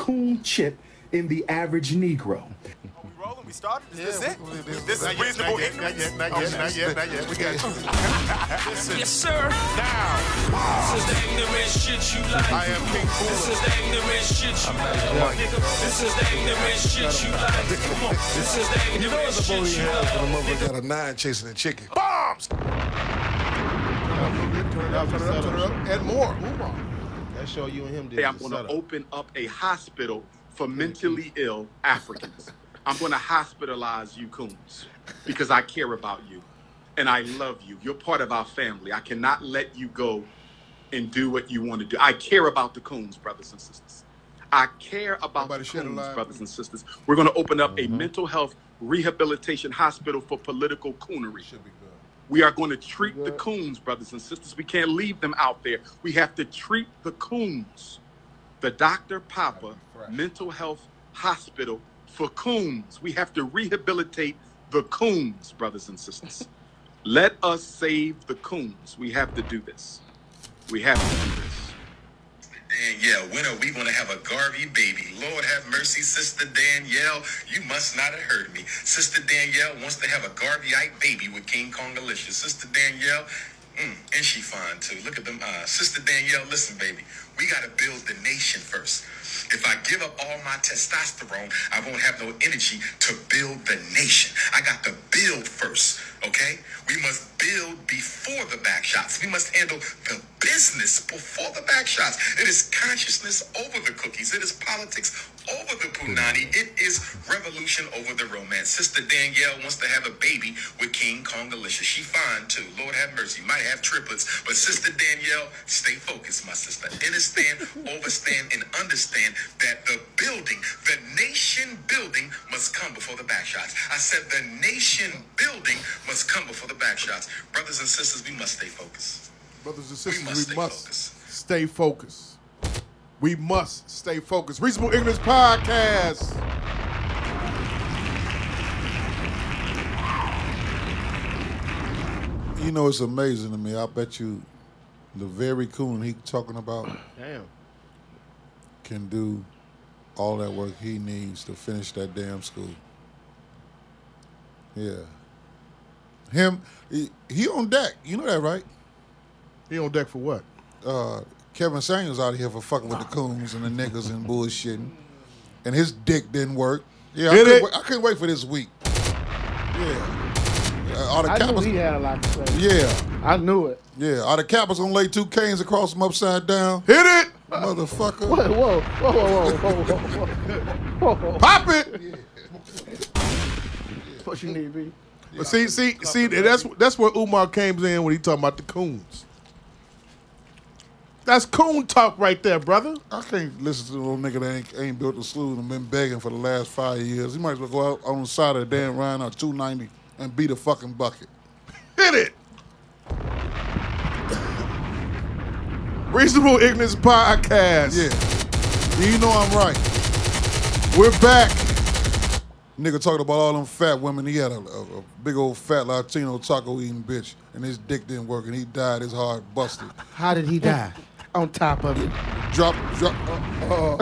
coon chip in the average Negro. We rolling. We started. Yeah, This it. we- we- this- This is not yet, reasonable not yet, ignorance. Not yet, not yet, not yet, not yet. We got you. Yes, sir. Now, This is the ignorant shit you like. I am King This Cooler. is the ignorant shit you like. Nigga, This is the ignorant shit you like. Come on. This is the You know ignorant it's a shit booty you house like. when a motherfucker got a nine chasing a chicken. Bombs! Turn it Turn up, it up, turn it up, and more. Move on. That show you and him did. Say I'm is a going to setup. open up a hospital for mentally ill Africans. I'm going to hospitalize you coons because I care about you and I love you. You're part of our family. I cannot let you go and do what you want to do. I care about the coons, brothers and sisters. I care about Nobody the shed a coons, lie. brothers and sisters. We're going to open up a mental health rehabilitation hospital for political coonery. Should be good. We are going to treat the coons, brothers and sisters. We can't leave them out there. We have to treat the coons. The Dr. Papa Right. Mental Health Hospital for coons. We have to rehabilitate the coons, brothers and sisters. Let us save the coons. We have to do this. We have to do this. And yeah, when are we gonna have a Garvey baby? Lord have mercy, Sister Danielle. You must not have heard me. Sister Danielle wants to have a Garveyite baby with King Kong Alicia. Sister Danielle, mm, and she fine too. Look at them eyes. Sister Danielle, listen, baby, we gotta build the nation first. If I give up all my testosterone, I won't have no energy to build the nation. I got to build first, okay? We must build before the back shots. We must handle the business before the back shots. It is consciousness over the cookies. It is politics over the punani. It is revolution over the romance. Sister Danielle wants to have a baby with King Kong Alicia. She fine too. Lord have mercy. Might have triplets. But Sister Danielle, stay focused, my sister. Understand, overstand, and understand that the building, the nation building must come before the back shots. I said the nation building must come before the back shots. Brothers and sisters, we must stay focused. Brothers and We sisters, must we stay must focused. stay focused. We must stay focused. Reasonable Ignorance Podcast. You know it's amazing to me. I bet you the very coon he talking about Damn. can do all that work he needs to finish that damn school. Yeah. Him, he, he on deck. You know that, right? He on deck for what? uh, Kevin Samuels out here for fucking with the coons and the niggas and bullshitting, and his dick didn't work. Yeah, I Did couldn't, it? wait, I couldn't wait for this week. Yeah, uh, all the I knew cappers. he had a lot to say. Yeah, I knew it. yeah, all the cappers gonna lay two canes across them upside down, Hit it! motherfucker. Whoa, whoa, whoa, whoa, whoa, whoa, whoa, Oh. whoa. Pop it! What you need, B? But see, see, see, that's that's where Umar came in when he talking about the coons. That's coon talk right there, brother. I can't listen to a little nigga that ain't, ain't built a slough and been begging for the last five years. He might as well go out on the side of the damn Ryan on 290 and beat a fucking bucket. Hit it. Reasonable Ignorance Podcast. Yeah. You know I'm right. We're back. Nigga talking about all them fat women. He had a, a, a big old fat Latino taco eating bitch, and his dick didn't work, and he died. His heart busted. How did he die? On top of it. Drop, drop. Uh, uh,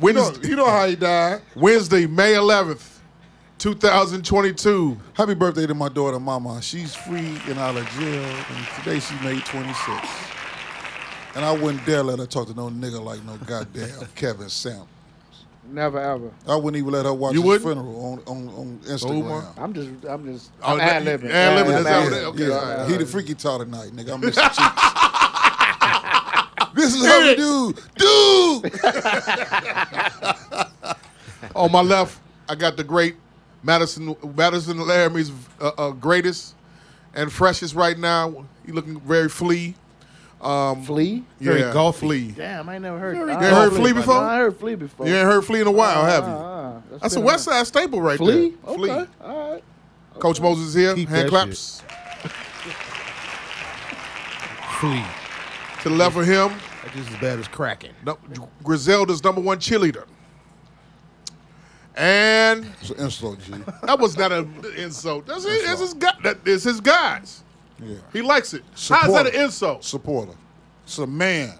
Wednesday, you know how he died. Wednesday, May 11th, 2022. Happy birthday to my daughter, Mama. She's free and out of jail, and today she made 26. And I wouldn't dare let her talk to no nigga like no goddamn Kevin Sam. Never ever. I wouldn't even let her watch You his wouldn't? Oh, funeral on, on, on Omar? Instagram. I'm just, I'm just, Oh, I'm Uh, that- ad libbing. ad-libbing, that's how Yeah, it is. Okay, yeah. all right, all He the freaky tall tonight, nigga. I'm Mr. Cheeks. this is how we do. Dude! On my left, I got the great Madison Madison Laramie's uh, uh, greatest and freshest right now. He looking very flea. Flea? Very yeah, golfy. flea. Damn, I ain't never heard. You I ain't heard Flea about- before? No, I heard Flea before. You ain't heard flea in a while, have you? Uh-uh. That's a been West around. Side staple right Flea? there. Okay. All right. Coach Moses is here. Keep Hand that claps. Flea. To the left of him, That's just as bad as cracking. no, Griselda's number one cheerleader. And It's an insult, G. that was not an insult. That's, his, that's his guy. That is his guys. Yeah. He likes it. How's Support that him. an insult? Supporter. It's a man.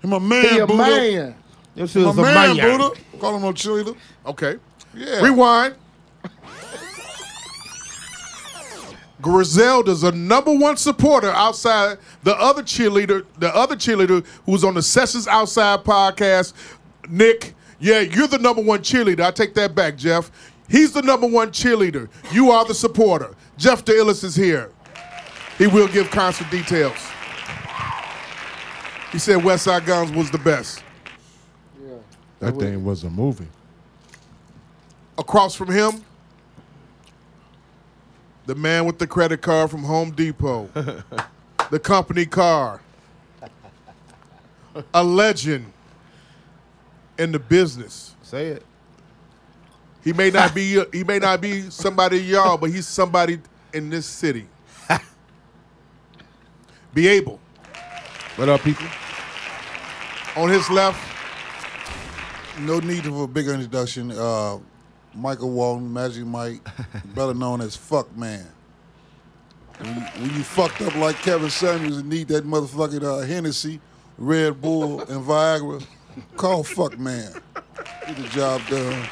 Him a man, He a Buddha. man. This is My a man, man. Buddha. Call him no cheerleader. Okay. Yeah. Rewind. Griselda's a number one supporter outside the other cheerleader, the other cheerleader who's on the Sessions Outside podcast. Nick, yeah, you're the number one cheerleader. I take that back, Jeff. He's the number one cheerleader. You are the supporter. Jeff DeIllis is here. He will give concert details. He said West Side Guns was the best. That thing was a movie. across from him, the man with the credit card from Home Depot, the company car, a legend in the business. Say it. He may not be uh, he may not be somebody y'all, but he's somebody in this city. be able. What up, people? On his left, No need for a bigger introduction. Uh, Michael Walton, Magic Mike, better known as Fuck Man. When you, when you fucked up like Kevin Samuels and need that motherfucking uh, Hennessy, Red Bull, and Viagra, call Fuck Man. Get the job done.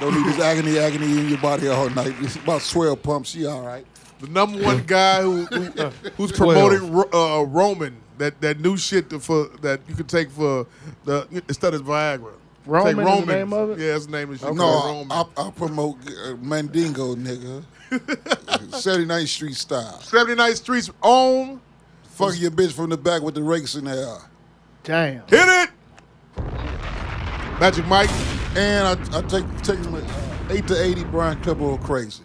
Don't need this agony, agony in your body all night. It's about 12 pumps. She all right. the number one guy who, who- who's promoting Ro- uh, Roman, that, that new shit that for that you can take for the instead of Viagra. Roman is take the Roman. name of it? Yeah, his name is No, no, I, Roman. I, I promote uh, Mandingo, nigga. 79th Street style. 79th Street's own. Fuck your bitch from the back with the rakes in the air. Damn. Hit it. Magic Mike. And I, I take take him uh, eight to eighty. Brian Clipper crazy.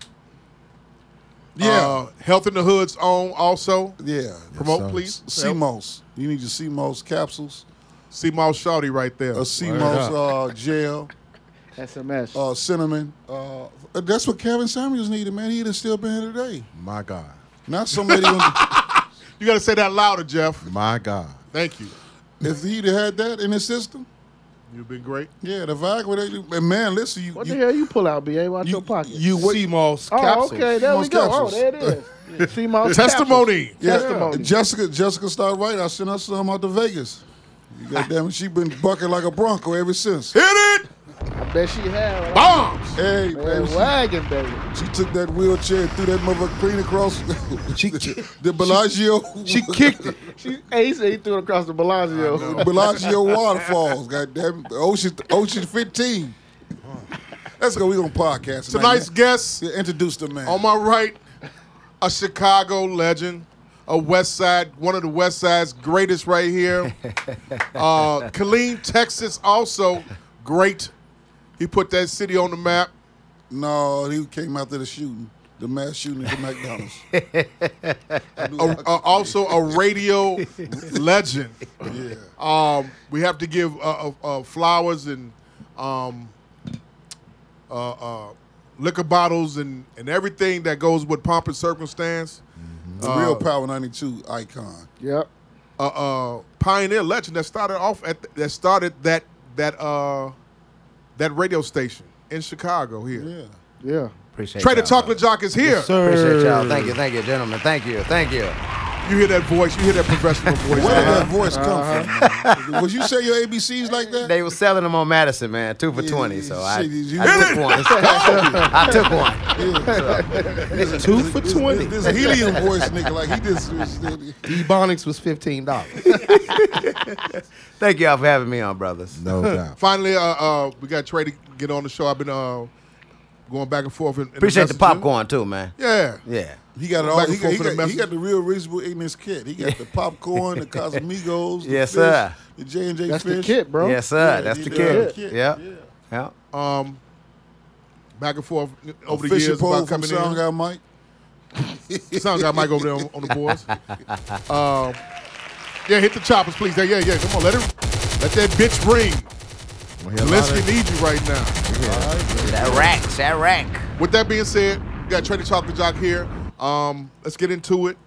Yeah. Health in the Hood's own also. Yeah, Uh, Promote, sounds- please. CMOS. You need your CMOS capsules. C-Mouse Shawty right there. A CMOS uh, gel. SMS. Uh, cinnamon. Uh, that's what Kevin Samuels needed, man. He'd have still been here today. My God. Not somebody. on- You got to say that louder, Jeff. My God. Thank you. if he'd have had that in his system, You've been great. yeah, the Viagra. They, and man, listen, you what you, the hell you pull out, BA? Out your you, pocket. you wait. CMOS oh, capsules. okay. There we Seamoss go. capsules. Oh, there it is. Seamoss Testimony. Yeah, Testimony. Jessica, Jessica started right. I sent her some out to Vegas. You goddamn, she been bucking like a bronco ever since. Hit it. capsules. I bet she had. one. Bombs. Hey, Man, baby, she- wagon, baby. She took that wheelchair and threw that motherfucker clean across She- the, the Bellagio. She kicked it. She ace eight threw it across the Bellagio. Bellagio waterfalls. Goddamn, the Ocean Ocean 15. Let's go. We gonna podcast tonight, Tonight's guest. man. Introduce the man. On my right, a Chicago legend, a West Side, one of the West Side's greatest right here. Uh, Killeen, Texas, also great. He put that city on the map. no, he came after the shooting, the mass shooting at the McDonald's. A, a- also a radio legend. Um, we have to give uh, uh, uh, flowers and um, uh, uh, liquor bottles and, and everything that goes with pomp and circumstance. The Uh, real Power 92 icon. Yep. a uh, pioneer legend that started off at that started that that uh that radio station in Chicago here. Yeah. Yeah. Appreciate Trey the y'all, Chocolate Jock is here. brother. Appreciate y'all. Thank you, thank you, gentlemen. Thank you, thank you. You hear that voice? You hear that professional voice? Uh-huh. Where did man. that voice come from? Man? Would you say your ABCs like that? They were selling them on Madison, man, two for Yeah, twenty. So I, shit, you- I took one. I took one. Two for This- twenty. This, this helium voice, nigga, like he just. was- Ebonics was fifteen dollars. Thank y'all for having me on, brothers. No doubt. Finally, uh, uh, we got Trey to get on the show. I've been uh going back and forth. In, in Appreciate the messages. popcorn too, man. Yeah. Yeah. He got it Back all. and He got, forth he, for the got, he message. got the real reasonable ignorance kid. He got the popcorn, the Casamigos, the Yes, fish, sir. the J and J That's the fish. kit, bro. Yes, sir. Yeah, That's the yeah, kid. yeah. Yeah. Yeah. Um, back and forth over the Fishing years pole about from coming Sound in. Guy Mike. Sound guy Mike over there on, on the boards. Um, yeah, hit the choppers, please. Yeah, yeah, yeah. Come on, let it, let that bitch ring. We hear a lot Let's of- need you right now. That rack, that rack. With that being said, we got Trader Chocolate Jock here. Um, let's get into it.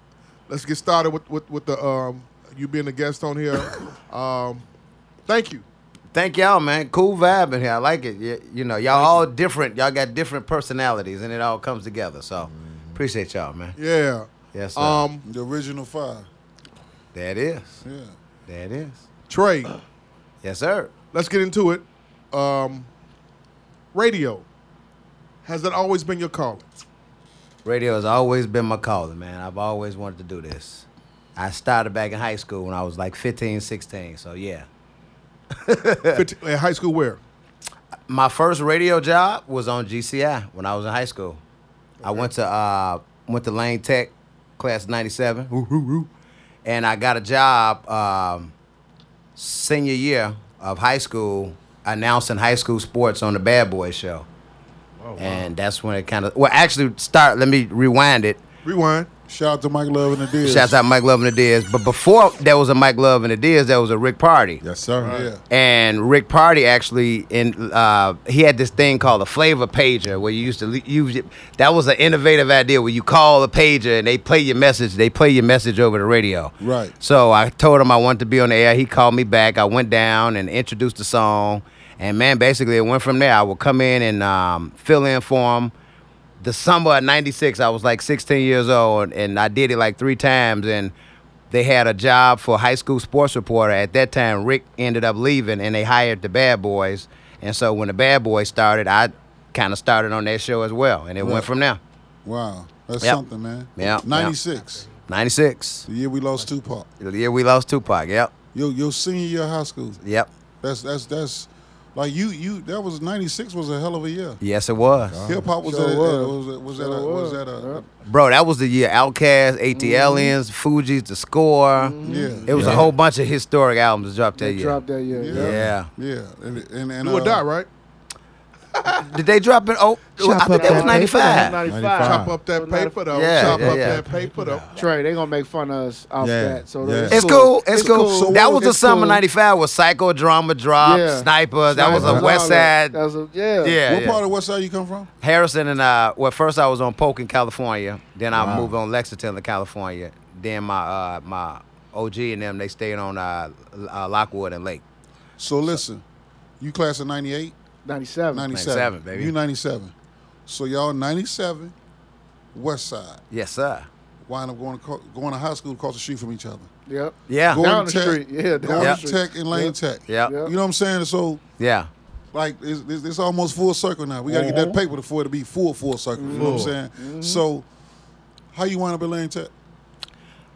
Let's get started with with, with the um, you being a guest on here. Um, thank you. Thank y'all, man. Cool vibe in here. I like it. You, you know, y'all all different. Y'all got different personalities, and it all comes together. So Mm-hmm. appreciate y'all, man. Yeah. Yes, sir. Um, The original five. that is. Yeah. That is. Trey, Yes, sir. Let's get into it. Um, radio. Has that always been your calling? Radio has always been my calling, man. I've always wanted to do this. I started back in high school when I was like 15, 16. So yeah, Fifteen- At uh, high school, where? my first radio job was on GCI when I was in high school. I went to uh, went to Lane Tech, class '97, Woo, woo, woo. and I got a job um, senior year of high school announcing high school sports on the Bad Boy Show. And that's when it kind of well, actually, start. Let me rewind it. Rewind. Shout out to Mike Love and the Diz. Shouts out Mike Love and the Diz. But before there was a Mike Love and the Diz, there was a Rick Party. Yes, sir. Yeah. And Rick Party actually, in uh, he had this thing called a flavor pager, where you used to le- use it. That was an innovative idea where you call the pager and they play your message. They play your message over the radio. Right. So I told him I wanted to be on the air. He called me back. I went down and introduced the song, and man, basically it went from there. I would come in and um, fill in for him. The summer of '96, I was like 16 years old, and I did it like three times. And they had a job for high school sports reporter. At that time, Rick ended up leaving, and they hired the Bad Boys. And so when the Bad Boys started, I kind of started on that show as well, and it went from there. Wow. That's Yep. something, man. Yeah, yeah. 96. '96, The year we lost Tupac. the year we lost Tupac. Yep, Your your senior year of high school. yep. That's that's that's like you you that was 96 was a hell of a year. Yes, it was. Hip hop was Sure at, was. was at, was at, Sure a, was was. at a Bro, that was the year Outkast, ATLians, Fugees, The Score. yeah. Mm. It was a whole bunch of historic albums Mm-hmm. dropped that They year. dropped that year. Yeah. yeah. Yeah, and and, and Do or uh, die, right? Did they drop it? Oh, I up think that that was paper. 95. 95. Chop up that Not a- paper, though. Uh, Yeah, Chop yeah, up yeah. that paper, though. Trey, they gonna make fun of us off Yeah, that. So yeah. It's cool. It's, cool. So that what was was- the it's summer cool. '95 was Psychodrama drop, Yeah. Sniper. That was Sniper, a West all that. Side. That was a, yeah. yeah, What yeah. part of West Side you come from? Harrison and I. Well, first I was on Polk in California. Then I moved on Lexington to California. Then my uh, my OG and them they stayed on uh, L- uh, Lockwood and Lake. So listen, you class of 98, 97. 97. 97, baby. You 97. So y'all 97 West Side Yes, sir. wind up going to co- going to high school across the street from each other. Yep. Yeah. Go- Going Ah, down the tech. street. Yeah, down Going the Yep. to street. Tech and Lane Yep. Tech. yeah. Yep. You know what I'm saying? So Yeah. like it's, it's, it's almost full circle now. We got to get that Mm-hmm. paper for it to be full full circle. You know what I'm saying? So how you wind up at Lane Tech?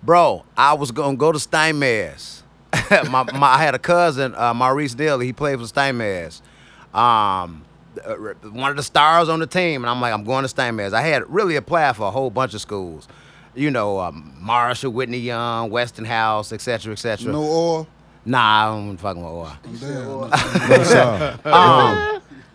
Bro, I was gonna go to Steinmeier's. my, my, I had a cousin, uh, Maurice Daly. He played for Steinmeier's. Um, uh, one of the stars on the team, and I'm like, I'm going to Steinmeier's. I had really applied for a whole bunch of schools, you know, um, Marshall, Whitney Young, Westinghouse, et cetera, et cetera. No oil. Nah, I don't fucking with OR. Damn. Yes, sir.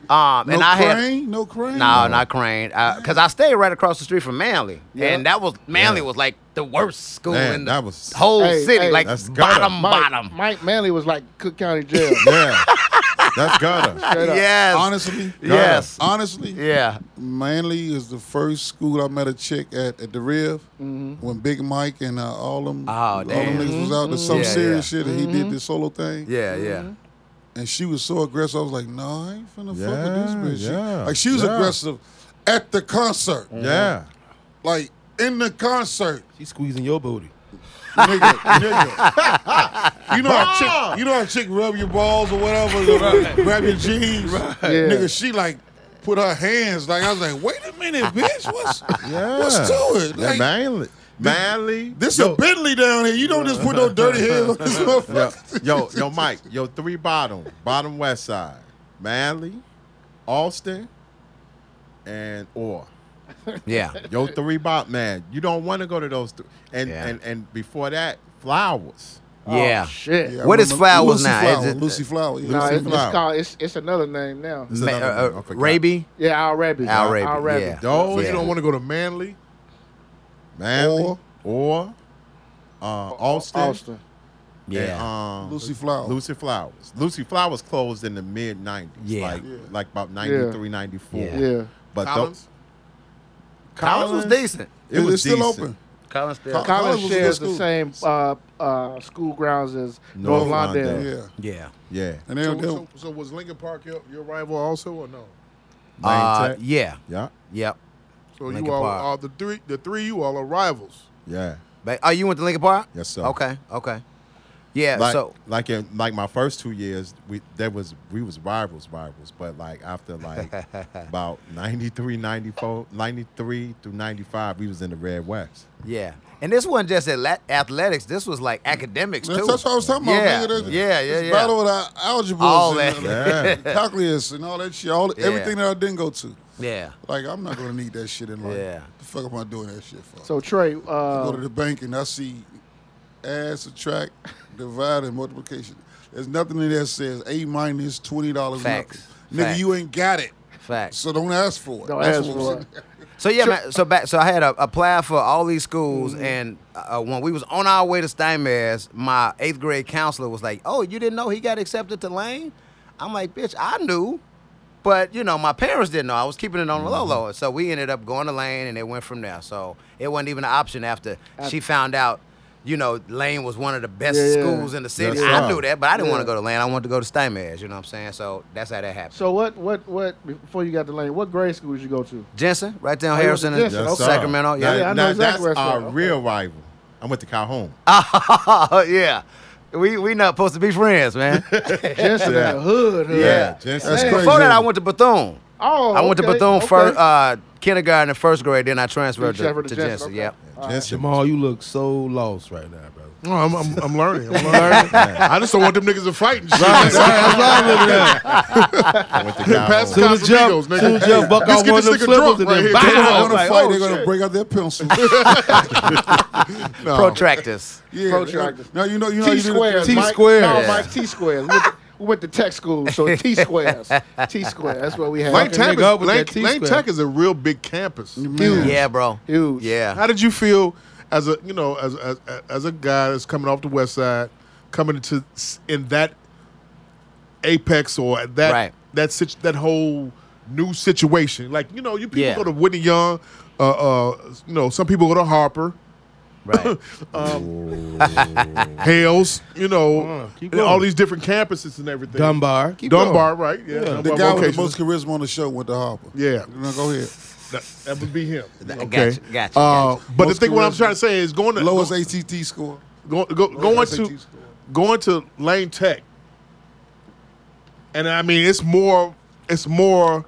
Um, No and I had crane. no crane. No, not Crane. Because I stayed right across the street from Manly. And that was, Manly was like the worst school Man, in the that was- whole Hey, city. hey. like That's gotta- bottom, Mike, bottom. Mike Manley was like Cook County Jail. yeah. That's gotta. Straight up. Yes. Honestly. Yes. Honestly. Yeah. Manly is the first school I met a chick at, at the Rev Mm-hmm. when Big Mike and uh, all them Oh, all them damn. Mm-hmm. niggas was out there. Some Yeah, serious shit, and Mm-hmm. he did this solo thing. Yeah, yeah. and she was so aggressive. I was like, "No, I ain't finna fuck Yeah, with this bitch." She- yeah, like she was yeah. aggressive at the concert, Yeah. like in the concert, She's squeezing your booty. nigga, nigga. You know how chick, you know how chick rub your balls or whatever, grab your jeans, Yeah. nigga. She like. Put her hands like I was like, wait a minute, bitch, what's Yeah. what's to it? Yeah, Like, manly. Manly. This yo, a Bentley down here. You don't just put no dirty hands on this yo, motherfucker. yo, yo, Mike. Yo, three bottom. Bottom west side. Manly, Austin, and Orr. Yeah. Yo, three bottom. Man, you don't want to go to those three. And, Yeah. and, and before that, Flowers. yeah. Oh, shit. Yeah, I What is remember- Flowers Lucy now? Flower, Is it- Lucy Flower. yeah. No, Lucy it's, it's Flower. called it's it's another name now. This is Ma- another one. uh, I uh, forgot. Raby. Yeah, Al Rabbi. Al Rabi, yeah. Those. So Yeah. you don't want to go to Manly? Manly, Orr. or, uh, Austin, Austin. and, Yeah. um, Lucy Flower. Lucy Flowers. Lucy Flowers closed in the mid 90s. Yeah. Like, like about 93, 94. Yeah. Yeah. But Collins? those, Collins was decent. It was it's still decent. open. Collins still. Col- College College was a good shares the school. same uh, uh, school grounds as North, North Lawndale. Lawndale. Yeah. yeah. Yeah. And they So, don't so, do so was Lincoln Park your, your rival also or no? Uh, Main tech. yeah. yeah. Yep. So Lincoln you all Park. are the three the three you all are rivals. Yeah. Ba- Oh, you went to Lincoln Park? Yes, sir. Okay. Okay. Yeah, Like, so- like in like my first two years, we there was we was rivals, rivals. But like after like about 93, 94, 93 through ninety five, we was in the Red West. Yeah. And this wasn't just atla- athletics. This was like academics That's, too. that's what I was talking about. Yeah, nigga. That- yeah, yeah, this yeah. Battle with our algebra, All and, that. uh, calculus, and all that shit. All Yeah. everything that I didn't go to. Yeah. Like I'm not gonna need that shit in life. Yeah. The fuck am I doing that shit for? So Trey, I go uh, to the bank and I see add, subtract, divide, and multiplication. There's nothing in there that says A minus twenty dollars. Facts. Nigga, Facts. you ain't got it. Facts. So don't ask for it. Don't ask what for I'm it. saying. So yeah, man, so back, so I had uh, applied for all these schools, Mm-hmm. and uh, when we was on our way to Steinmeier's, my eighth grade counselor was like, "Oh, you didn't know he got accepted to Lane?" I'm like, "Bitch, I knew, but you know, my parents didn't know. I was keeping it on the Mm-hmm. low low." So we ended up going to Lane, and it went from there. So it wasn't even an option after she found out. You know, Lane was one of the best Yeah, yeah. schools in the city. That's I right. knew that, but I didn't want to Yeah. go to Lane. I wanted to go to Steinmeier's. You know what I'm saying? So that's how that happened. so what, what, what? Before you got the lane, what grade school did you go to? Jensen, right down Oh, you went to Harrison, Jensen, in okay. Now- Sacramento. Yeah, Yeah, I know now exactly where that's it's our from. Okay. real rival. I went to Calhoun. yeah. We we not supposed to be friends, man. Jensen Yeah. in the hood. hood. Yeah, Jensen. That's Hey. crazy. Before that, I went to Bethune. Oh, I went to okay, Bethune okay. first, uh, kindergarten and first grade. Then I transferred to, transferred to to Jensen. Jensen, okay. Yep. Jensen. Jamal, you look so lost right now, bro. No, I'm, I'm, I'm learning. I'm learning. I just don't want them niggas to fight and shit. That's what I'm looking at. I went to Calhoun. Pass the Soon as jump, Casamigos, soon nigga. as jump, buck Let's out get one of this them nigga drunk slippers and right then here. bow. They're gonna I was wanna like, fight. oh, they're gonna shit. break out their pencils. no. Protractors. Yeah, Protractors. No, you know, you know, how T you do the- squares. T Mike. squares. No, Mike. T squares. We went to- We went to tech school, so T squares. T squares. That's what we had. Lane Fucking Tech, nigga up is, with Lane, that Lane T-square. Tech is a real big campus. Yeah. bro. Huge. Yeah. How did you feel as a you know as as as a guy that's coming off the West Side, coming into s- in that apex or at that Right. that sit, that whole new situation? Like you know, you people Yeah. go to Whitney Young, uh, uh, you know, some people go to Harper. Right. Hales, you know, keep and all going. these different campuses and everything. Dunbar. Keep Dunbar, right? Yeah, Dunbar The guy with locations. the most charisma on the show went to Harper. Yeah. You know, go ahead. that, that would be him. Okay. Gotcha. Gotcha. Uh, gotcha. but the Most thing, what I'm charisma. trying to say is going to Lowest ACT score. go, go, going Lowest to SAT score. going to Lane Tech, and I mean it's more it's more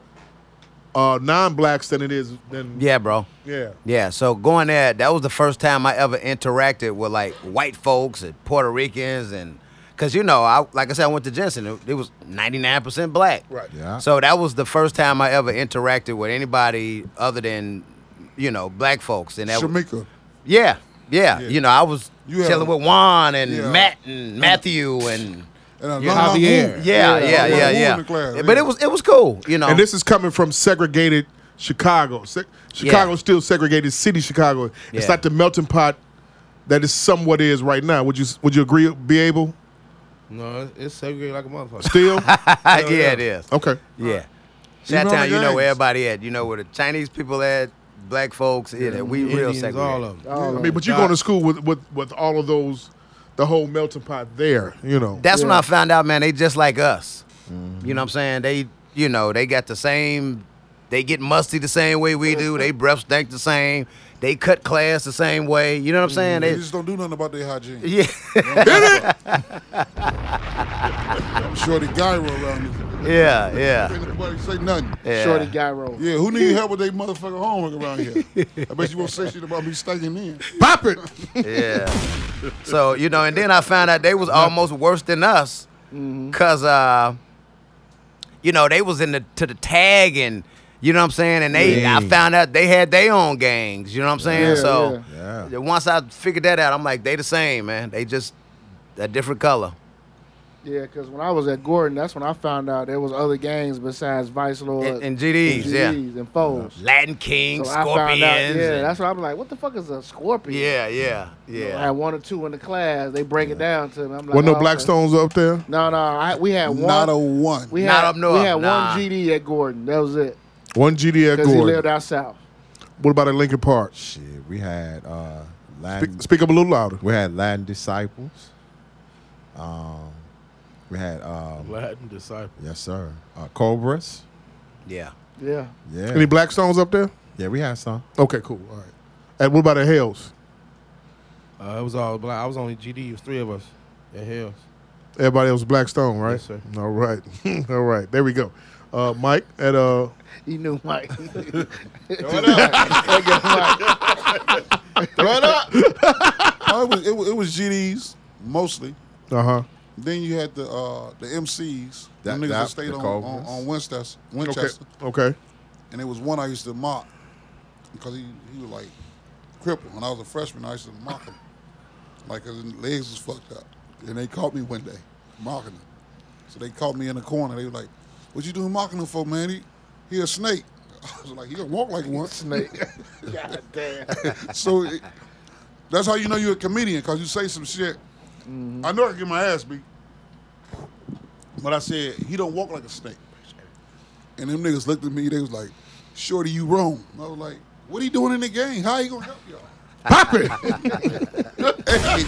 uh, non-blacks than it is than Yeah, bro. yeah. Yeah, so going there, that was the first time I ever interacted with like white folks and Puerto Ricans and cuz you know, I like I said I went to Jensen, it, it was 99% black. Right. Yeah. So that was the first time I ever interacted with anybody other than you know, black folks and that was- Shamika. yeah, yeah, You know, I was You had chilling a- with Juan and Yeah. Matt and Matthew and And I Yeah, learned how to Javier. move. yeah, yeah, I learned yeah, how to move yeah. in the class, But it was it was cool, you Um, know. And this is coming from segregated Chicago. Se- Chicago still segregated city. Chicago. It's Yeah. not the melting pot that it somewhat is right now. Would you Would you agree? Be able No, it's- it's segregated like a motherfucker. still? yeah, it is. okay. Yeah. You Chat know Town, the you know where gangs. everybody at. You know where the Chinese people at, black folks, yeah, we real Indians, segregated. all of them. Oh, I mean, but you're going to school with, with, with all of those, the whole melting pot there, you know. That's when I found out, man, they just like us. You know what I'm saying? They, you know, they got the same, they get musty the same way we do. They breath stink the same. They cut class the same way. You know what I'm saying? They They, just don't do nothing about their hygiene. yeah. I'm sure the gyro around here. Yeah, yeah. Ain't nobody say nothing. yeah. Shorty gyro. Yeah, who need help with their motherfucking homework around here? I bet you won't say shit about me stinking in. Pop it. Yeah. So, you know, and then I found out they was almost worse than us. Mm-hmm. Cause uh, you know, they was in the to the tag and you know what I'm saying? And they I found out they had their own gangs, you know what I'm saying? Yeah, so yeah. Yeah. once I figured that out, I'm like, they the same, man. They just a different color. Yeah, because when I was at Gordon, that's when I found out there was other gangs besides Vice Lord And, and GDs, yeah. and foes. Latin King, So I found out, Scorpions. yeah, and- that's what I'm like. What the fuck is a scorpion? yeah, yeah, yeah. I had one or two in the class. They break it down to me. I'm like, Wasn't no oh, okay. Blackstones up there? No, no. I, we had one. Not a one. we had, Not up north, We had nah. one GD at Gordon. That was it. One GD at Because he Gordon. lived out south. What about at Lincoln Park? Shit, we had uh, Latin. Speak, speak up a little louder. We had Latin disciples. Um, we had um, Latin disciple. yes, sir. Uh, Cobras. yeah. Yeah. Yeah, Any Blackstones up there? yeah, we had some. Okay, cool. All right. And what about at Hales? Uh, it was all black. I was only GD. It was three of us. It heals. Everybody else Blackstone, right? Yes, sir. All right. All right. There we go. Uh, Mike at uh He knew Mike. Right up. Oh, it, was, it, was, it was GDs mostly. uh huh. Then you had the uh, the MCs, the That- niggas that that- stayed the on, on, Cobras. on Winchester, Okay. Winchester. Okay. And there was one I used to mock because he, he was like crippled. When I was a freshman, I used to mock him. Like his legs was fucked up. And they caught me one day mocking him. So they caught me in the corner. They were like, What you doing mocking him for, man? He, he a snake. I was like, He don't walk like one. snake. God damn. so it, that's how you know you're a comedian because you say some shit. I know I can get my ass beat, but I said he don't walk like a snake. And them niggas looked at me. They was like, "Shorty, you wrong." I was like, "What he doing in the game? How he gonna help y'all?" Pop it.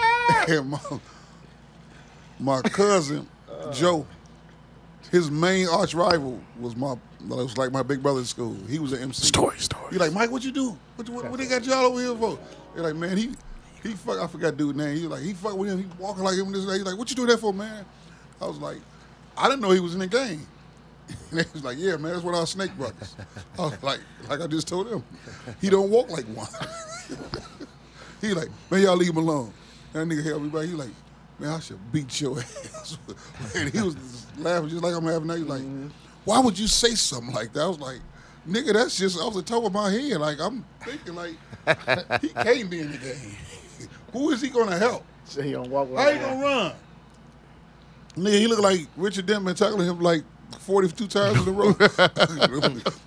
And my, my cousin Joe, his main arch rival was my was like my big brother in school. He was an MC. story, story. You like Mike? What you do? What, what, what they got y'all over here for? They're like, man, he he fuck. I forgot dude name. He was like, he fuck with him. He walking like him. This day. He's like, what you do that for, man? I was like, I didn't know he was in the game. And they was like, yeah, man, that's what our snake brothers. I was like, like I just told him, he don't walk like one. he like, man, y'all leave him alone. That nigga help me back. He like, man, I should beat your ass. and he was just laughing just like I'm having now. He's like, why would you say something like that? I was like, nigga, that's just off the top of my head. Like I'm thinking like, he can't be in the game. Who is he gonna help? So he don't walk How like you that. gonna run? Nigga, he looked like Richard Denman tackling him like 42 times in a row.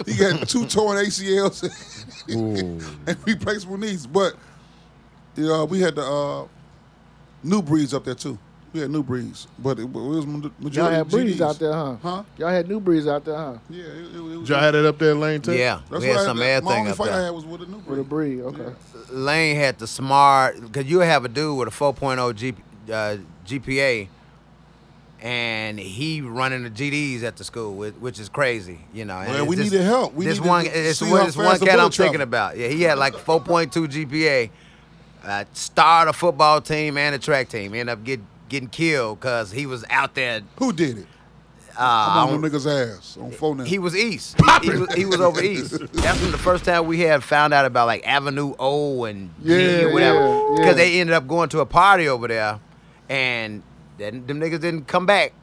he got two torn ACLs and replaceable knees. But yeah, we had the uh, new breeds up there too. We had new breeds, but it, was majority Y'all had breeze GDs. out there, huh? Huh? Y'all had new breeze out there, huh? Yeah, it, it, it was. Y'all had it up there, Lane too. Yeah, That's we had what I- some air my thing only up fight I had there. was with a new With a breed. breeze, okay. Lane had the smart because you have a dude with a 4.0 G, uh, GPA, and he running the GDs at the school, which, which is crazy. You know, and Man, it's we just- needed help. We this needed one, to it's, see one, how it's fast one the cat bullet I'm thinking travel. about. Yeah, he had like 4.2 GPA. Uh, starred a football team and a track team. Ended up get, getting killed because he was out there. Who did it? Uh, I I'm don't- on them niggas' ass on phone now. he was east. He, he was, he was over east. That's when the first time we had found out about like Avenue O and Yeah, G or whatever. yeah, Because yeah. they ended up going to a party over there, and then them niggas didn't come back.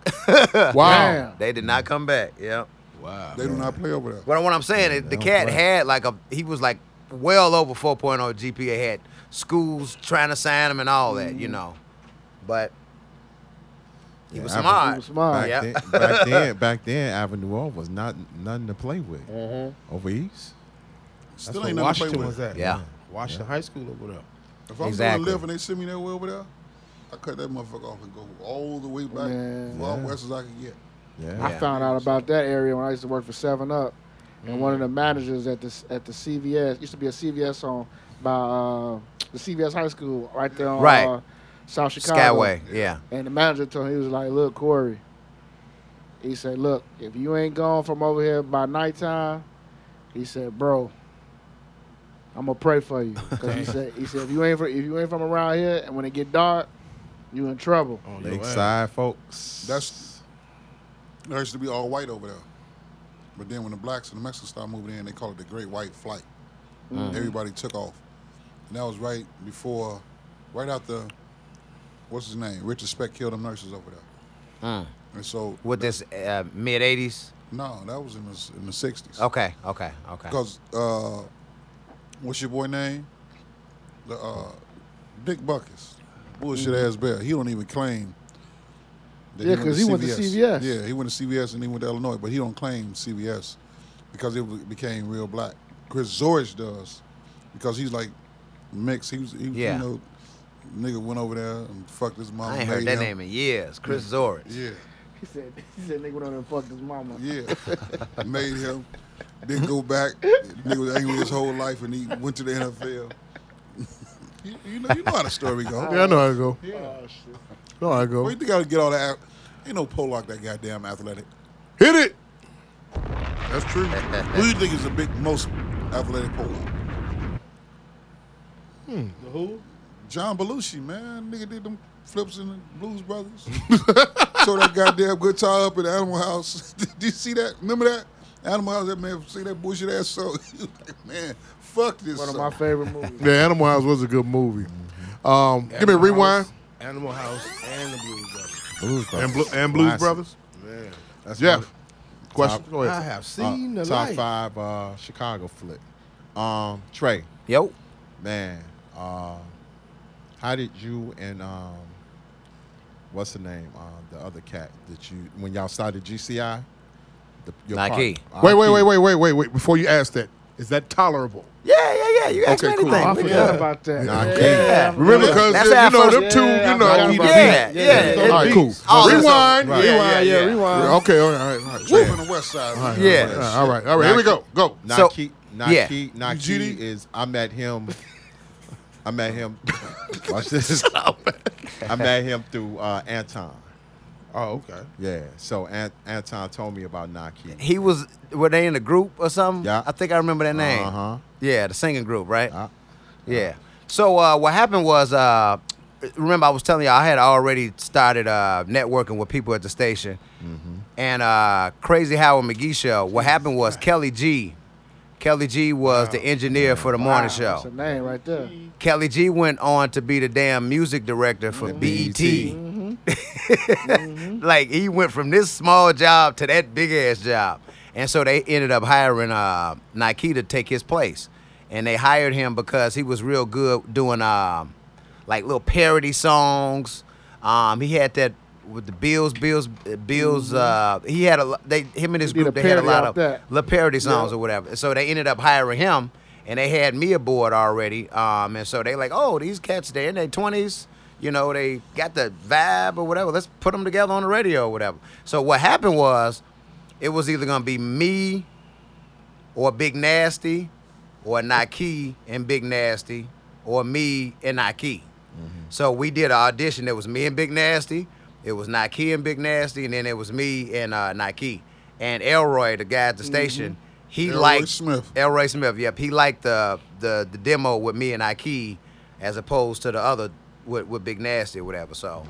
Wow. they did not come back. Yeah. Wow. they do not play over there. But what I'm saying is the cat had like a he was like well over 4.0 GPA. Had schools trying to sign him and all that, Mm-hmm. you know. But he was Avenue- smart. He was Back, smart. Yeah. then, back then, back then, Avenue O was not nothing to play with. Over East, Still That's where ain't nothing to Washington play was with. at. Yeah. Washington High School over there. If I'm Exactly. gonna live and they send me that way over there, I cut that motherfucker off and go all the way back, Man. as far west as I can get. yeah. Yeah. I found out about that area when I used to work for Seven Up, and Mm. one of the managers at the at the CVS used to be a CVS on by uh, the CVS High School right there on Right. Uh, South Chicago Skyway, yeah. And the manager told him he was like, "Look, Corey," he said, "Look, if you ain't gone from over here by nighttime," he said, "Bro." I'm gonna pray for you, cause he said he said if you ain't from, if you ain't from around here and when it get dark, you in trouble. Oh. On your ass. Lakeside folks. That's there used to be all white over there, but then when the blacks and the Mexicans started moving in, they called it the Great White Flight. Everybody took off, and that was right before, right after, what's his name? Richard Speck killed them nurses over there, and so With this uh, mid 80s. no, that was in the in the sixties. Okay, okay, okay. Because uh, what's your boy name? The uh, Dick Buckus, bullshit Mm-hmm. ass bear. He don't even claim. That Yeah, 'cause he went to CVS. Yeah, he went to CVS and he went to Illinois, but he don't claim CVS because it w- became real black. Chris Zorich does because he's like mixed. He was, he was Yeah. you know, nigga went over there and fucked his mom. I ain't heard that name in years. Chris Zorich. Yeah. He said he said nigga went over there and fucked his mama. Yeah. Made him. Then go back. Nigga was angry his whole life and he went to the NFL. you, you know, you know how the story goes. Yeah, I know how it go. Oh, shit. Know how it go. Well, you think I'd get all that? ath- Ain't no Pollock that goddamn athletic. Hit it. That's true. Who do you think is the big most athletic Pollock? The who? Hmm. John Belushi, man. Nigga did them Flips and the Blues Brothers. Throw that goddamn guitar up in the Animal House. Did you see that? Remember that? Animal House, that man, see that bullshit ass song? He was like, man, fuck this One of song. my favorite movies. The Animal House was a good movie. Mm-hmm. Um, give me a Animal rewind. House, Animal House and the Blues Brothers. Blues And, Brothers. Blu- and Blues Classic. Brothers. Man, That's Jeff, question. Top- Go ahead. I have seen Uh, the top light. five uh, Chicago flick. Um, Trey, Yo. man, um, uh, how did you and um, what's the name? um, Uh, the other cat that you when y'all started GCI. The, Nike. partner, Wait, wait, Nike. wait, wait, wait, wait, wait. Before you ask that, is that tolerable? Yeah, yeah, yeah. You asked Okay, me cool. anything. I We forgot good. about that. Nah, I yeah. can't. Remember, because That's you our know them first- two, Yeah, you know. I forgot about Yeah, yeah, All yeah. right, cool. All this rewind, rewind, Right. Yeah, yeah, rewind. Okay, all right, all right, all right. Whoop on the West Side. man. Yeah. All right, all right, all right. Uh, Here we go. Go. So- Nike, Nike, GD? Nike is. I met him. I met him. Watch this. I met him through uh, Anton. Oh, okay. Yeah. So An- Anton told me about Nike. He was were they in a group or something? Yeah. I think I remember that name. Uh-huh. Yeah, the singing group, right? Uh, Yeah. So uh, what happened was, uh, remember I was telling you I had already started uh, networking with people at the station, and uh, Crazy Howard McGee show. What happened was Kelly G. Kelly G was the engineer for the morning Wow, show. Oh, That's a name right there. Kelly G went on to be the damn music director for Mm-hmm. BET. E like he went from this small job to that big ass job, and so they ended up hiring uh, Nike to take his place, and they hired him because he was real good doing um, like little parody songs. Um, he had that with the Bills, Bills, Bills. Uh, he had a lo- they him and his Mm-hmm. did a group. They had a parody lot off of that. little parody songs or whatever. So they ended up hiring him, and they had me aboard already. Um, and so they like, oh, these cats, they're in their twenties. You know, they got the vibe or whatever. Let's put them together on the radio or whatever. So what happened was, it was either gonna be me, or Big Nasty, or Nike and Big Nasty, or me and Nike. So we did an audition. It was me and Big Nasty. It was Nike and Big Nasty, and then it was me and uh, Nike and Elroy, the guy at the station. He Mm-hmm. Elroy liked Smith. Elroy Smith. Yep, he liked the the the demo with me and Nike, as opposed to the other with, with Big Nasty or whatever. So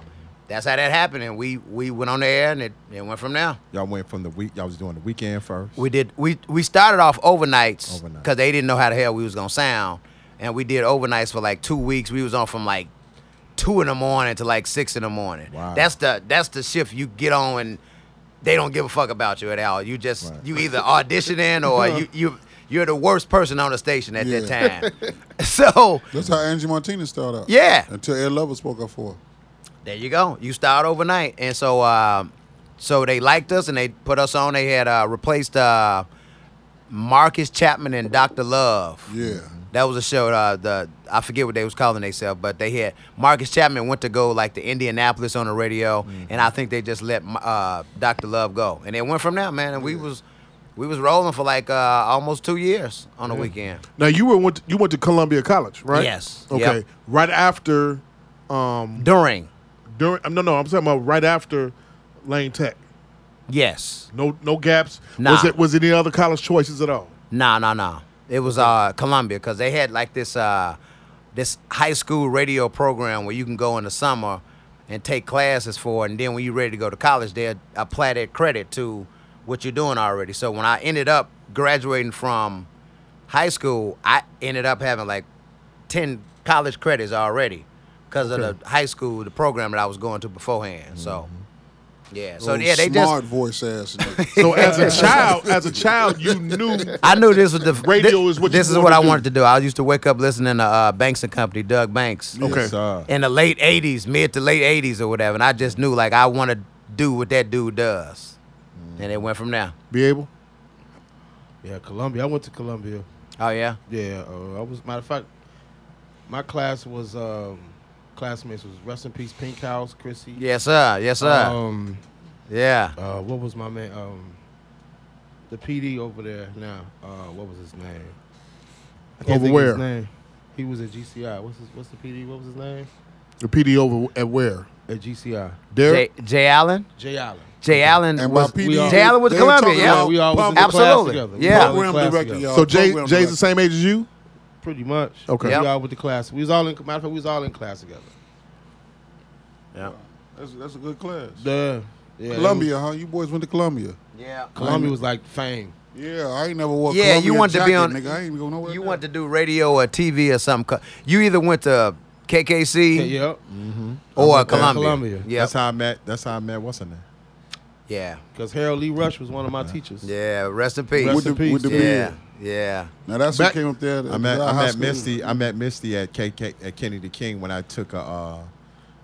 that's how that happened, and we we went on the air, and it, it went from there. y'all went from the week. Y'all was doing the weekend first. We did. We we started off overnights Overnight. because they didn't know how the hell we was gonna sound, and we did overnights for like two weeks. We was on from like two in the morning to like six in the morning. Wow. That's the that's the shift you get on, and they don't give a fuck about you at all. You just Right. you either auditioning or you you you're the worst person on the station at that time. so That's how Angie Martinez started out. Yeah. Until Ed Lover spoke up for her. There you go. You start overnight, and so um, so they liked us and they put us on. They had uh, replaced uh, Marcus Chapman and Doctor Love. Yeah. That was a show. Uh, the I forget what they was calling themselves, but they had Marcus Chapman went to go like to Indianapolis on the radio, and I think they just let uh, Doctor Love go, and it went from there, man. And we was we was rolling for like uh, almost two years on the weekend. Now you were went you went to Columbia College, right? Yes. Okay. Yep. Right after, um, During during um, no no I'm talking about right after Lane Tech. yes, No no gaps. Nah. Was it was it any other college choices at all? No, no, no. It was uh Columbia because they had like this uh this high school radio program where you can go in the summer and take classes for, it, and then when you're ready to go to college, they will apply that credit to what you're doing already. So when I ended up graduating from high school, I ended up having like ten college credits already because of the high school, the program that I was going to beforehand. So yeah, so Oh, yeah, they smart just. voice ass. nigga. Mm-hmm. So as a child, as a child, you knew. I knew this was the Radio thi- is what you this is wanna what I do. wanted to do. I used to wake up listening to uh, Banks and Company, Doug Banks, Okay. Yes, sir. in the late '80s, mid to late '80s or whatever, and I just knew like I want to do what that dude does, and it went from there. Be able. Yeah, Columbia. I went to Columbia. Oh yeah, Yeah, uh, I was. Matter of fact, my class was um, classmates was rest in peace, Pink House, Chrissy. yes sir, yes sir, Um, yeah. uh, what was my man? Um, the PD over there now. Uh, what was his name? I Over think of his where? name. He was at GCI. What's his, What's the PD? What was his name? The PD over at where? At GCI. Derek. Jay, Jay Allen, Jay Allen. Jay Allen And was by PD, we all- Jay Allen was they Columbia, talking yeah. about we all was in the pump- class Absolutely, together. yeah. We all in the Program class director, together. y'all. so Jay Program Jay's the director. same age as you. Pretty much. Okay. We Yep. all with the class. We was all in. Matter of fact, we was all in class together. Yeah. That's, that's a good class. Duh. Yeah, it Columbia, was- huh? You boys went to Columbia. Yeah. Columbia was like fame. Yeah, I ain't never wore Yeah, you Columbia wanted to be jacket, on- Nigga. I ain't even go nowhere. You want to do radio or TV or something? co- You either went to KKC Yep. or Yeah, Mm-hmm. Columbia. Columbia. Yeah. That's how I met. That's how I met. What's her name? Yeah. Because Harold Lee Rush was one of my teachers. Yeah. Rest in Rest peace. in With the- with peace. the yeah. beard. Yeah. Now that's Back- what came up there. I met High I met School. Misty. I met Misty at KK at Kennedy King when I took a uh,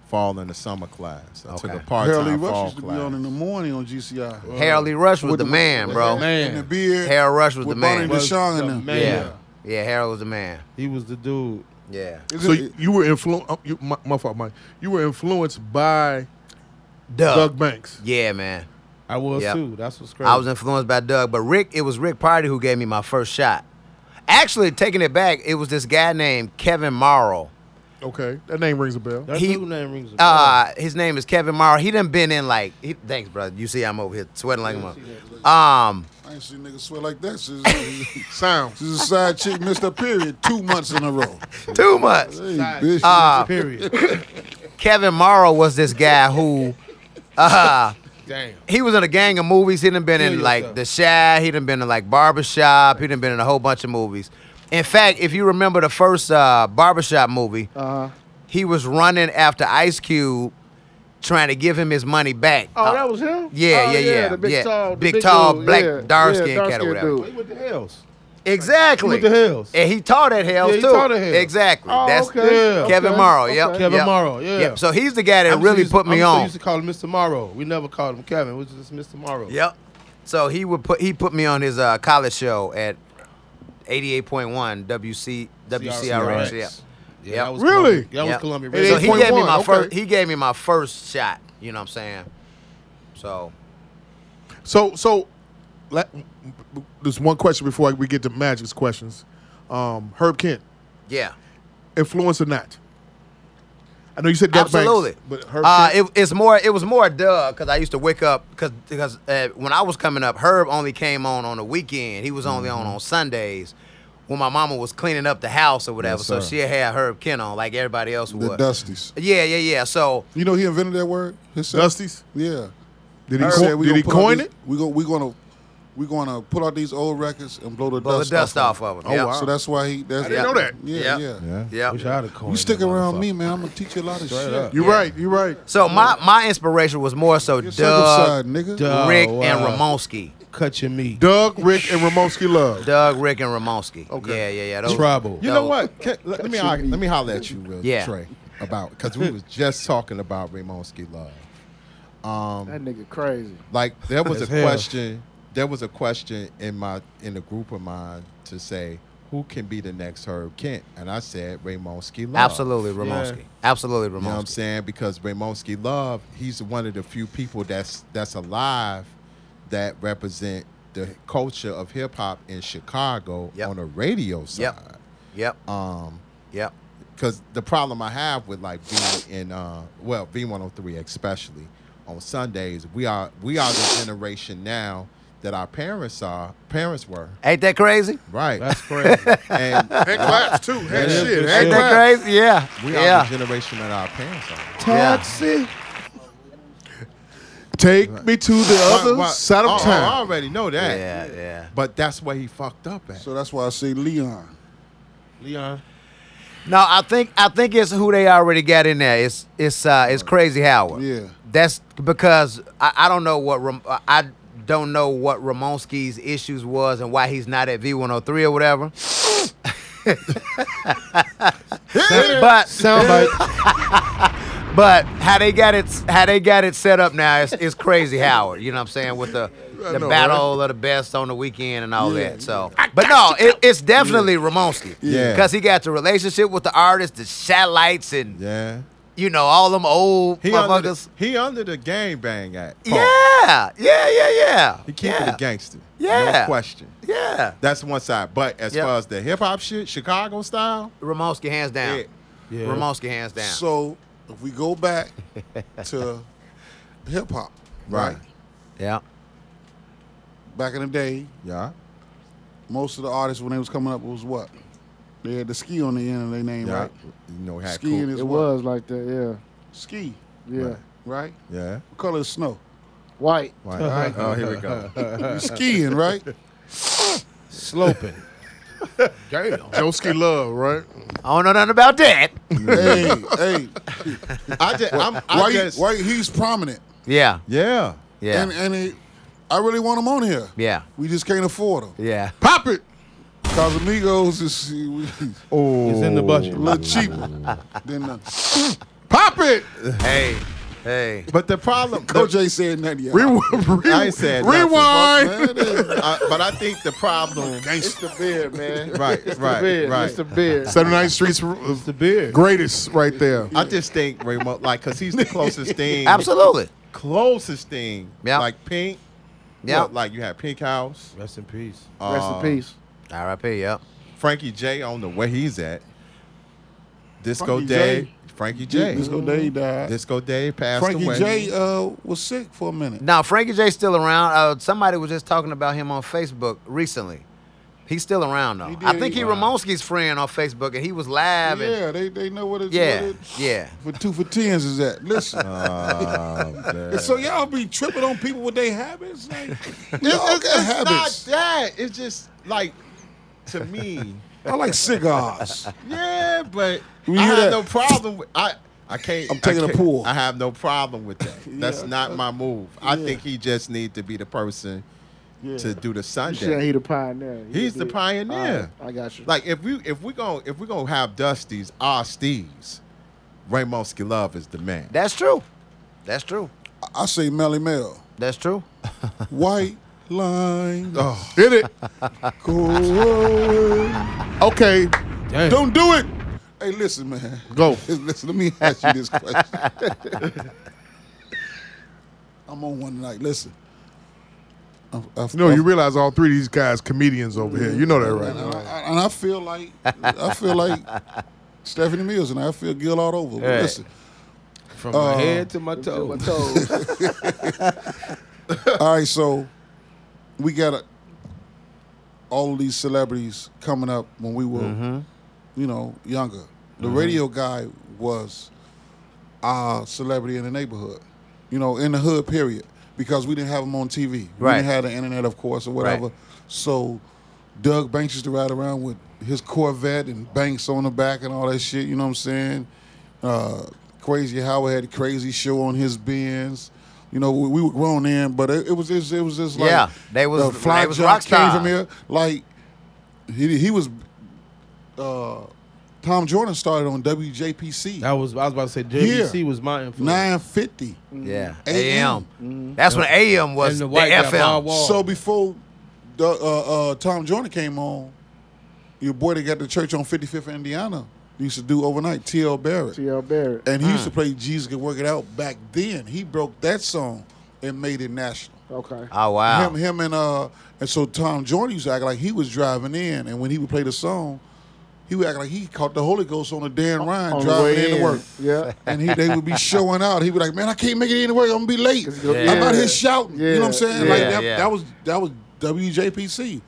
fall and a summer class. I took Okay. a part Harold Lee time Rush fall used to be on class. in the morning on GCI. Harold Lee Rush was Uh, With the man, bro. Man. And the beard. Harold Rush was with the man. Bonnie Was Deshawn the and them. man. Yeah. Yeah. Harold was the man. He was the dude. Yeah. Isn't So it- you were influenced. You, my, my fault, Mike. You were influenced by Doug Doug. Banks. Yeah, man. I was Yep. too. That's what's crazy. I was influenced by Doug, but Rick, it was Rick Party who gave me my first shot. Actually, taking it back, it was this guy named Kevin Morrow. Okay, that name rings a bell. That he- dude name rings a bell. Uh, his name is Kevin Morrow. He done been in like, he, thanks, brother. You see, I'm over here sweating like a mother. Um, I ain't seen niggas sweat like that. She's, Sounds. she's a side chick missed her period two months in a row. too much. Hey, bitch. Period. Ah. Kevin Morrow was this guy who, uh, Damn. he was in a gang of movies. He done been in Kill like yourself. The Shy. He done been in like Barbershop. He done been in a whole bunch of movies. In fact, if you remember the first uh, Barbershop movie, Uh-huh. Uh huh. he was running after Ice Cube, trying to give him his money back. Oh, Uh, that was him. yeah, Oh, yeah, yeah, The big yeah. tall, the Big, tall, dude. black, yeah, dark-skinned yeah, cat dark-skinned or whatever. He dude. went to Hells. exactly. He went to Hells. And he taught at Hales Yeah, he too. taught at Hales. Exactly. Oh, That's okay. Yeah. Kevin okay, Morrow. okay. Yep. Kevin yep. Morrow, yeah. Yep. So he's the guy that I'm really used- put me I'm so on. used to call him Mr. Morrow. We never called him Kevin. It was just Mr. Morrow. Yep. So he would put he put me on his uh, college show at 88.1 WC WCRX. Yep. Yeah, Yep. that was Really? Columbia. That Yep. was Columbia. It So Radio. he gave me 8.1, my okay. first he gave me my first shot, you know what I'm saying? So So so, la- there's one question before we get to Magic's questions. Um, Herb Kent, yeah. influence or not? I know you said Doug Absolutely. Banks, but Herb uh, Kent, it, it's more it was more Doug because I used to wake up cause, because uh, when I was coming up, Herb only came on on the weekend. He was only on Mm-hmm. on Sundays when my mama was cleaning up the house or whatever. so sir. she had Herb Kent on like everybody else The would. Dusties. Yeah, yeah, yeah. So You know he invented that word? Himself? Dusty's. Yeah. Did he, Herb co- said we did gonna he put out coin these- it? We go. We gonna. We gonna put out these old records and blow the blow dust the dust off, of of him. Oh, yep. wow. So that's why he. That's, I didn't know that. Yeah, yeah. Yeah. Yeah. Yep. Wish I had a coin. You stick that around motherfucker. me, man. I'm gonna teach you a lot of Straight shit. up. You're Yeah. right. You're right. So my my inspiration was more so Get Doug, circumcised, nigga. Doug. Rick, Oh, and wow. Ramonsky. Cut your meat. Doug, Rick, and Ramonski Love. Doug, Rick, and Ramonsky. Okay. Yeah, yeah, yeah. Those, Trouble. You No. know what? Can- let, let me should be- let me holler at you, real Yeah. Trey, about because we was just talking about Ramonski Love. Um, That nigga crazy. Like there was a As hell. question. There was a question in my in a group of mine to say who can be the next Herb Kent, and I said Ramonski Love. Absolutely, Ramonsky. Absolutely, You know what I'm Ramonsky. saying? Because Ramonski Love, he's one of the few people that's that's alive that represent the culture of hip hop in Chicago Yep. on a radio side. Yep. Yep. Um, Yep. because the problem I have with like being in uh, well V103 especially on Sundays, we are we are the generation now that our parents are parents were Ain't that crazy? right, That's crazy. and Head claps too. Head Yeah. shit. Yeah. Head Ain't that claps. crazy? Yeah. we are yeah. the generation that our parents are. Toxic. Take me to the other Why- why- side oh, of I town. already know that. Yeah, yeah. But that's where he fucked up at. So that's why I say Leon. Leon. No, I think I think it's who they already got in there. It's it's uh it's crazy Howard. Yeah. That's because I, I don't know what Ram- I don't know what Ramonski's issues was and why he's not at V103 or whatever. but Soundbite. but how they got it how they got it set up now is is crazy Howard. You know what I'm saying with the the know, battle of the best on the weekend and all that. So, but no, it, it's definitely Ramonski. Yeah. because he got the relationship with the artists, the satellites, and yeah. you know, all them old He under, motherfuckers. the, he under the gang bang act. Paul. Yeah, yeah, yeah, yeah. He keep yeah. it a gangster. Yeah. No question. Yeah, That's one side. But as Yep. far as the hip hop shit, Chicago style, Ramonski hands down. Yeah. Yeah. Ramonski hands down. So if we go back to hip hop, Right. yeah, Back in the day, Yeah. most of the artists when they was coming up was what? They had the ski on the end of their name, Yeah. right? You know, had Skiing cool. is It what? was like that. Yeah. Ski. Yeah. Right? Yeah. What color is snow? White. White. All right. Oh, here we go. you skiing, right? Sloping. Damn. Joski Love, right? I don't know nothing about that. hey, hey. I just, I'm, I why, you- just, why he's prominent. Yeah. yeah. Yeah. And, and he, I really want him on here. yeah. We just can't afford him. Yeah. Pop it. Cause Amigos is a Oh, It's in the budget. little cheaper than uh, the, Pop it. Hey. Hey. But the problem, the- Coach J said nothing. y'all. Rewind. I ain't said nothing. Rewind. Man, it is. I- but I think the problem, It's the beard, man. right, It's the beard. right, It's the right. beard. 79th Street's uh, The beard. greatest right there. I just think Raymond, like, cause he's the closest thing, Absolutely. closest thing, Yeah. like Pink, Yeah. Look, like you had Pink House, Rest in peace. Rest uh, in peace. R.I.P. Yep. Frankie J. I don't know where he's at. Disco Frankie Dave, J. Frankie J. Disco Day died. Disco Dave passed Frankie away. J uh, was sick for a minute. Now Frankie J's still around. Uh, somebody was just talking about him on Facebook recently. He's still around though. I did. think he Ramonski's friend on Facebook, and he was live. and- Yeah, they, they know what it's yeah, what it- yeah. for two for tens is that. Listen. Oh, man. And so y'all be tripping on people with their habits? Like, It's, y'all it's- got it's habits. not that. It's just like to me. I like cigars. Yeah, but You I hear have that? no problem. With, I I can't. I'm taking I a can't- pull. I have no problem with that. That's not my move. I think he just need to be the person to do the You saying Sunday. he the pioneer. He He's the did. pioneer. All right, I got you. Like if we if we going if we gonna have Dusties, our Steves, Raymond Love is the man. That's true. That's true. I say Melly Mel. That's true. White line. oh, Hit it. Go Okay. Damn. Don't do it. Hey, listen, man. Go. Listen, let me ask you this question. I'm on one tonight. Listen. I'm- I, You know, you realize all three of these guys comedians over here. You know that, right? and, I, I- and I feel like I feel like Stephanie Mills and I feel guilt all over. But Right. listen, uh, From my head to my To my toes. toes. all right, so we got a, all of these celebrities coming up when we were, you know, younger. The radio guy was our celebrity in the neighborhood, you know, in the hood, period, because we didn't have him on TV. We Right. didn't have the internet, of course, or Right. whatever. So Doug Banks used to ride around with his Corvette and Banks on the back and all that shit, you know what I'm saying? Uh, Crazy Howard had a crazy show on his Benz. You know, we, we were grown then, but it, it was just, it was just like Yeah, they was- the fly they was jock rock came stars. from here. Like he he was uh, Tom Jordan started on WJPC That was I was about to say JVC Yeah. was my influence. nine fifty. Yeah. AM. AM. That's when AM And was the, the white guy, Bob FM. Wall. So before the, uh, uh, Tom Jordan came on, your boy that got the church on 55th Indiana used to do overnight, T.L. Barrett. T.L. Barrett. And he used to play Jesus Can Work It Out back then. He broke that song and made it national. Okay. Oh wow. Him, him, and uh, and so Tom Jordan used to act like he was driving in, and when he would play the song, he would act like he caught the Holy Ghost on the Dan Ryan On the driving way in to in. work. Yeah. and he they would be showing out. He'd be like, "Man, I can't make it into work. I'm gonna be late. Yeah. I'm out here shouting." You know what I'm Yeah. saying? like Yeah, that, yeah. Mm-hmm. that was that was WJPC,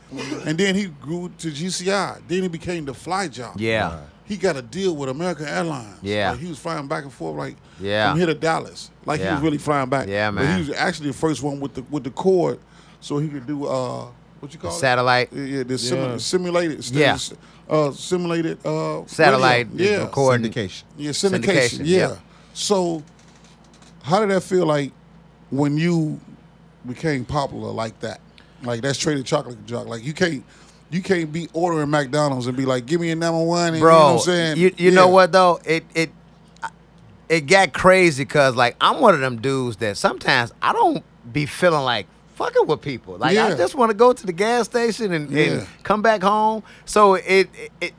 and then he grew to GCI. Then he became the fly job. Yeah. Right. he got a deal with American Airlines. Yeah. Like, he was flying back and forth like Yeah. from here to Dallas. Like he Yeah. was really flying back. Yeah, But man. he was actually the first one with the with the cord, so he could do uh what you call it? Satellite. Yeah, yeah, the simu- Yeah. simulated. Yeah. uh, simulated uh, Satellite radio. Yeah, recording. syndication. yeah, syndication. Syndication, yeah. yep. So, how did that feel like when you became popular like that? Like that's traded chocolate jock. Like you can't, you can't be ordering McDonald's and be like, "Give me a number one." And, Bro, you know what I'm saying? you, you Yeah. know what though? It it it got crazy because like I'm one of them dudes that sometimes I don't be feeling like fucking with people. Like Yeah. I just want to go to the gas station and, Yeah. and come back home. So it, it it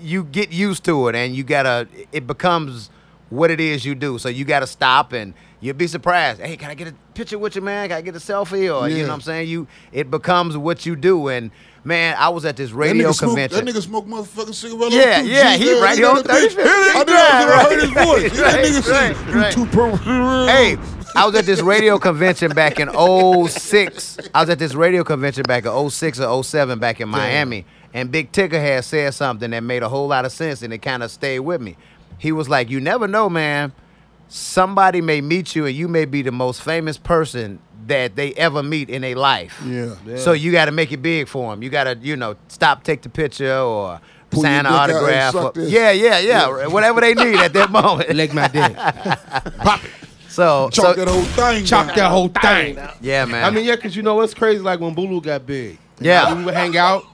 you get used to it and you gotta it becomes what it is you do. So you gotta stop and you'll be surprised. Hey, can I get a picture with you, man? Can I get a selfie? Or you Yeah. know what I'm saying? You it becomes what you do. And man, I was at this That radio nigga, smoke, that nigga convention. smoke motherfucking cigarette. Yeah, yeah, he right here on 35th. I didn't Right, heard his voice. that right, nigga right, said, right. "You two pro." hey, I was at this radio convention back in 06. I was at this radio convention back in 06 or 07 back in Miami. And Big Ticker had said something that made a whole lot of sense and it kind of stayed with me. He was like, You never know, man. somebody may meet you and you may be the most famous person that they ever meet in their life. Yeah. Yeah. So you got to make it big for them. You got to, you know, stop, take the picture or Pull your sign dick an out and autograph. suck or- this. yeah, yeah, yeah, Whatever they need at that moment. Lick my dick. Pop it. So, Chalk so that whole thing. Chop down. that whole thing. yeah, man. I mean, yeah, because you know what's crazy? Like when Bulu got big. Yeah. We would hang out,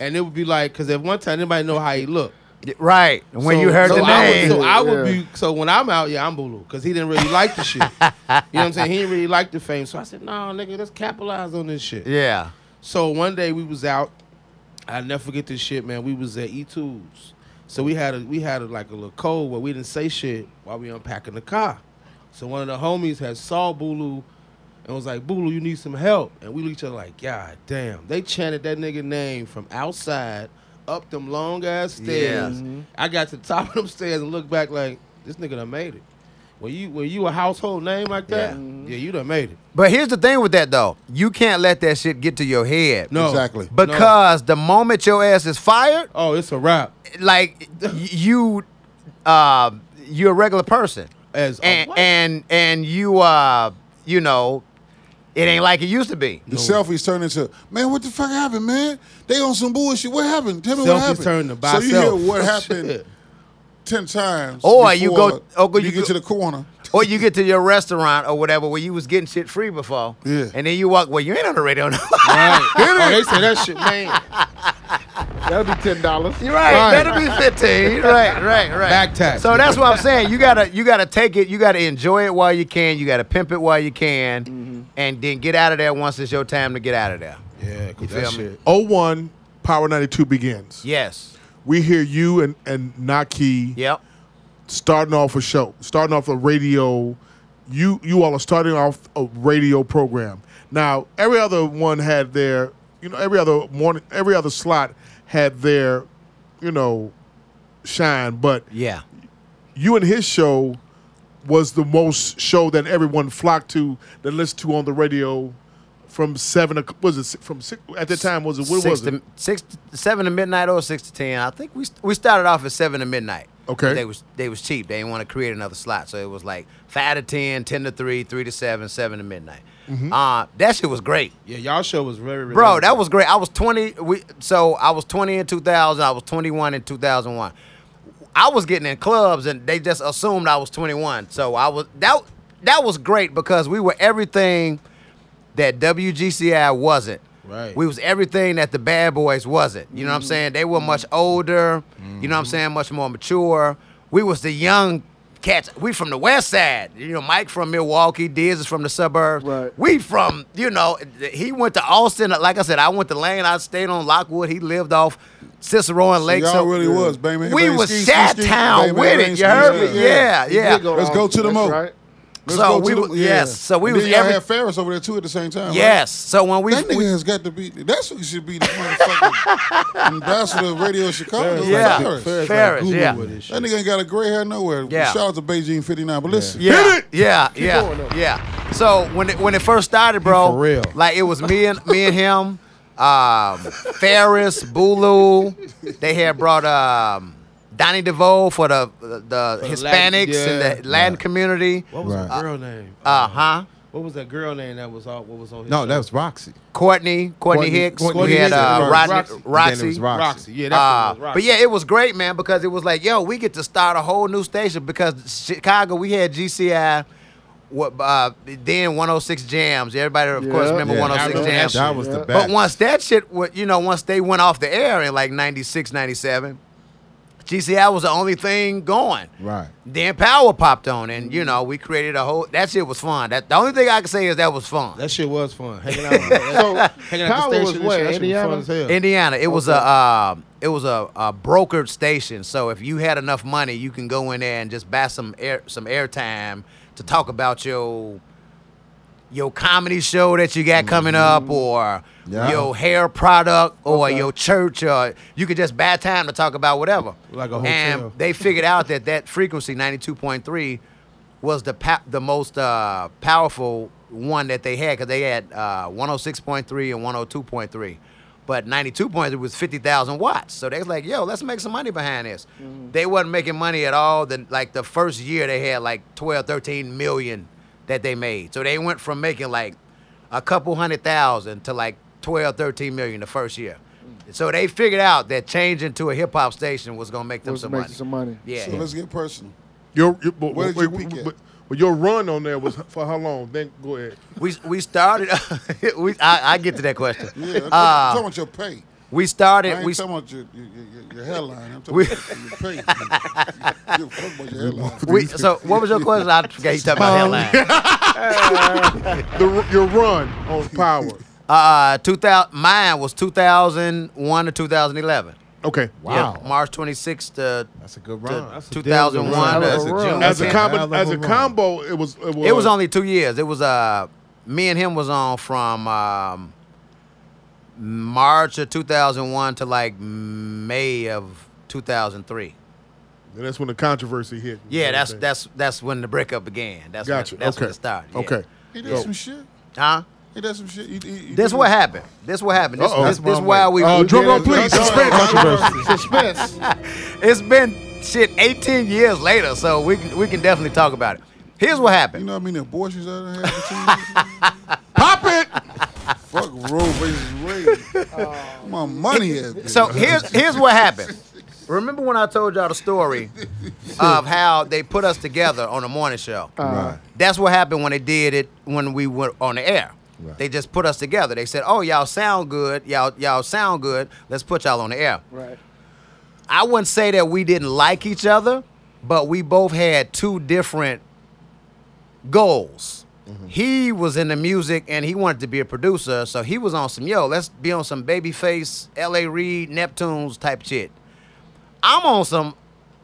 and it would be like, because at one time, anybody know how he looked. right. And when So- you heard so the I would- name, so I would Yeah. be, so when I'm out, yeah, I'm Bulu, because he didn't really like the shit. You know what I'm saying? He didn't really like the fame. So I said, no, nigga, let's capitalize on this shit. yeah. So one day we was out. I never forget this shit, man. We was at E2's. So we had a we had a, like a little code where we didn't say shit while we unpacking the car. So one of the homies had saw Bulu and was like, Bulu, you need some help. And we looked at each other like, God damn. They chanted that nigga name from outside up them long ass stairs. Yeah. I got to the top of them stairs and looked back like, this nigga done made it. When you when you a household name like that, Yeah. yeah, you done made it. But here's the thing with that though. You can't let that shit get to your head. No. Exactly. Because the moment your ass is fired, Oh, it's a wrap. like y- you uh you're a regular person. As a and what? and and you uh you know, it ain't like it used to be. The selfies turn into, man, what the fuck happened, man? They on some bullshit. What happened? Tell me what Selfies happened. turn to buy so you self. hear what happened Shit. ten times. Or you go- before or go- you, you get go- to the corner. Or you get to your restaurant or whatever where you was getting shit free before. Yeah. And then you walk, well, you ain't on the radio no more. Right. oh, they say that shit, man. That'll be ten dollars. You're right. Right. That'll be 15. right, right, right. Back tax. So that's what I'm saying. You gotta you gotta take it, you gotta enjoy it while you can, you gotta pimp it while you can, Mm-hmm. and then get out of there once it's your time to get out of there. Yeah, You cause feel that me? shit. 01, Power 92 begins. Yes. We hear you and, and Naki Yep. starting off a show, starting off a radio. You you all are starting off a radio program. Now every other one had their, you know, every other morning, every other slot had their, you know, shine. But Yeah. you and his show was the most show that everyone flocked to, that listened to on the radio from seven. o'c- Was it si- from six? At that time, was it what six was to, it? Six, seven to midnight or six to ten. I think we st- we started off at seven to midnight. Okay. They was they was cheap. They didn't want to create another slot, so it was like five to 10, 10 to three, three to seven, seven to midnight. Mm-hmm. Uh, that shit was great. Yeah, y'all show was very, very Bro, that was great. I was 20. We so I was 20 in 2000. I was 21 in 2001. I was getting in clubs and they just assumed I was 21. So I was that that was great because we were everything that WGCI wasn't. Right. We was everything that the Bad Boys wasn't. You know what I'm saying? They were much older. You know what I'm saying? Much more mature. We was the young cats. We from the West Side. You know, Mike from Milwaukee. Diz is from the suburbs. Right. We from you know. He went to Austin. Like I said, I went to Lane. I stayed on Lockwood. He lived off Cicero and So Lake. y'all so really was, baby. We Bang, was ski, ski, Shat ski, Town bang, with bang, it. ski, You heard me? yeah. Yeah, He yeah. did go Let's to go Austin. to the That's Mo. Right. Let's So go to we w- yeah. yes, so we And was then y'all every- had Ferris over there too at the same time. right? Yes. So when we, That nigga we- has got to be. That's who should be the motherfucking ambassador of Radio Chicago. Yeah. Ferris. Ferris. Ferris, yeah. That nigga ain't got a gray hair nowhere. Yeah. Shout out to Beijing 59. But listen, yeah, yeah, yeah, going, though. yeah. So when it when it first started, bro, for real. like it was me and me and him, um, Ferris, Bulu. They had brought um, Donnie DeVoe for the the Hispanics yeah. and the Latin community. What was Right. that girl name? Uh huh. What was that girl name that was all? What was on? His No, show? that was Roxy. Courtney, Courtney, Courtney- Hicks. Courtney we had Hicks uh, and Rodney, Roxy. Roxy. Then it was Roxy. Roxy. Yeah, that's Uh, what it was, Roxy. But yeah, it was great, man, because it was like, yo, we get to start a whole new station because Chicago, we had GCI, what uh, then 106 Jams. Everybody, of course, Yeah. remember Yeah, 106 remember Jams. That was Yeah. the But best. But once that shit, wa- you know, once they went off the air in like 96, 97, GCI was the only thing going. Right. Then Power popped on, and you know, we created a whole. That shit was fun. That the only thing I can say is that was fun. that shit was fun. Hanging out, so, hanging out Power the was station. and where, shit, that shit was Indiana? fun as hell. Indiana. It was a uh, it was a, a brokered station. So if you had enough money, you can go in there and just buy some air some airtime to talk about your your comedy show that you got coming Mm-hmm. up, or Yeah. your hair product, or your church, or you could just buy time to talk about whatever. Like a And hotel. they figured out that that frequency ninety two point three was the pa- the most uh, oh powerful one that they had because they had uh, 106.3 and 102.3 But 92 points, it was 50,000 watts. So they was like, yo, let's make some money behind this. They wasn't making money at all. The, like the first year, they had like 12, 13 million that they made. So they went from making like a couple hundred thousand to like 12, 13 million the first year. So they figured out that changing to a hip hop station was gonna make them Was some making money. some money. Yeah. So let's get personal. Your, your, but, Where did wait, you peak wait, at? but- but your run on there was for how long? Then go ahead. we we started. we I, I get to that question. Yeah, I'm Uh, talking about your pay. we I started. ain't We talking about your, your, your, your hairline. I'm talking We- about your pay. You give a fuck about your hairline. we so what was your question? I forgot you talking Um, about headline. The, your run on power. Uh, two thousand. Mine was two thousand one to two thousand eleven. Okay. Yeah, March twenty sixth to That's a good run. That's a two damn good run. thousand one. That's a It run. As a Okay. combo, Hell of as a a run. combo, it was it was, was only two years. It was uh me and him was on from um March of two thousand one to like May of two thousand three. And that's when the controversy hit. Yeah, that's that's that's when the breakup began. That's Gotcha. when, that's okay. when it started. yeah. Okay. He did Yo. some shit. Huh? He did some shit. He, he, he This did- what happened. This what happened. This, Uh-oh. this, That's this why we. Uh, drum roll, please. Drum roll. Spread controversy. Suspense. It's been shit 18 years later, so we can we can definitely talk about it. Here's what You happened. know how many abortions I done had? between Pop it. these- Fuck Roe versus Wade. My money is. So here's here's what happened. Remember when I told y'all the story of how they put us together on the morning show? Uh, Right. That's what happened when they did it when we went on the air. Right. They just put us together. They said, "Oh, y'all sound good. Y'all y'all sound good. Let's put y'all on the air." right. I wouldn't say that we didn't like each other, but we both had two different goals. He was in the music and he wanted to be a producer, so he was on some yo, let's be on some babyface, LA Reid, Neptunes type shit. I'm on some,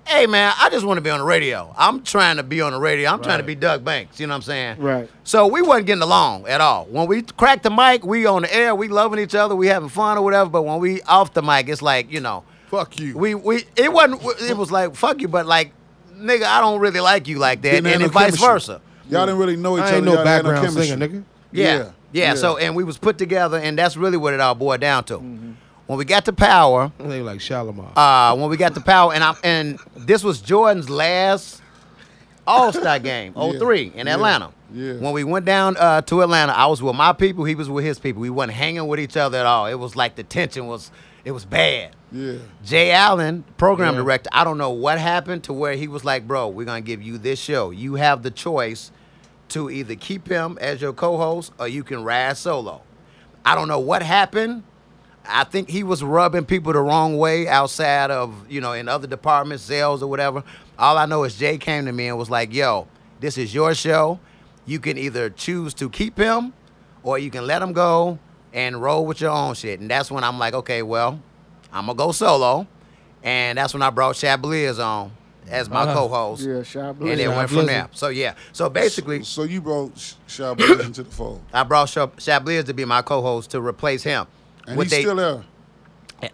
hey man, I just want to be on the radio. I'm trying to be on the radio. I'm trying to be Doug Banks. You know what I'm saying? Right. So we wasn't getting along at all. When we crack the mic, we on the air, we loving each other, we having fun or whatever. But when we off the mic, it's like you know, Fuck you. we we it wasn't it was like fuck you, but like nigga, I don't really like you like that, Didn't have and no then vice chemistry. versa. Y'all didn't really know each I ain't other. no Y'all had background chemistry. singer, nigga. Yeah. Yeah. So and we was put together, and that's really what it all boiled down to. Mm-hmm. When we got to power, They like Shalimar. uh, when we got to power, and I'm and this was Jordan's last All Star game, 03 in Atlanta. Yeah. When we went down uh, to Atlanta, I was with my people, he was with his people. We wasn't hanging with each other at all. It was like the tension was it was bad. Yeah. Jay Allen, program director, I don't know what happened to where he was like, bro, we're going to give you this show. You have the choice to either keep him as your co host or you can ride solo. I don't know what happened. I think he was rubbing people the wrong way outside of, you know, in other departments, sales or whatever. All I know is Jay came to me and was like, yo, this is your show. You can either choose to keep him or you can let him go and roll with your own shit. And that's when I'm like, okay, well, I'm going to go solo. And that's when I brought Chabliz on as my Uh-huh. co host. Yeah, Shot And it Blizzard. went from there. So, yeah. So basically, So you brought Sh- Shy Blaze into the fold. I brought Chab- Chabliz to be my co host to replace him. And What he's they- Eh, still there.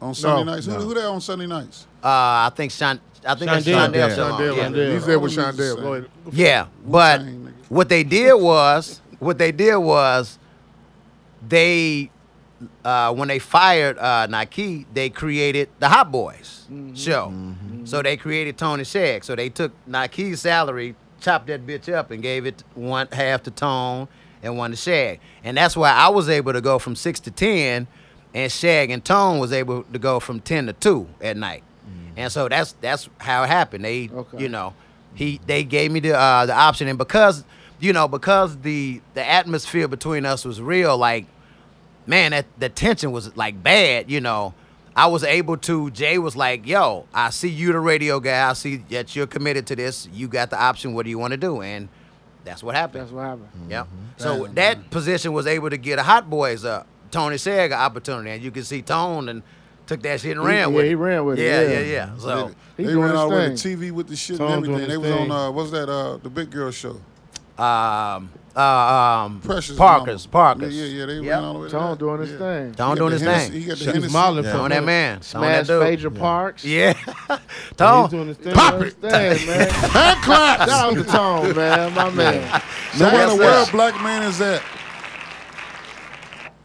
On Sunday no, nights. Who, who there on Sunday nights? Uh, I think Sean. I think that's Shondell. Sean Dale. Shondell. Shondell. Yeah. He's there with What was Shondell. it Go ahead. Yeah, but nigga. what they did was what they did was they uh, when they fired uh, Nike, they created the Hot Boys show. So they created Tony Shag. So they took Nike's salary, chopped that bitch up, and gave it one half to Tone and one to Shag. And that's why I was able to go from six to ten, and Shag and Tone was able to go from ten to two at night. And so that's that's how it happened. They Okay. you know know, he they gave me the uh, the option, and because you know, because the the atmosphere between us was real, like man, that the tension was like bad. You know, I was able to. Jay was like, "Yo, I see you, the radio guy. I see that you're committed to this. You got the option. What do you want to do?" And that's what happened. That's what happened. Yeah. Mm-hmm. So that position was able to get a Hot Boys uh Tony Sega opportunity, and you can see Tone and took that shit and He- ran yeah, with it. he ran with it, Yeah, yeah. yeah, yeah. So He they doing went his out thing. with the TV with the shit Tom and doing everything. They his was thing. on uh, what's that? Uh, the big girl show. um, uh, um, Precious. Parkers, mama. Parkers. Yeah, yeah, yeah. They Yep. ran all the way. to Tone that. doing his Yeah. He thing. Tone got doing the his Hennessy- thing. He got the He's Hennessy. modeling Yeah. for On that man. On Smash that dude. Phaedra Parks. Yeah. He's Tone. doing his thing. Pop right? it. Damn, man. Hand Shout claps. out to Tone, man. My man. So where Yes, the sir. world black man is at?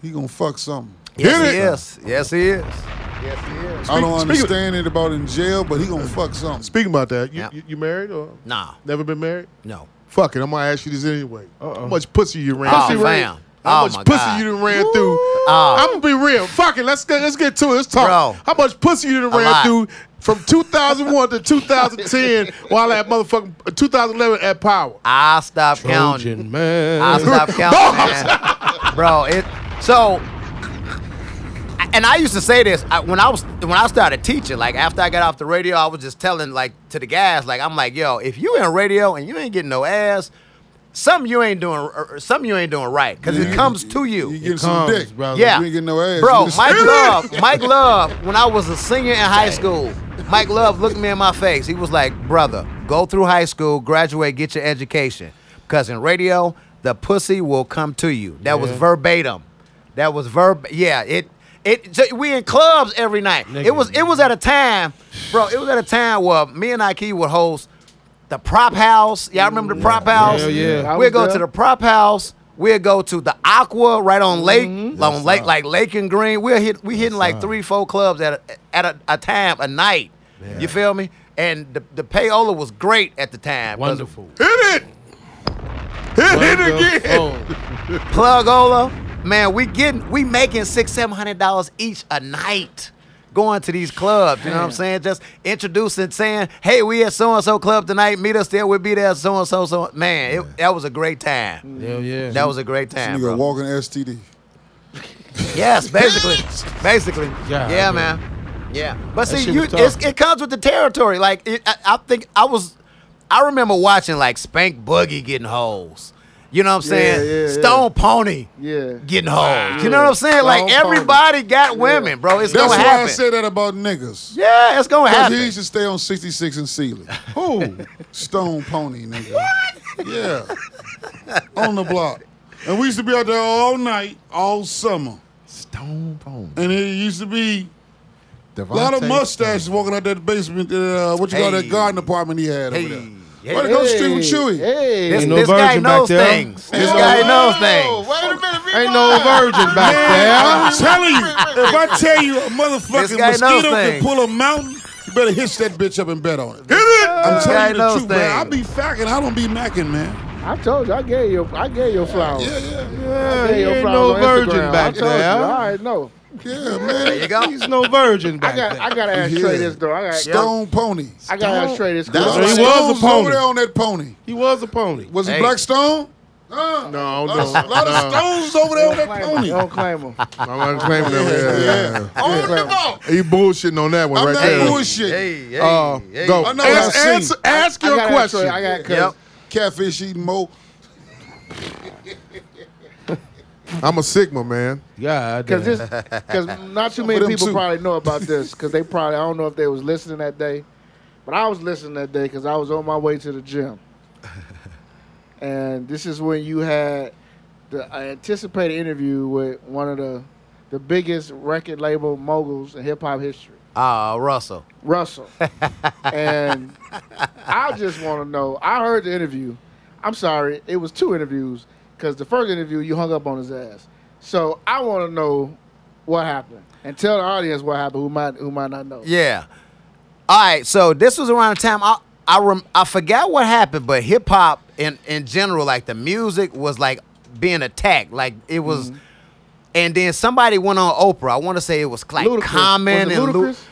He gonna fuck something. Yes, Hit he it. is. Yes, he is. Yes, he is. I don't speak- understand it about in jail, but he gonna fuck something. Speaking about that, you, Yeah. you, you married or Nah, never been married? no. Fuck it, I'm gonna ask you this anyway. How much pussy you ran? Oh, pussy ran, fam. How Oh, much my pussy God. Oh. you done ran through? I'm gonna be real. Fuck it, let's get let's get to it. Let's talk. Bro. How much pussy you done A ran lot. through from 2001 to 2010 while at motherfucking uh, 2011 at Power? I stopped counting. Trojan man. I stopped counting, man. bro. It so, and I used to say this I, when I was when I started teaching. Like after I got off the radio, I was just telling like to the guys, like I'm like, yo, if you in radio and you ain't getting no ass, something you ain't doing, or- or something you ain't doing right, because it comes to you. You getting some comes, dick, brother. Yeah. You ain't getting no ass. Bro, You just- Mike Love, Mike Love, when I was a senior in high school, Mike Love looked me in my face. He was like, brother, go through high school, graduate, get your education. Because in radio, the pussy will come to you. That was verbatim. That was verb yeah, it it so we in clubs every night. It was it was at a time, bro, it was at a time where me and Ike would host the prop house. Y'all remember the prop house? Hell yeah. I We'll was go there. to the prop house. We'll go to the Aqua right on Lake, on Lake like Lake and Green. We're hit, we hitting like three, four clubs at a, at a, a time a night. You feel me? And the the payola was great at the time. 'cause Wonderful. Hit it. Hit it again. Wonderful. Plugola, man, we getting we making six, seven hundred dollars each a night. Going to these clubs, you know what I'm saying? Just introducing, saying, "Hey, we at so and so club tonight. Meet us there. We'll be there. So and so, so man, it, that was a great time. Hell yeah. That was a great time. You bro. got walking STD. Yes, basically, basically. Yeah, Yeah, I agree. man. Yeah, but see, shit you was tough. it's, it comes with the territory. Like it, I, I think I was, I remember watching like Spank Boogie getting holes. You know what I'm saying? yeah, yeah. Stone Pony Yeah. getting holes. You know what I'm saying? like Stone Pony. everybody got women, bro. It's That's gonna why happen. I say that about niggas. yeah, it's gonna Cause happen. he should stay on 66 and Sealy. Who? Stone Pony, nigga. What? Yeah. on the block. And we used to be out there all night, all summer. Stone Pony. And it used to be a lot of Devontae mustaches Stone. walking out that basement, uh, what you call that Hey. garden apartment he had Hey, over there. hey, Why they go street with Chewy? Hey. this Ain't no this guy virgin back knows there. things. This Ain't no- guy knows Whoa, things. Wait a minute, Ain't no virgin Man, I'm back there. telling you, if I tell you a This motherfucking guy knows mosquito can things. pull a mountain, you better hitch that bitch up and bet on it. I'm This guy telling you the knows truth, man. I things. be facking, I don't be macking, man. I told you, I gave you, I gave your flowers. Yeah, yeah, I Yeah, gave he your ain't flowers no on virgin Instagram. I back told you, all there. right, no. yeah, man. There you go. He's no virgin I back got, I there. gotta ask Yeah. Trey this though. I got, Stone pony. I gotta ask Trey this. That's question. why he was a Stone's pony. over there on that pony. He was a pony. Was Hey. it Black Stone? Uh, No, A lot of- no. lot of stones over there on that Claim him. pony. Don't claim him. I'm not claiming that. Yeah. Yeah. On the ball. He bullshitting on that one I'm right not there. bullshit. Hey, hey, Uh, hey. go. I know ask, what I've answer, seen. ask I your gotta ask Trey, question. I got, cause Yep. Catfish eating mo. I'm a Sigma man. God damn. Cause this, cause not too many them people too. probably know about this. Cause they probably, I don't know if they was listening that day, but I was listening that day because I was on my way to the gym. And this is when you had the I anticipated interview with one of the the biggest record label moguls in hip hop history, Ah, Russell. Russell. and I just want to know. I heard the interview. I'm sorry, it was two interviews because the first interview you hung up on his ass. So I want to know what happened and tell the audience what happened. Who might who might not know? Yeah. All right. So this was around the time I I rem, I forgot what happened, but hip hop in in general, like the music was like being attacked. Like it was. And then somebody went on Oprah. I want to say it was like Ludacris. Common Was it and Lu- ludicrous.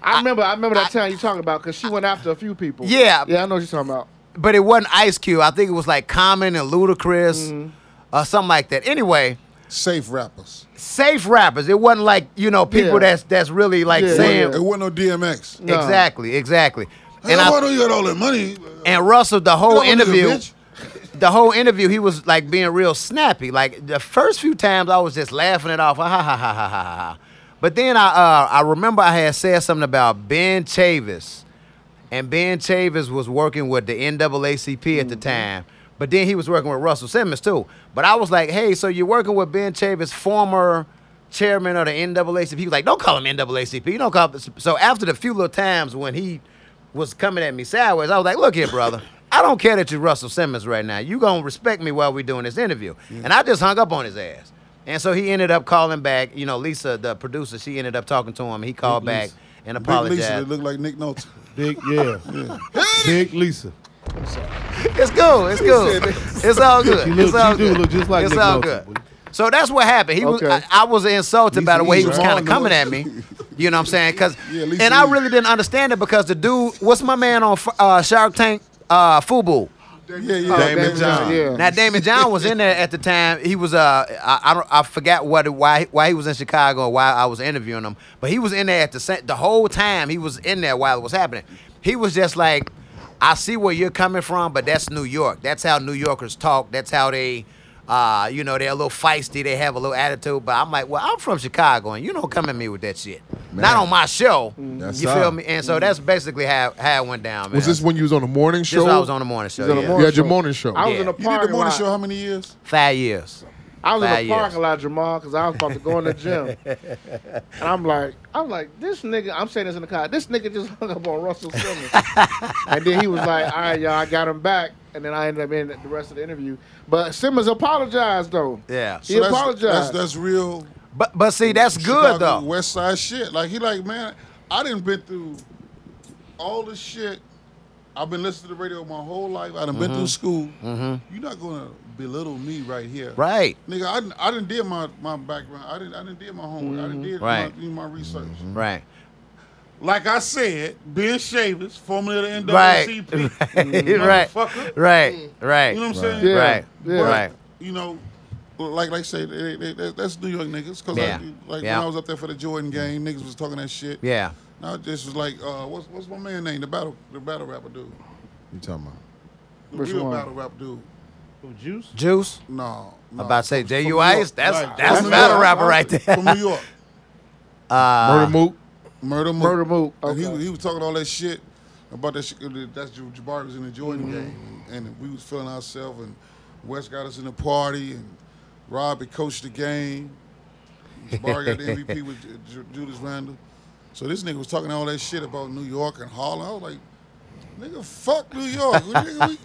I remember, I remember that time you talking about because she went after a few people. Yeah. yeah, I know what you're talking about. but it wasn't Ice Cube. I think it was like Common and Ludacris or something like that. Anyway, Safe rappers. safe rappers. It wasn't like you know people Yeah. that's that's really like Yeah. saying It wasn't no DMX. No. exactly, exactly. And And I, why don't you got all that money? and Russell, the That whole was a interview, bitch. the whole interview, he was like being real snappy. Like the first few times, I was just laughing it off, Ah, ha ha ha ha ha ha. ha. But then I, uh, I remember I had said something about Ben Chavis, and Ben Chavis was working with the NAACP at the time. But then he was working with Russell Simmons too. But I was like, hey, so you're working with Ben Chavis, former chairman of the NAACP. He was like, don't call him NAACP. You don't call. So after the few little times when he was coming at me sideways. I was like, look here, brother. I don't care that you're Russell Simmons right now. You gonna respect me while we're doing this interview. And I just hung up on his ass. And so he ended up calling back. You know, Lisa, the producer, she ended up talking to him. He called back Lisa. and Big Lisa apologized. that look like Nick Nolte. Big, yeah. Big Lisa. It's cool. It's cool. It's all good. She look- it's all she do good. look just like it's Nick all Nolte, good. boy. So that's what happened. He was, Okay. I, I was insulted by the way he was Lisa kind of Eve, coming right? at me. You know what I'm saying? Cause, Yeah, Lisa and I Eve. really didn't understand it because the dude, what's my man on uh, Shark Tank? Uh, Fubu. Yeah, yeah. Damon John. Yeah. Now Damon John was in there at the time. He was uh I I, don't, I forgot what why why he was in Chicago and why I was interviewing him, but he was in there at the sa- the whole time. He was in there while it was happening. He was just like, I see where you're coming from, but that's New York. That's how New Yorkers talk. That's how they. Uh, you know they're a little feisty. They have a little attitude, but I'm like, well, I'm from Chicago, and you don't come at me with that shit. Not on my show. That's you feel up. me? And so that's basically how how it went down, man. Was this when you was on the morning This show? when I was on the morning show. was on the yeah. morning You had your show. morning show. I was Yeah. in a You did the parking morning show lot. how many years? Five years. I was Five in a years. parking lot, Jamal, because I was about to go in the gym, and I'm like, I'm like, this nigga. I'm saying this in the car. This nigga just hung up on Russell Simmons, and then he was like, all right, y'all, I got him back, and then I ended up in the rest of the interview. But Simmons apologized though. Yeah. He that's- apologized. That's, that's real But but see, that's Chicago good though. West Side shit. Like he like, man, I didn't been through all the shit. I've been listening to the radio my whole life. I done been Mm-hmm. through school. You're not gonna belittle me right here. Right. Nigga, I didn't, I didn't did my, my background. I didn't I didn't did my homework. I didn't did Mm-hmm. Right. Mm-hmm. my, do my research. Right. Like I said, Ben Shavers, formerly of the Right. NAACP. Right. Mm-hmm. Mm, Motherfucker. Mm. Right. Right. You know what I'm saying? Yeah. Right. Yeah. Right. you know, like like I say, they, they, they, that's New York niggas. Cause Yeah. I, like Yeah. when I was up there for the Jordan game, niggas was talking that shit. Yeah. Now this was like, uh, what's what's my man name? The battle the battle rapper dude, You talking about? the Which real one? battle rapper dude. Who, Juice? Juice. No, no. About to say From- from J.U. New York. Ice? That's- Right. that's From battle New York. rapper right there. From New York, Ah. Murder Mook. murder Mook. Murder Mook, And okay. he he was talking all that shit about that shit. 'cause That's Ju- Jabari was in the Jordan game, and, and we was feeling ourselves, and West got us in the party, and Rob had coached the game. Jabari got the MVP with Ju- Ju- Julius Randle. So this nigga was talking all that shit about New York and Harlem. I was like, nigga, fuck New York. nigga, we,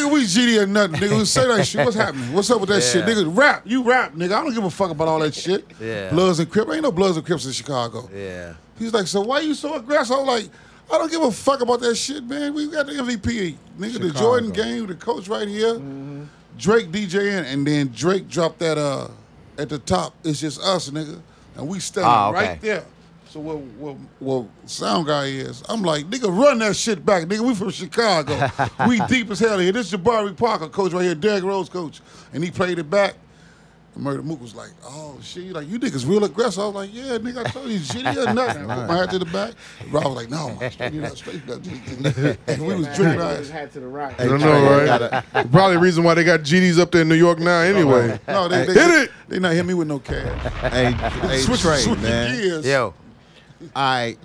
nigga, we GD or nothing. Nigga, we say that shit. What's happening? What's up with that shit? Yeah. Nigga, rap. You rap, nigga. I don't give a fuck about all that shit. Yeah. Bloods and Crips. Ain't no Bloods and Crips in Chicago. Yeah. He's like, so why you so aggressive? I'm like, I don't give a fuck about that shit, man. We got the MVP, nigga. The Jordan game, the coach right here, Mm-hmm. Drake DJing, and then Drake dropped that uh at the top. It's just us, nigga, and we standing Ah, okay. right there. So what, what, what sound guy is? I'm like, nigga, run that shit back, nigga. We from Chicago. we deep as hell here. This is Jabari Parker, coach right here, Derrick Rose coach, and he played it back. Murder Mook was like, oh shit, like you niggas real aggressive. I was like, yeah, nigga, I told you shit or nothing. I put my hat to the back. Rob was like, no, I'm straight, you're not straight. you're not straight." and we was drinking I our ass. just had to the right. I don't know, right? Probably the reason why they got GDs up there in New York now anyway. No, they, they, Hit it! They not hit me with no cash. Hey, hey switch Trey, switch man. gears. Yo. I.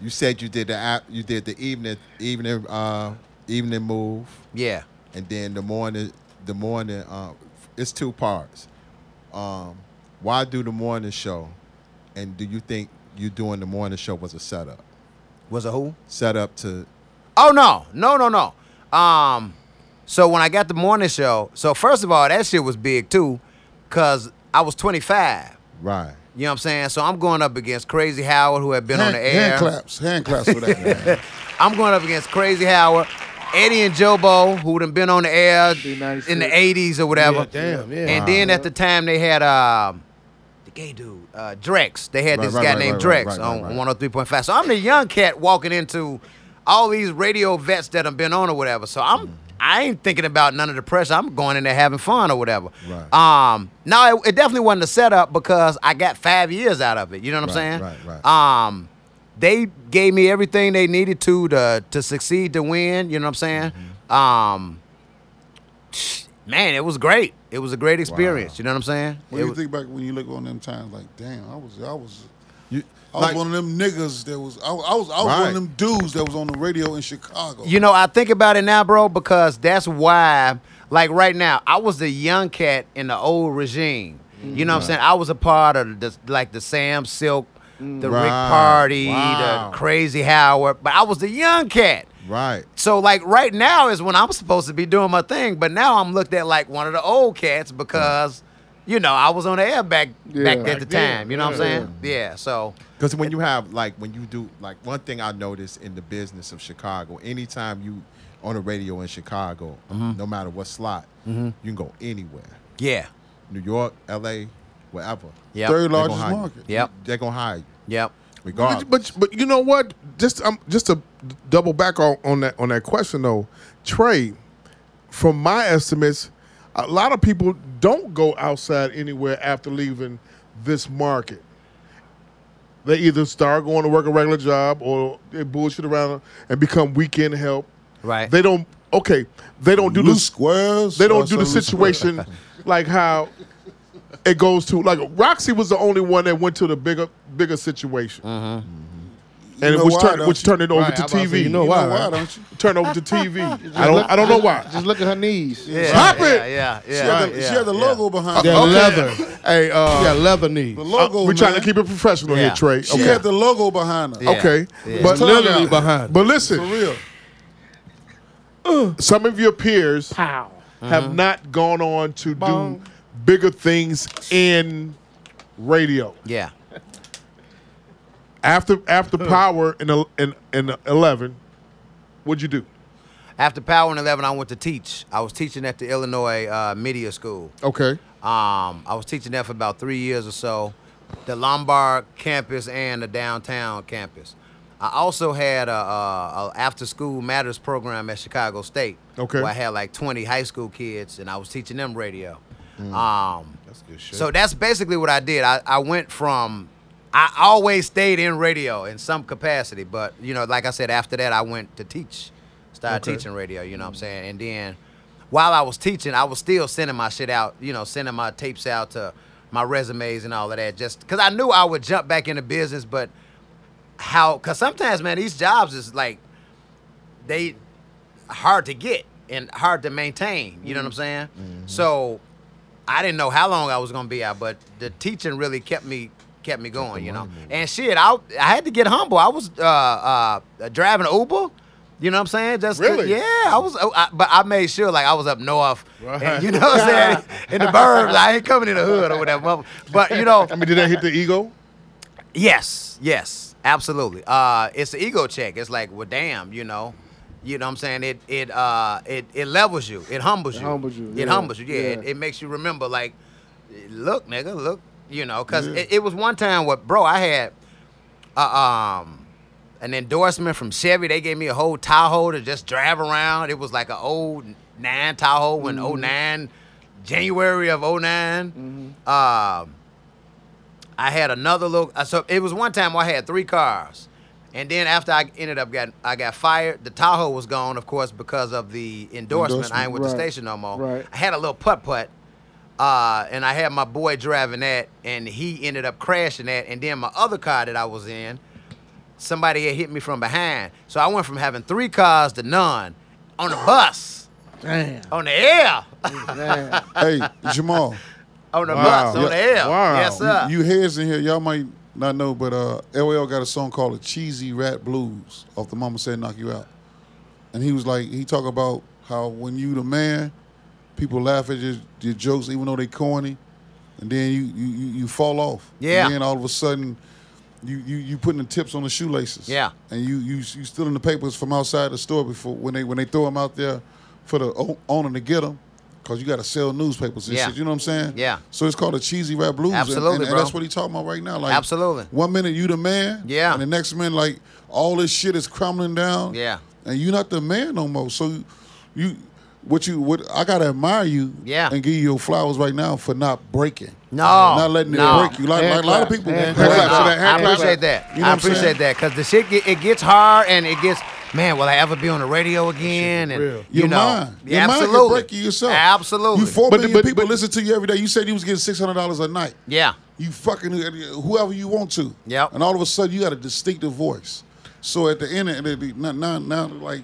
You said you did the app. You did the evening, evening, uh, evening move, Yeah. and then the morning, the morning. Uh, it's two parts. Um, why do the morning show? And do you think you doing the morning show was a setup? Was it who? Setup to Oh no, no, no, no. Um, so when I got the morning show, so first of all, that shit was big too, cause I was 25. right. You know what I'm saying? So I'm going up against Crazy Howard, who had been on Hand, the air. hand claps, hand claps for that. man. I'm going up against Crazy Howard, Eddie and Jobo, who done been on the air B96. in the 80s or whatever. Yeah, damn, yeah. And then at the time they had um, the gay dude, uh, Drex. They had Right, this right, guy right, named right, right, right, Drex on right, right. 103.5. So I'm the young cat walking into all these radio vets that have been on or whatever. So I'm I ain't thinking about none of the pressure. I'm going in there having fun or whatever. Right. Um, no, it, it definitely wasn't a setup because I got five years out of it. You know what Right, I'm saying? right, right. um they gave me everything they needed to to to succeed to win you know what i'm saying Mm-hmm. um man it was great it was a great experience you know what i'm saying when It you wa- think back, when you look on them times, like, damn, I was, I was. You, Oh, I was one of them niggas that was. I, was- I was. I was one Right. of them dudes that was on the radio in Chicago. you know i think about it now bro because that's why like right now i was the young cat in the old regime you Mm-hmm. know what i'm saying i was a part of the like the sam silk the rick Right. party Mm-hmm. Wow. the crazy howard but i was the young cat right. So like right now is when I'm supposed to be doing my thing, but now I'm looked at like one of the old cats because you know, I was on the air back Yeah. back at Back the then, time. You know what I'm saying? Yeah. So Because when you have like when you do like one thing I noticed in the business of Chicago, anytime you on the radio in Chicago, Mm-hmm. no matter what slot, you can go anywhere. yeah. New York, LA, wherever. Yep. Third They gonna largest hire you. market. Yep. They're gonna hire you. Yep. Regardless. But, but but you know what? Just um, just to double back on, on that on that question though, Trey, from my estimates, a lot of people don't go outside anywhere after leaving this market. They either start going to work a regular job or they bullshit around and become weekend help. Right. They don't okay. They don't do Loose this. squares. They don't or do the some loose squares. situation like how it goes to like Roxy was the only one that went to the bigger bigger situation. And You know it was why, turned don't which you? turned it over Right, to I was about to TV. say, you know You know why, Turn don't you? over to TV. I don't I don't know why. Just look at her knees. Yeah, Stop yeah, it! Yeah. Yeah. She had the, yeah, she had the yeah. logo behind Yeah, her. leather. Hey, uh, Yeah, leather knees. The uh, logo. we're trying to man. keep it professional Yeah. here, Trey. She Okay. had the logo behind her. Yeah. okay. Yeah. But Literally behind. But listen, For real. some of your peers Pow. Uh-huh. have not gone on to Bong. do bigger things in radio. Yeah. After after Power in el- in in eleven, what'd you do? After Power and Eleven, I went to teach. I was teaching at the Illinois uh, Media School. Okay. Um, I was teaching that for about three years or so, the Lombard campus and the downtown campus. I also had a, a, a after school matters program at Chicago State. Okay. where I had like 20 high school kids, and I was teaching them radio. Um, That's good shit. so that's basically what I did. I, I went from I always stayed in radio in some capacity, but you know, like I said, after that I went to teach. Started teaching radio, you know what I'm saying? And then while I was teaching, I was still sending my shit out, you know, sending my tapes out to my resumes and all of that just cuz I knew I would jump back into business, but how cuz sometimes man, these jobs is like they hard to get and hard to maintain, you know what I'm saying? So I didn't know how long I was gonna be out, but the teaching really kept me kept me going, you know. And shit, I I had to get humble. I was uh, uh, driving Uber. You know what I'm saying? Just 'cause- Really? yeah, I was, oh, I, but I made sure like I was up north, and, you know what I'm saying, in the burbs. I ain't coming in the hood or whatever. But you know, I mean, did that hit the ego? Yes, yes, absolutely. Uh, it's an ego check. It's like, well, damn, you know, you know what I'm saying. It it uh it it levels you. It humbles you. humbles you, It yeah, humbles you. Yeah. It, yeah. it makes you remember, like, look, nigga, look, you know, because it, it was one time what, bro, I had uh, um an endorsement from Chevy. They gave me a whole Tahoe to just drive around. It was like an old nine Tahoe Mm-hmm. in 09, January of 9 Mm-hmm. Um, I had another little. uh, So it was one time I had three cars, and then after I ended up getting, I got fired. The Tahoe was gone, of course, because of the endorsement. I ain't with the Endorsement, right, station no more. right. I had a little putt putt, uh, and I had my boy driving that, and he ended up crashing that, and then my other car that I was in, somebody had hit me from behind. So I went from having three cars to none on the bus, Damn. on the air, Damn. hey, Jamal. on the Wow. bus, on the air. Wow. Yes, sir. You heads in here, y'all might not know, but uh, LL got a song called "The Cheesy Rat Blues" off the Mama Said Knock You Out, and he was like, he talk about how when you the man, people laugh at your, your jokes even though they corny, and then you you you, you fall off. Yeah. And then all of a sudden. You, you you putting the tips on the shoelaces. Yeah. And you you you stealing the papers from outside the store before when they when they throw them out there for the o- owner to get them, cause you got to sell newspapers and Yeah. shit. You know what I'm saying? Yeah. So it's called a cheesy rap blues. and- Absolutely, and, and bro. that's what he talking about right now. Like Absolutely. One minute you the man, Yeah. and the next minute like all this shit is crumbling down, Yeah. and you not the man no more. So you, what you, what I gotta admire you, Yeah. and give you your flowers right now for not breaking, No, not letting no. it break you. Like, like a lot of people, Hand break. clap. No, So that hand I clap- appreciate that. You know I what I'm saying? appreciate that because the shit get, it gets hard and it gets man. Will I ever be on the radio again? And real. you Your know, mind, Yeah, your absolutely. mind can break you yourself. Absolutely. You four But- million but- people but- listen to you every day. You said you was getting six hundred dollars a night. yeah, You fucking whoever you want to. Yep. And all of a sudden, you got a distinctive voice. So at the end, of it, now, now, now, like,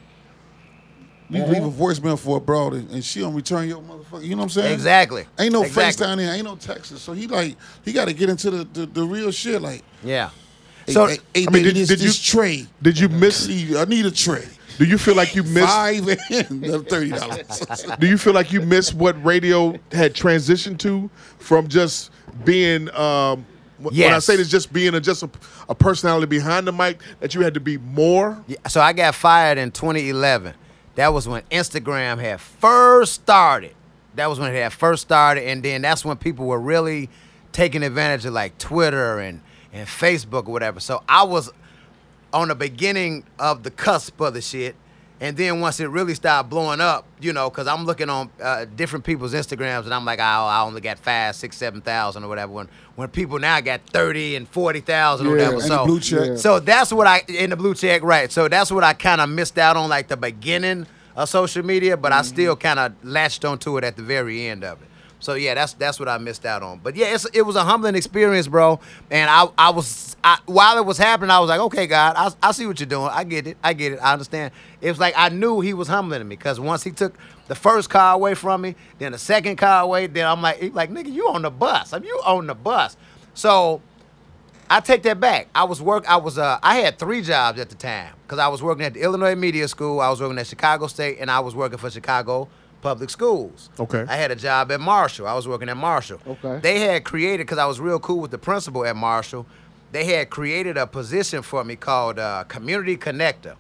you Mm-hmm. leave a voicemail for a broad and, and she don't return your motherfucker. You know what I'm saying? exactly. Ain't no exactly. FaceTime there. Ain't no Texas. So he like he got to get into the, the, the real shit. Like, Yeah. So hey, hey, I mean, baby, did- this, did you- this tray. Did you miss? See, I need a tray. Do you feel like you missed? Five and the thirty dollars. Do you feel like you missed what radio had transitioned to from just being? Um, wh- When I Yes. say this, just being a, just a, a personality behind the mic, that you had to be more. Yeah, so I got fired in 2011. That was when Instagram had first started. That was when it had first started, and then that's when people were really taking advantage of like Twitter and and Facebook or whatever. So I was on the beginning of the cusp of the shit. And then once it really started blowing up, you know, because I'm looking on uh, different people's Instagrams and I'm like, oh, I only got five, six, seven thousand or whatever. When when people now got thirty and forty thousand or Yeah, whatever. and the so blue check. so that's what I in the blue check, right? So that's what I kind of missed out on, like the beginning of social media, but I still kind of latched onto it at the very end of it. So yeah, that's that's what I missed out on. But yeah, it's, it was a humbling experience, bro. And I I was I, while it was happening, I was like, okay, God, I, I see what you're doing. I get it. I get it. I understand. It was like I knew he was humbling me because once he took the first car away from me, then the second car away, then I'm like, he like nigga, you on the bus? I'm you on the bus? So I take that back. I was work. I was. Uh, I had three jobs at the time because I was working at the Illinois Media School. I was working at Chicago State, and I was working for Chicago Public Schools. Okay. I had a job at Marshall. I was working at Marshall. Okay. They had created because I was real cool with the principal at Marshall. They had created a position for me called uh, community connector.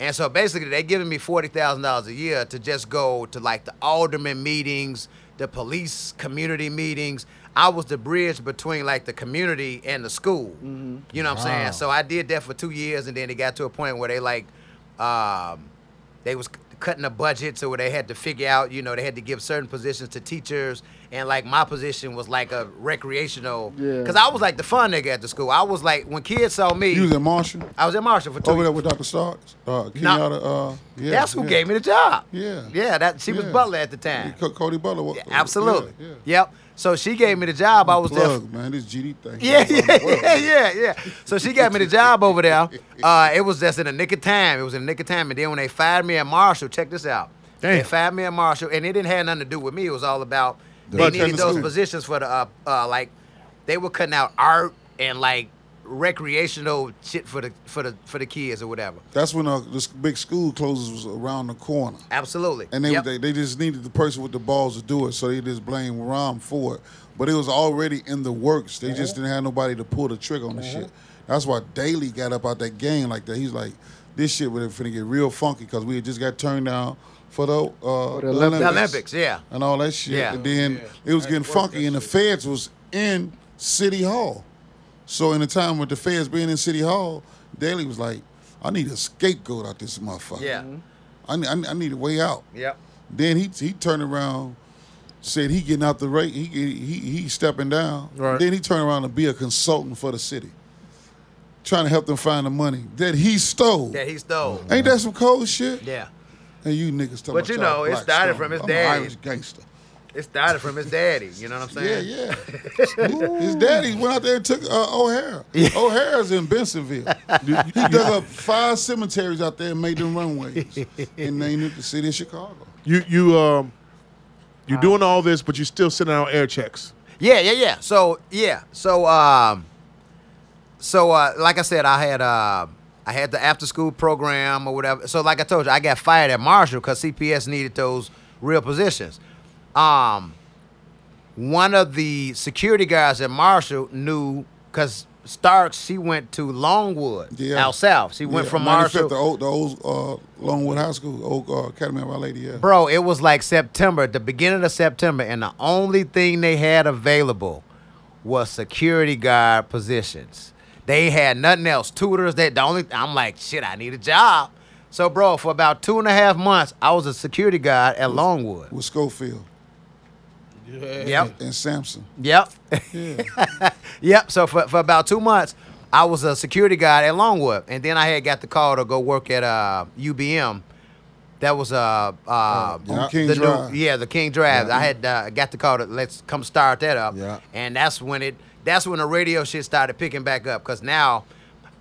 And so basically, they giving me forty thousand dollars a year to just go to like the alderman meetings, the police community meetings. I was the bridge between like the community and the school. You know what I'm saying? So I did that for two years, and then it got to a point where they like, um, they was c- cutting the budget, so where they had to figure out, you know, they had to give certain positions to teachers, and like my position was like a recreational, Yeah. because I was like the fun nigga at the school. I was like when kids saw me, You was in Marshall I was in Marshall for two over years. there with Dr. Starks. Uh, Kenyatta, uh, yeah, Oh, That's who yeah. gave me the job. Yeah. Yeah, that she was Yeah. butler at the time. Co- Cody Butler. wa- Yeah, absolutely. Yeah, yeah. Yep. So she gave me the job. I was there. Plug, man. This GD thing. Yeah, yeah, yeah, yeah, yeah. So she got me the job over there. Uh, it was just in the nick of time. It was in the nick of time. And then when they fired me at Marshall, check this out. They Damn. fired me at Marshall, and it didn't have nothing to do with me. It was all about they But- needed those Understood. positions for the uh, uh, like they were cutting out art and like recreational shit for the for the for the kids or whatever. That's when uh, this big school closes was around the corner. Absolutely. And they, Yep. they they just needed the person with the balls to do it, so they just blamed Rom for it. But it was already in the works. They just didn't have nobody to pull the trigger on the shit. That's why Daly got up out that game like that. He's like, this shit was finna get real funky because we had just got turned down for the, uh, the Olympics. The Olympics, yeah. and all that shit. Yeah. And then it was getting funky, and the feds was in City Hall. So in the time with the feds being in City Hall, Daly was like, I need a scapegoat out this motherfucker. Yeah. I need, I need- I need a way out. Yep. Then he he turned around, said he getting out the rate. He he he stepping down. Right. Then he turned around to be a consultant for the city, trying to help them find the money that he stole. That he stole. Ain't that some cold shit? Yeah. And you niggas talking But about you y'all know, it black started stone. from his I'm daddy. An Irish gangster. It started from his daddy. You know what I'm Yeah, saying? yeah. His daddy went out there and took uh, O'Hara. O'Hara's in Bensonville. he dug up five cemeteries out there and made them runways and named it the city of Chicago. You you um, you're doing all this, but you're still sending out air checks. Yeah, yeah, yeah. So yeah, so um, so uh, like I said, I had uh, I had the after school program or whatever. So like I told you, I got fired at Marshall because CPS needed those real positions. Um, one of the security guards at Marshall knew because Starks she went to Longwood Yeah. out south. She went Yeah, from matter of fact, Marshall. The old, the old uh, Longwood High School, old uh, Academy of Our Lady. Yeah. Bro, it was like September, the beginning of September, and the only thing they had available was security guard positions. They had nothing else. Tutors. That the only. I'm like, shit. I need a job. So, bro, for about two and a half months, I was a security guard at Longwood. With Schofield Yep. and Sampson. Yep. yep. So for, for about two months, I was a security guard at Longwood, and then I had got the call to go work at uh, UBM. That was uh, uh, on Oh, King the Drive. New, yeah the King Drive. I had uh, got the call to let's come start that up. Yeah. And that's when it that's when the radio shit started picking back up because now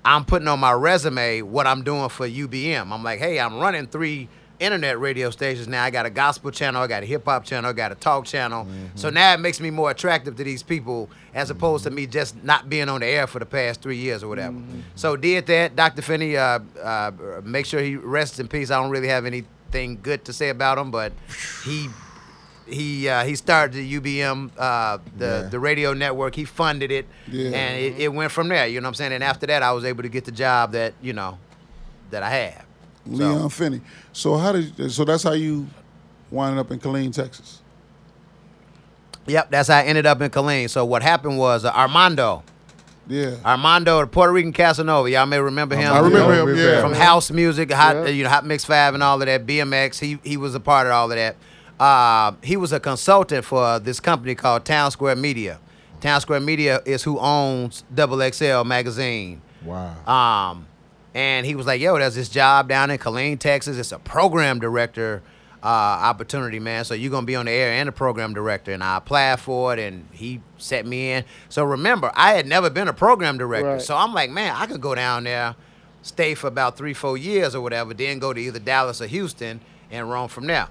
I'm putting on my resume what I'm doing for UBM. I'm like, hey, I'm running three internet radio stations now. I got a gospel channel, I got a hip hop channel, I got a talk channel. So now it makes me more attractive to these people as opposed to me just not being on the air for the past three years or whatever. So did that. Dr. Finney, uh, uh, make sure he rests in peace. I don't really have anything good to say about him, but he he uh, he started the UBM uh, the the radio network. He funded it, Yeah. and it, it went from there. You know what I'm saying? And after that, I was able to get the job that you know that I have. Leon Finney. So how did? So that's how you winded up in Killeen, Texas. Yep, that's how I ended up in Killeen. So what happened was uh, Armando, Yeah. Armando, the Puerto Rican Casanova. Y'all may remember him. I remember Yeah, him. we Yeah. from house music, hot Yeah. you know, hot mix five and all of that. BMX, he he was a part of all of that. Uh, he was a consultant for this company called Town Square Media. Town Square Media is who owns Double XL magazine. Wow. Um, and he was like, "Yo, there's this job down in Killeen, Texas. It's a program director uh, opportunity, man. So you're gonna be on the air and a program director." And I applied for it, and he set me in. So remember, I had never been a program director, Right. so I'm like, "Man, I could go down there, stay for about three, four years or whatever, then go to either Dallas or Houston and roam from there."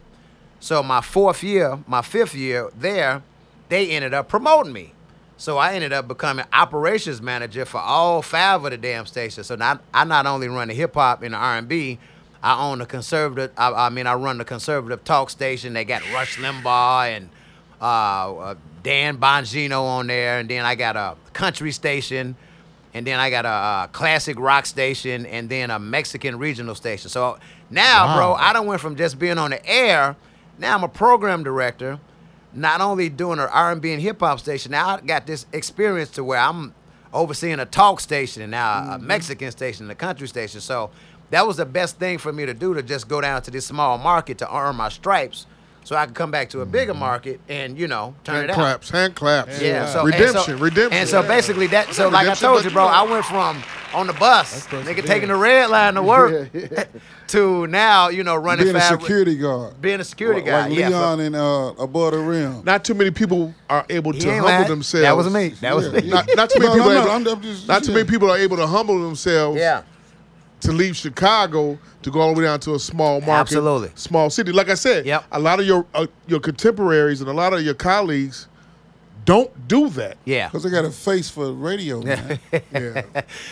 So my fourth year, my fifth year there, they ended up promoting me. So I ended up becoming operations manager for all five of the damn stations. So not, I not only run the hip hop and the R and B, I own the conservative. I, I mean, I run the conservative talk station. They got Rush Limbaugh and uh, uh, Dan Bongino on there, and then I got a country station, and then I got a uh, classic rock station, and then a Mexican regional station. So now, bro, I done went from just being on the air. Now I'm a program director. Not only doing an R&B and hip hop station, now I got this experience to where I'm overseeing a talk station and now a Mexican station and a country station. So that was the best thing for me to do to just go down to this small market to earn my stripes, so I could come back to a bigger market and you know turn Hand it out. claps, hand claps. Yeah. So and redemption, so- redemption. And so basically that. So like I Redemption, told but you, you bro, know- I went from on the bus, nigga taking the red line to work, to now you know running Being a fast with- security guard. being a security guy. Like yeah, Leon and uh, above the rim. not too many people are able He to ain't humble lying. themselves. That was me. That was Yeah. me. Not, not too many No, people. no, are no, able, I'm- I'm just- not too many yeah. people are able to humble themselves. Yeah. to leave Chicago to go all the way down to a small market, Absolutely. small city. Like I said, Yep. a lot of your uh, your contemporaries and a lot of your colleagues don't do that. Yeah. Because they got a face for radio, man. Yeah.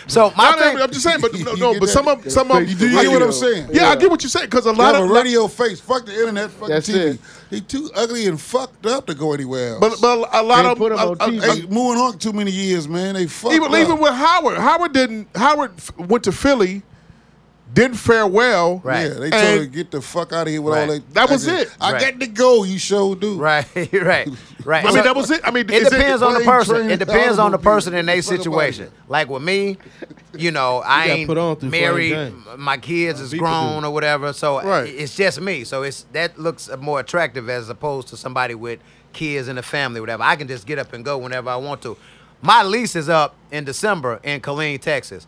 So my Not every- thing. I'm just saying, but no, You no get but that- some of some that of face Do you I get what get- I'm saying? Yeah, I get what you're saying because a They lot have a of radio face. Fuck the internet. Fuck That's the TV. it. He too ugly and fucked up to go anywhere else. but but a lot They of put 'em a- on a- TV. a- hey, Moo and Hawk too many years, man. They fucked even up. even with Howard, Howard didn't Howard f- went to Philly, didn't fare well. Right. Yeah, they And- told her to get the fuck out of here with Right. all that. That was I it. I Right. got to go. You sure do. Right, right, right. I mean, So- that was it. I mean, It is depends it, on the they person. trained It depends on the automobile. person and their Fuck about situation. it. Like with me, you know, I got ain't put on through married. Flame m- My kids is beat the grown dude. or whatever, so Right. i- it's just me. So it's that looks more attractive as opposed to somebody with kids and a family, whatever. I can just get up and go whenever I want to. My lease is up in December in Killeen, Texas.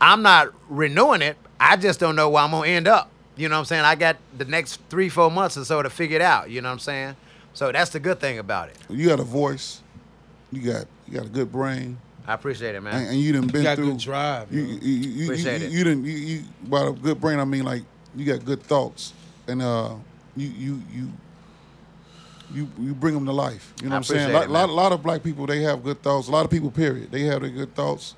I'm not renewing it. I just don't know where I'm gonna end up. You know what I'm saying? I got the next three, four months or so to figure it out. You know what I'm saying? So that's the good thing about it. You got a voice. You got you got a good brain, I appreciate it, man. and, and you done been got through. good drive. You You, you you you, you, Appreciate it. you done you, you by a good brain I mean like you got good thoughts, and uh you you you. You, you bring them to life. You know what I I'm saying? A appreciate lot, lot, it, man. lot of black people, they have good thoughts. A lot of people, period, they have their good thoughts.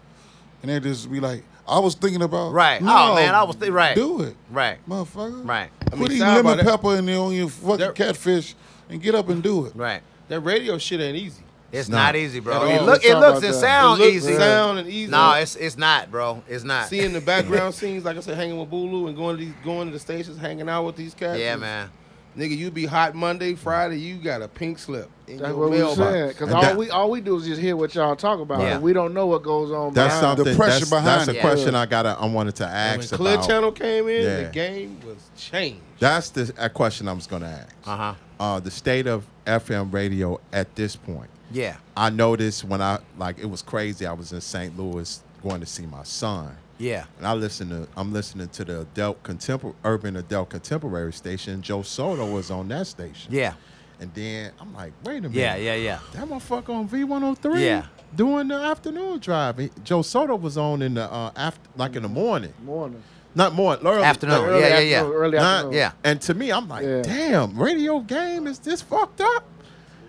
And they just be like, I was thinking about. Right. Oh, No, man, I was thi- right. Do it. Right. Motherfucker. Right. Put mean, eating sorry about lemon that. pepper in there on your fucking That- catfish and get up and do it. Right. that radio shit ain't easy. It's not easy, At bro. all. It, look, Let's it talk looks about and that. sounds It look, easy. sound, and easy. No, it's it's not, bro. It's not. seeing the background scenes, like I said, hanging with Bulu and going to these, going to the stations, hanging out with these cats. yeah, is- man. Nigga, you be hot Monday, Friday, you got a pink slip in That's your what we mailbox. said. Because And all that- we all we do is just hear what y'all talk about. Yeah. And we don't know what goes on. That's behind. something. pressure that's, behind That's it. a question I got. I wanted to And ask when Clear about. Channel came in, Yeah. the game was changed. That's the a question I was going to ask. Uh-huh. Uh, the state of FM radio at this point. Yeah. I noticed when I like it was crazy. I was in St. Louis going to see my son, Yeah. and I listened to I'm listening to the adult contemporary urban adult contemporary station. Joe Soto was on that station. Yeah. And then I'm like, wait a minute. Yeah. Yeah. Yeah. That motherfucker on V103. Yeah. Doing the afternoon drive. He- Joe Soto was on in the uh, after like in the morning. morning. Not more. Early, Afternoon. like, Yeah, yeah, yeah. afternoon, early nine- afternoon. yeah. And to me, I'm like, Yeah. damn, radio game is this fucked up.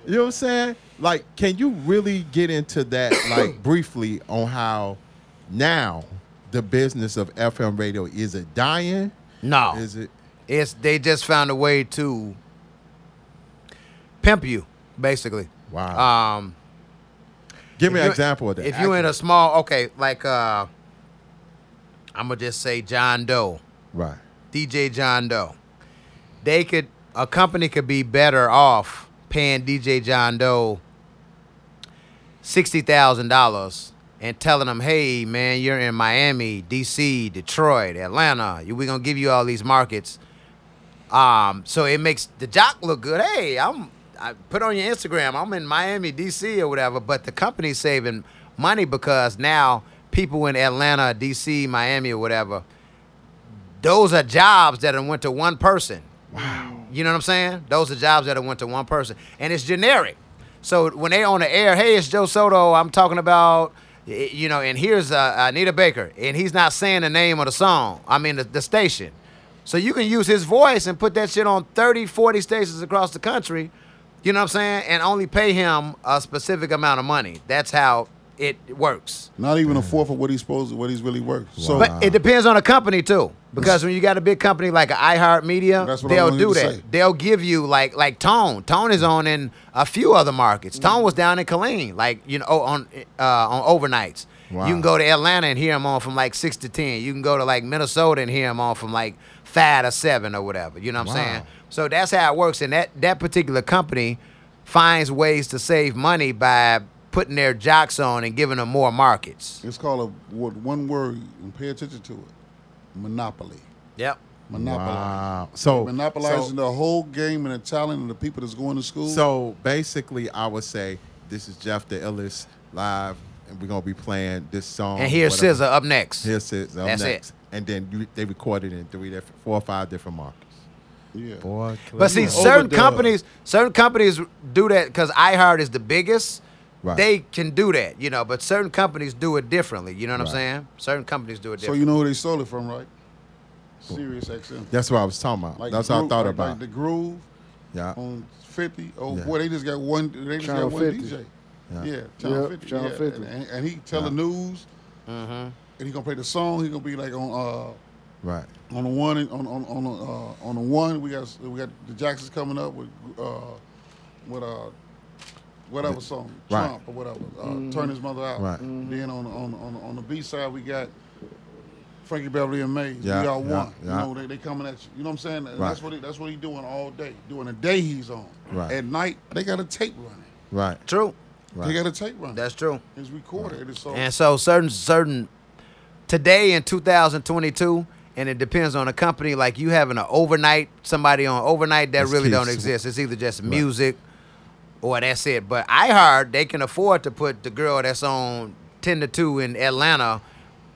You know what I'm saying? Like, can you really get into that, like, briefly on how now the business of FM radio is it dying? No. Is it? It's they just found a way to pimp you, basically. Wow. Um, Give me if an you- example of that. If you in a small, okay, like uh, I'm gonna just say John Doe, right. DJ John Doe. They could a company could be better off paying DJ John Doe sixty thousand dollars and telling them, hey man, you're in Miami, DC, Detroit, Atlanta. You- We're gonna give you all these markets. Um, so it makes the jock look good. Hey, I'm I put on your Instagram, I'm in Miami, DC or whatever, but the company's saving money because now people in Atlanta, DC, Miami or whatever, those are jobs that have went to one person. Wow. You know what I'm saying? Those are jobs that have went to one person, and it's generic. So when they on the air, hey, it's Joe Soto. I'm talking about, y- you know, and here's uh, Anita Baker, and he's not saying the name of the song. I mean the, the station. So you can use his voice and put that shit on 30, 40 stations across the country. You know what I'm saying? And only pay him a specific amount of money. That's how it works. Not even a fourth of what he's supposed to, what he's really worth. So But it depends on a company too, because when you got a big company like a iHeartMedia, That's what I they'll wanted do to that. say. They'll give you like like Tone. Tone is on in a few other markets. Tone was down in Killeen, like you know, on uh, on overnights. Wow. You can go to Atlanta and hear him on from like six to ten. You can go to like Minnesota and hear him on from like five to seven or whatever. You know what I'm Wow. saying? So that's how it works. And that that particular company finds ways to save money by putting their jocks on and giving them more markets. it's called a what one word and pay attention to it. Monopoly. Yep. Monopoly. Wow. So Monopolizing so- the whole game and the talent and the people that's going to school. So basically, I would say this is Jeff the Illis live, and we're gonna be playing this song. And here's Oh, whatever. Scissor up next. Here's Scissor. up That's it. next. And then you, they recorded in three different, four or five different markets. yeah. Boy, But see, certain companies, certain companies do that because iHeart is the biggest. Right. They can do that, you know. But certain companies do it differently. You know what Right. I'm saying? Certain companies do it So differently. you know who they stole it from, right? Sirius XM. That's what I was talking about. Like That's the what I Gro- thought like- about. Like the groove yeah. on 50. Oh Yeah. boy, they just got one. They just Channel got one 50. DJ. Yeah. Yeah, Channel Yep, 50. Channel yeah. 50. And, and, and he tell the news. And he gonna play the song. He gonna be like on Right. uh on the one and- on on on uh, on the one. We got we got the Jacksons coming up with uh with uh whatever song Right. Trump or whatever. Uh, Turn his mother out. Right. Then on on on on the B side we got. Frankie Beverly and Mays, Yeah, we all yeah, want. yeah. You know, they, they coming at you. You know what I'm saying? And Right. That's what he, that's what he doing all day. During the day he's on. Right. At night they got a tape running. Right. true. They Right. got a tape running. That's true. It's recorded. It is so. And so certain certain today in 2022, and it depends on a company. Like you having an overnight somebody on overnight that It's really key. don't exist. It's either just music or that's it. But iHeart they can afford to put the girl that's on 10 to 2 in Atlanta.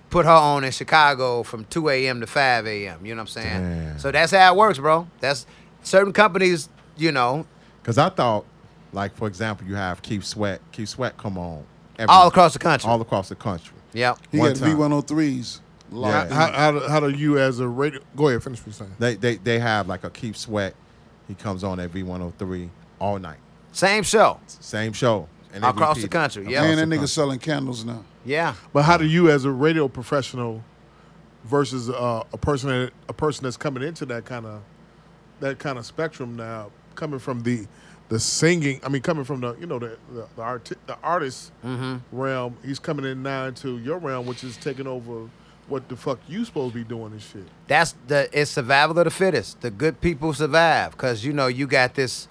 Put her on in Chicago from 2 a.m. to 5 a.m. You know what I'm saying? Damn. So that's how it works, bro. That's certain companies, you know, Because I thought, like for example, you have Keith Sweat. Keith Sweat come on every- all across the country. all across the country. yep. he one got time. V103s. Yeah. How, how, do- how do you as a radio? Go ahead, finish what you're saying. They, they they have like a Keith Sweat. He comes on at V103 all night. Same show. Same show. And they Across the repeat it. country, yeah. Across the Man, that nigga country. selling candles now. Yeah. But how do you, as a radio professional, versus uh, a person that, a person that's coming into that kind of that kind of spectrum now, coming from the the singing, I mean, coming from the you know the the, the, arti- the artist realm, he's coming in now into your realm, which is taking over what the fuck you supposed to be doing and shit. that's the it's survival of the fittest. The good people survive because you know you got this.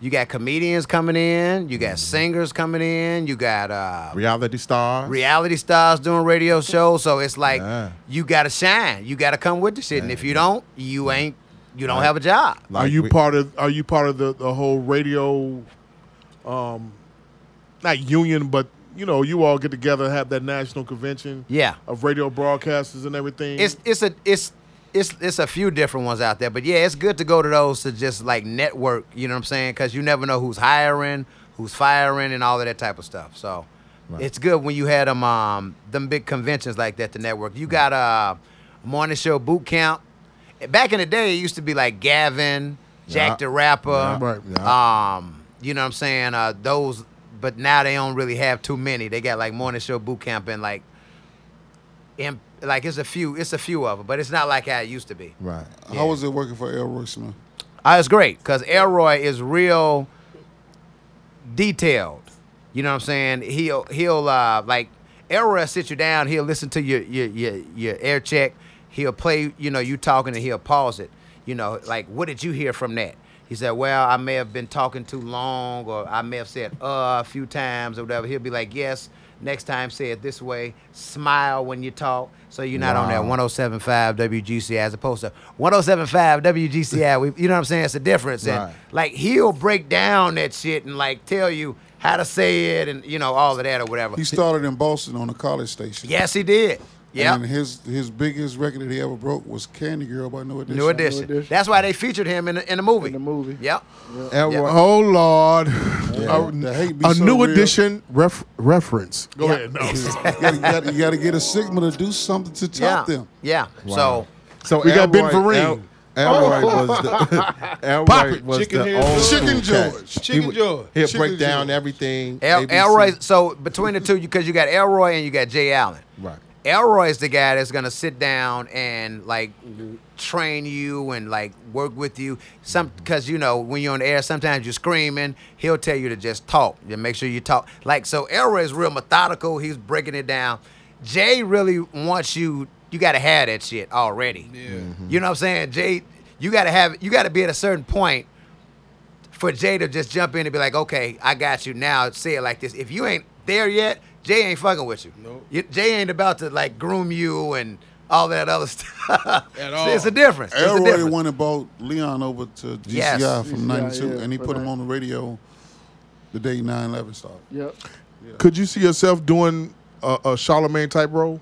You got comedians coming in. You Mm-hmm. got singers coming in. You got uh, Reality stars. reality stars doing radio shows. So it's like Yeah. you gotta shine. You gotta come with the shit. And if you don't, you ain't. You don't have a job. Like are you we- part of Are you part of the the whole radio, um, not union, but you know, you all get together, have that national convention. Yeah. of radio broadcasters and everything. It's it's a it's. It's, it's a few different ones out there, but yeah, it's good to go to those to just like network. You know what I'm saying? Because you never know who's hiring, who's firing, and all of that type of stuff. So it's good when you had them um them big conventions like that to network. You got uh morning show boot camp. Back in the day, it used to be like Gavin, Jack Yeah. the Rapper. Yeah, right, yeah. Um, you know what I'm saying? Uh, those, but now they don't really have too many. They got like morning show boot camp and like, imp, like it's a few, it's a few of them, but it's not like how it used to be. Right. How was it working for Elroy Smith? Uh, it's great because Elroy is real detailed. You know what I'm saying? He'll he'll uh, like Elroy will sit you down. He'll listen to your your your, your air check. He'll play you know you talking and he'll pause it. You know like what did you hear from that? He said, well, I may have been talking too long or I may have said uh a few times or whatever. He'll be like, yes. Next time, say it this way. Smile when you talk, so you're not on that Wow. 107.5 WGCI as opposed to 107.5 WGCI. We, you know what I'm saying? It's a difference. Right. And like he'll break down that shit and like tell you how to say it and you know all of that or whatever. He started in Boston on the college station. yes, he did. And Yep. his his biggest record that he ever broke was Candy Girl by No Edition. New edition. Edition. That's why they featured him in the, in the movie. in the movie. Yep. Elroy, Oh Lord, Yeah. The hate be a so new real. edition ref- reference. Go Yeah. ahead. No, You gotta, you gotta- you gotta get a Sigma to do something to Yeah. top them. Yeah. Wow. So So We got Ben Elroy- Vereen. El- Elroy was the Pop Elroy it, was Chicken the Head old George. school Chicken cat. George. He Chicken would- George. He'll Chicken break down George. everything. El- ABC. Elroy. So between the two, because you got Elroy and you got Jay Allen. Right. Elroy is the guy that's gonna sit down and like w- train you and like work with you. Some because you know when you're on the air, sometimes you're screaming. He'll tell you to just talk. You make sure you talk. Like so, Elroy is real methodical. He's breaking it down. Jay really wants you. You gotta have that shit already. Yeah. You know what I'm saying, Jay? You gotta have. You gotta be at a certain point for Jay to just jump in and be like, okay, I got you now. Say it like this. If you ain't there yet, Jay ain't fucking with you. Nope. You- Jay ain't about to like groom you and all that other stuff. At See, all. It's a difference. It's a Elroy difference. won and bought Leon over to GCI Yes. from GCI, '92, yeah, and he for put him that. on the radio the day 9/11 started. Yep. Could you see yourself doing a, a Charlemagne type role?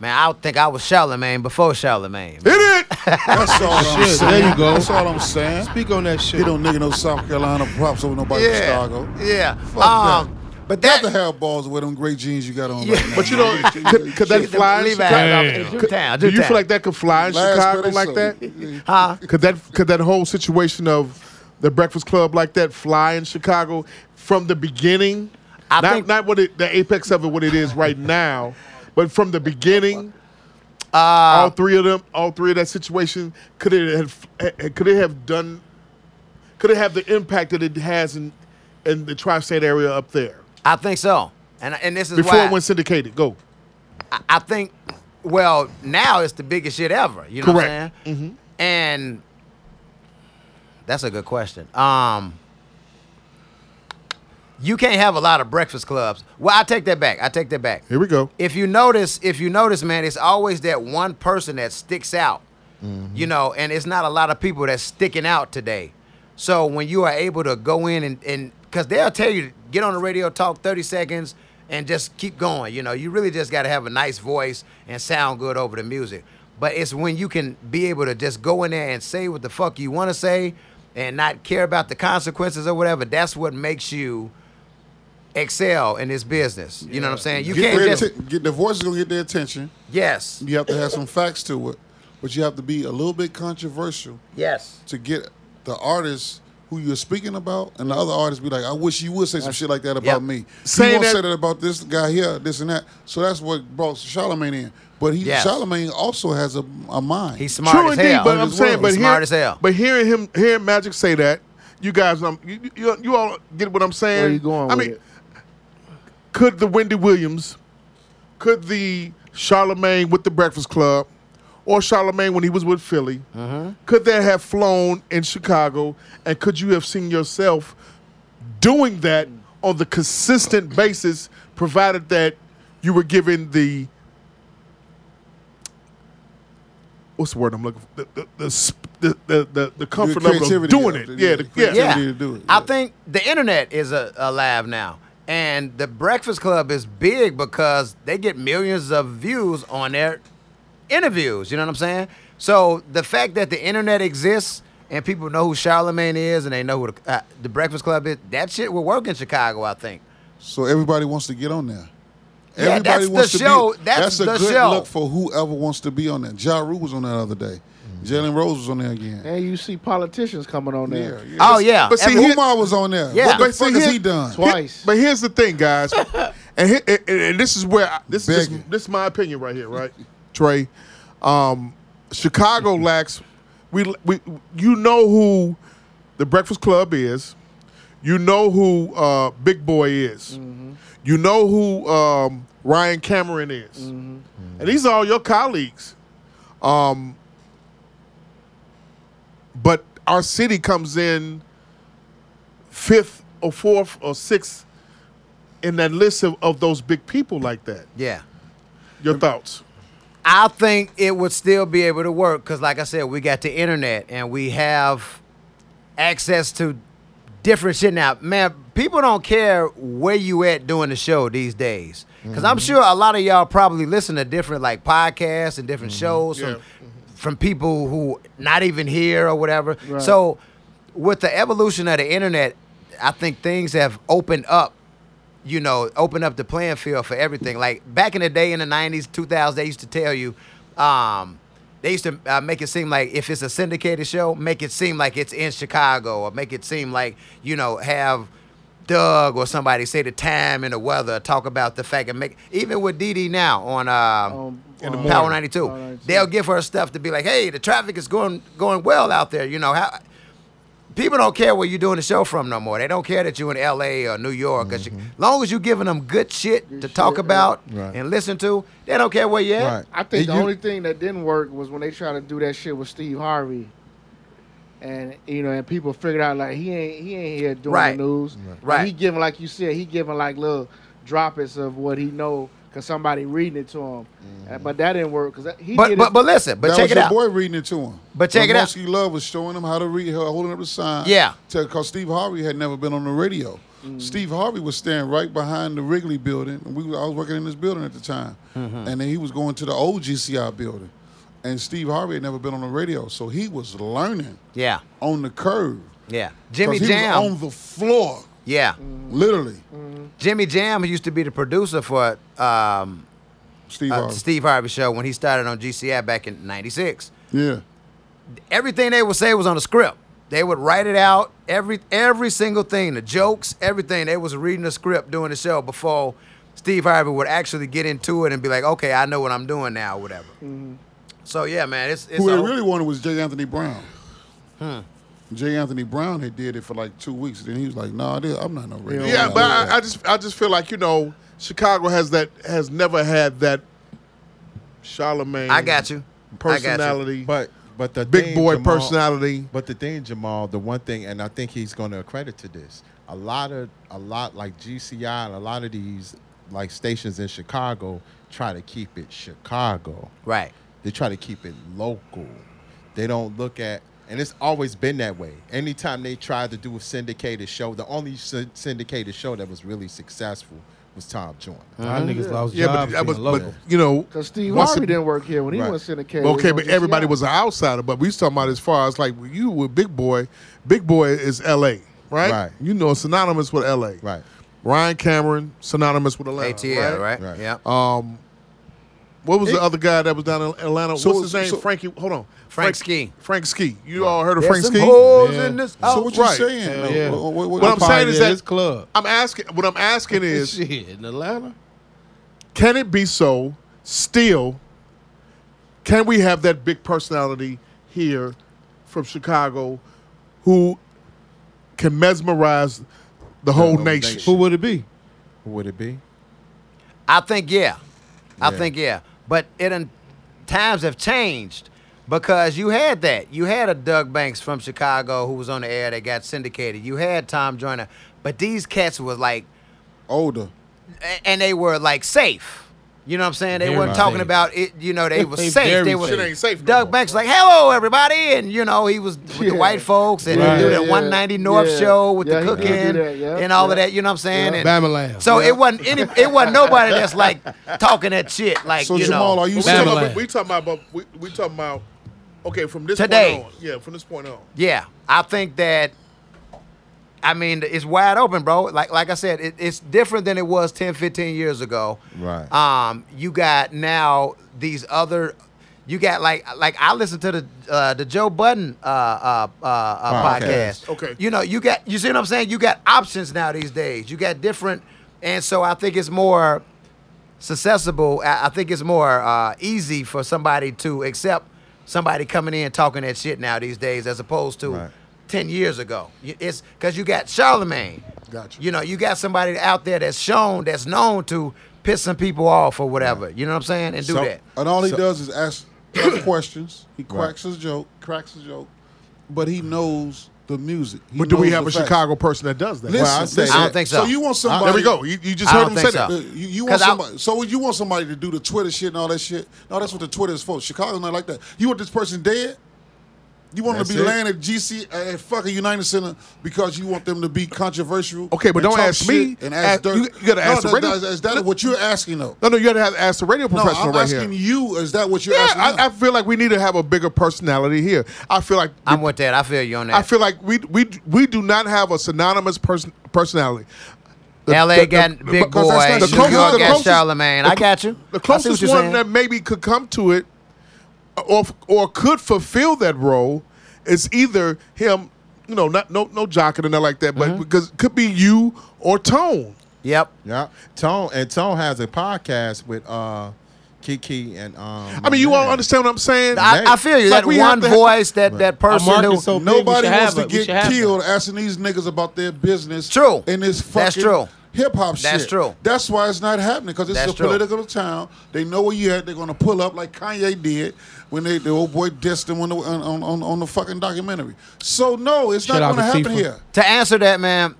Man, I don't think I was Charlemagne before Charlemagne. Hit it. That's all I'm Shit, saying. there you go. That's all I'm saying. Speak on that He shit. don't nigga no South Carolina props over nobody in Yeah. Chicago. Yeah. Fuck um, But that. Got to have balls with them great jeans you got on. Yeah. Right now. But you know, could, could that Shit, fly in leave it out. It's Chicago? your Could- town, Do your you town. feel like that could fly in Last Chicago Friday, like so- that? huh? Could that could that whole situation of the Breakfast Club like that fly in Chicago from the beginning? I not think- not what it, the apex of it, what it is right now, but from the beginning. Ah. all three of them, all three of that situation, could it have eh, could it have done? Could it have the impact that it has in in the tri-state area up there I think so. And, and this is before why it went syndicated? Go. I think, well, now it's the biggest shit ever. You know Correct. Mm-hmm. what I'm saying? And that's a good question. Um, you can't have a lot of breakfast clubs. Well, I take that back. I take that back. Here we go. If you notice, if you notice, man, it's always that one person that sticks out. You know, and it's not a lot of people that's sticking out today. So when you are able to go in and and because they'll tell you get on the radio, talk thirty seconds, and just keep going. You know, you really just got to have a nice voice and sound good over the music. But it's when you can be able to just go in there and say what the fuck you want to say, and not care about the consequences or whatever. That's what makes you excel in this business. You know what I'm saying? You get can't their just atten- get the voice is gonna get their attention. yes. You have to have some facts to it, but you have to be a little bit controversial Yes. to get the artist who you're speaking about and the other artists be like, I wish you would say some shit like that about Yep. me. Saying you won't that- say that about this guy here, this and that. So that's what brought Charlemagne in. But he Yes. Charlemagne also has a, a mind. He's smart True as indeed, hell. but in I'm this saying, world. but Smart hear- as hell. But hearing him, hearing Magic say that, you guys, um, you, you, you all get what I'm saying. Where you going I with mean, it? could the Wendy Williams, could the Charlemagne with the Breakfast Club, or Charlemagne when he was with Philly, Uh-huh. could that have flown in Chicago, and could you have seen yourself doing that on the consistent basis, provided that you were given the what's the word I'm looking for? The the the sp- the, the, the, the comfort level of creativity doing of it. it, yeah, yeah, the, the yeah. yeah. need to do it, I yeah. think the internet is a, alive now. And the Breakfast Club is big because they get millions of views on their interviews. You know what I'm saying? So the fact that the internet exists and people know who Charlemagne is and they know who the, uh, the Breakfast Club is, that shit will work in Chicago, I think. so everybody wants to get on there. Yeah, Everybody that's wants the to show. Be, That's a the good show. look for whoever wants to be on that. Ja Rule was on that other day. Mm-hmm. Jalen Rose was on there again. And you see politicians coming on there. Oh yeah. But see, Every- Umar was on there. Yeah. What the But see, fuck has here- he done? Twice. But here's the thing, guys, and, he- and, and this is where I, this is Begging. just, this is my opinion right here, right, Trey. Um, Chicago lacks. We we you know who the Breakfast Club is. You know who uh, Big Boy is. You know who um, Ryan Cameron is, and these are all your colleagues. Um, but our city comes in fifth or fourth or sixth in that list of, of those big people like that. yeah. Your thoughts? I think it would still be able to work because, like I said, we got the internet and we have access to different shit now. Man, people don't care where you at doing the show these days because I'm sure a lot of y'all probably listen to different like podcasts and different shows from, from people who not even here or whatever. So, with the evolution of the internet, I think things have opened up you know, open up the playing field for everything. Like back in the day in the 90s, 2000s, they used to tell you, um, they used to uh, make it seem like if it's a syndicated show, make it seem like it's in Chicago or make it seem like, you know, have Doug or somebody say the time and the weather, talk about the fact and make, even with DD now on, uh, Um, Oh, um, Power 92. Power 92. They'll give her stuff to be like, hey, the traffic is going going well out there. You know, how people don't care where you're doing the show from no more. They don't care that you're in LA or New York. As Mm-hmm. long as you're giving them good shit to talk about Right. and listen to, they don't care where you're at. Right. I think And the you- only thing that didn't work was when they tried to do that shit with Steve Harvey. And you know, and people figured out like he ain't he ain't here doing Right. the news. Right. He giving like you said, he giving like little droppets of what he know because somebody reading it to him. Mm-hmm. Uh, But that didn't work because he But did but it- but listen, but that check was it your out. boy reading it to him. But check it out. Ramonski Love was showing him how to read, holding up the sign. Yeah. Mm. Because Steve Harvey had never been on the radio. Steve Harvey was standing right behind the Wrigley building. And we were, I was working in this building at the time. Mm-hmm. And then he was going to the old GCI building. And Steve Harvey had never been on the radio. So he was learning Yeah, on the curve. 'Cause yeah. Jimmy he was Jam. Mm. on Mm-hmm. the floor, yeah. literally. Jimmy Jam who used to be the producer for um, Steve uh, Harvey. Steve Harvey show when he started on GCI back in '96. yeah. everything they would say was on the script. They would write it out every every single thing, the jokes, everything. They was reading the script doing the show before Steve Harvey would actually get into it and be like, "Okay, I know what I'm doing now," or whatever. So yeah, man, it's it's Who a- they really wanted was J. Anthony Brown. J. Anthony Brown had did it for like two weeks. Then he was like, "Nah, this, I'm not no radio." Yeah, I'm but not I, I just I just feel like you know Chicago has that has never had that Charlemagne. I got you. I got you. Personality, But but the big thing, boy Jamal- personality. But the thing, Jamal, the one thing, and I think he's going to accredit to this. A lot of a lot like GCI and a lot of these like stations in Chicago try to keep it Chicago. Right. They try to keep it local. They don't look at, and it's always been that way. Anytime they tried to do a syndicated show, the only sy- syndicated show that was really successful was Tom Joyner. Our niggas lost Yeah, but jobs. that was being local. but you know. Cause Steve once Harvey it- didn't work here when he Right. was syndicated. Okay, on but everybody GCI. was an outsider. But we was talking about as far as like you with Big Boy. Big Boy is L.A. Right. Right. You know, synonymous with L.A. Right. Ryan Cameron, synonymous with Atlanta. ATL, right? Right. Yeah. Uh, Um, what was the other guy that was down in Atlanta? So- What's his name? so- Frankie. Hold on, Frank Ski. Frank Ski. You all heard of There's Frank some Ski? hoes in this So house. what you oh, Right. saying? Hell yeah. What, what- what- What I'm Party saying is at that- this club. I'm asking. What I'm asking is, Shit, in Atlanta. can it be so? Still, can we have that big personality here from Chicago who can mesmerize the whole whole nation? nation. Who would it be? Who would it be? I think yeah. I Yeah. think yeah. But it un- times have changed because you had that. You had a Doug Banks from Chicago who was on the air that got syndicated. You had Tom Joyner, but these cats was like, older. a- and they were like safe. You know what I'm saying? They Very weren't talking safe. about it. You know, they were They safe. very They were safe. Shit ain't safe no Doug more. Banks like, "Hello, everybody," and you know he was with the Yeah. white folks and Right. he do that Yeah, 190 North yeah. show with Yeah, the he did do cooking that, yeah, and all of yeah. that. You know what I'm saying? And- Bama Lamb. so it wasn't any, it wasn't nobody that's like talking that shit. Like So you Jamal, know, are you We Bama talking, saying? about, Land. we talking about we, we talking about okay from this Today. point on. Yeah, from this point on. yeah, I think that I mean, it's wide open, bro. Like like I said, it, it's different than it was 10, 15 years ago. Right. Um, you got now these other. You got like like I listened to the uh, the Joe Budden uh, uh, uh, uh, Podcast. podcast. Okay. You know, you got you see what I'm saying. You got options now these days. You got different, and so I think it's more susceptible. I, I think it's more uh, easy for somebody to accept somebody coming in talking that shit now these days, as opposed to Right. ten years ago. Y- It's because you got Charlemagne. Gotcha. You know, you got somebody out there that's shown, that's known to piss some people off or whatever. You know what I'm saying? And do So- that. uh, And all he does is ask tough questions. He cracks his joke, cracks his joke, but he knows the music. He But do we knows have the a facts. Chicago person that does that? Listen, Well, I say listen. I don't think so. So you want somebody? there we go. You, you just I heard don't him say think that. so. Uh, You, you want 'Cause I- somebody, so you want somebody to do the Twitter shit and all that shit. No, that's what the Twitter is for. Chicago's not like that. You want this person dead? You want them to That's be it. laying at GC uh, at fucking United Center because you want them to be controversial? Okay, but and don't talk ask me. shit And ask Ask- dirt. you- you gotta No, ask the that- radio- that- Is that what you're asking though? No, no, you got to have ask the radio No, professional I'm right here. asking you. Is that what you're yeah, asking? them? I, I feel like we need to have a bigger personality here. I feel like I'm with that. I feel you on that. I feel like we we we do not have a synonymous person personality. LA got Big because Boy, that's not- New the closest- York the got closest- Charlemagne. I the cl- got you. I see The what closest you're one saying. that maybe could come to it, or or could fulfill that role, is either him. You know, not no no jocking and nothing like that, but Mm-hmm. because it could be you or Tone. Yep. Yeah, Tone and Tone has a podcast with uh Kiki and um. I mean, you all man. understand what I'm saying? Like, I, I feel you. like That we have one to have- voice, that that person market who. so big, we Nobody should wants have to it. We should get have it. killed asking these niggas about their business. True. In this fucking That's true. hip hop shit. That's true. That's why it's not happening because it's That's a true. political town. They know where you at. They're gonna pull up like Kanye did when they the old boy dissed him on the on, on, on, on the fucking documentary. So no, it's Shout not out gonna to happen Tifa. here. to answer that, man,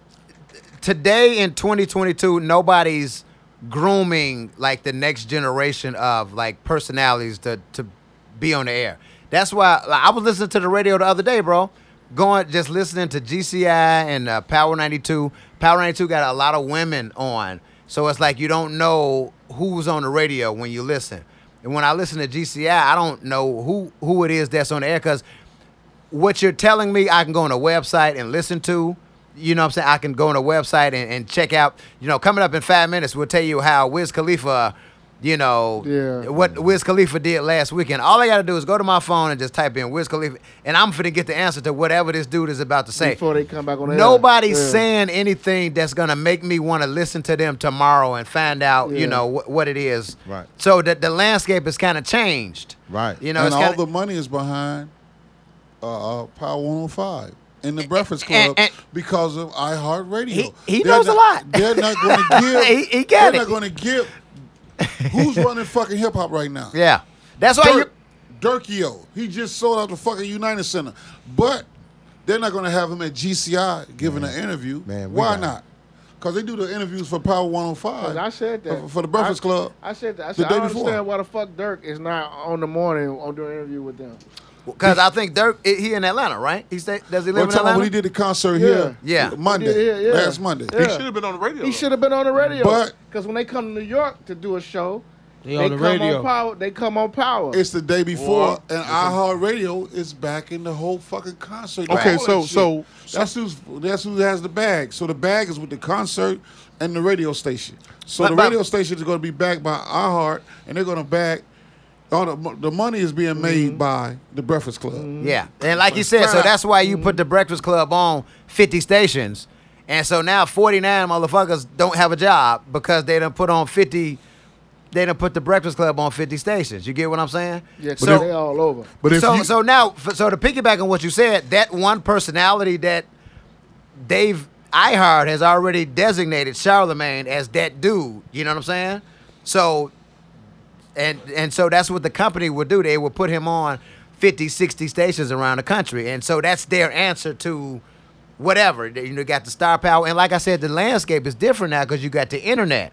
today in 2022, nobody's grooming like the next generation of like personalities to to be on the air. That's why like, I was listening to the radio the other day, bro. Going just listening to GCI and uh, Power 92. Power 92 got a lot of women on, so it's like you don't know who's on the radio when you listen. And when I listen to GCI, I don't know who who it is that's on the air because what you're telling me I can go on a website and listen to. You know what I'm saying? I can go on a website and, and check out, you know, coming up in five minutes, we'll tell you how Wiz Khalifa, you know, Yeah. what Wiz Khalifa did last weekend. All I got to do is go to my phone and just type in Wiz Khalifa, and I'm finna get the answer to whatever this dude is about to say. Before they come back on the air. Nobody's Yeah. saying anything that's going to make me want to listen to them tomorrow and find out, Yeah. you know, wh- what it is. Right. So that the landscape is kind of changed. Right. You know, and it's all kinda, the money is behind uh, uh, Power 105 in the Breakfast Club and- and- because of iHeartRadio. He- he They're knows a not- lot. They're not going to give. He- he got they're not it. going to give. Who's running fucking hip hop right now? yeah. That's why you Dirk, Dirkio. He just sold out the fucking United Center, but they're not going to have him at GCI giving an interview. Man, we why got- not? Because they do the interviews for Power 105. Cause I said that for- for the Breakfast I- Club I said that. I the said I day don't before. understand why the fuck Dirk is not on the morning on doing an interview with them. Because I think Dirk, i- he in Atlanta, right? He stay, does he We're live talking in about Atlanta? when he did the concert here, Yeah. Monday, Yeah, yeah, yeah. last Monday. Yeah. should have been on the radio. He should have been on the radio. But- because when they come to New York to do a show, They they, on the come radio. on power. They come on power. It's the day before, Well, and iHeartRadio is back in the whole fucking concert. Okay, All that so- shit. so- that's who's that's who has the bag. So the bag is with the concert and the radio station. So But- the but- radio station is going to be backed by iHeart, and they're going to back. All the, mo- the money is being made by the Breakfast Club. yeah. And like he said, so that's why you Mm-hmm. put the Breakfast Club on 50 stations. And so now 49 motherfuckers don't have a job because they done put on 50, they done put the Breakfast Club on 50 stations. You get what I'm saying? yeah, so, they So, all over. But if so, you, so now, f- so to piggyback on what you said, that one personality that Dave Ihard has already designated Charlemagne as that dude. You know what I'm saying? So and and so that's what the company would do they would put him on 50 60 stations around the country and so that's their answer to whatever They- you know got the star power and like i said the landscape is different now because you got the internet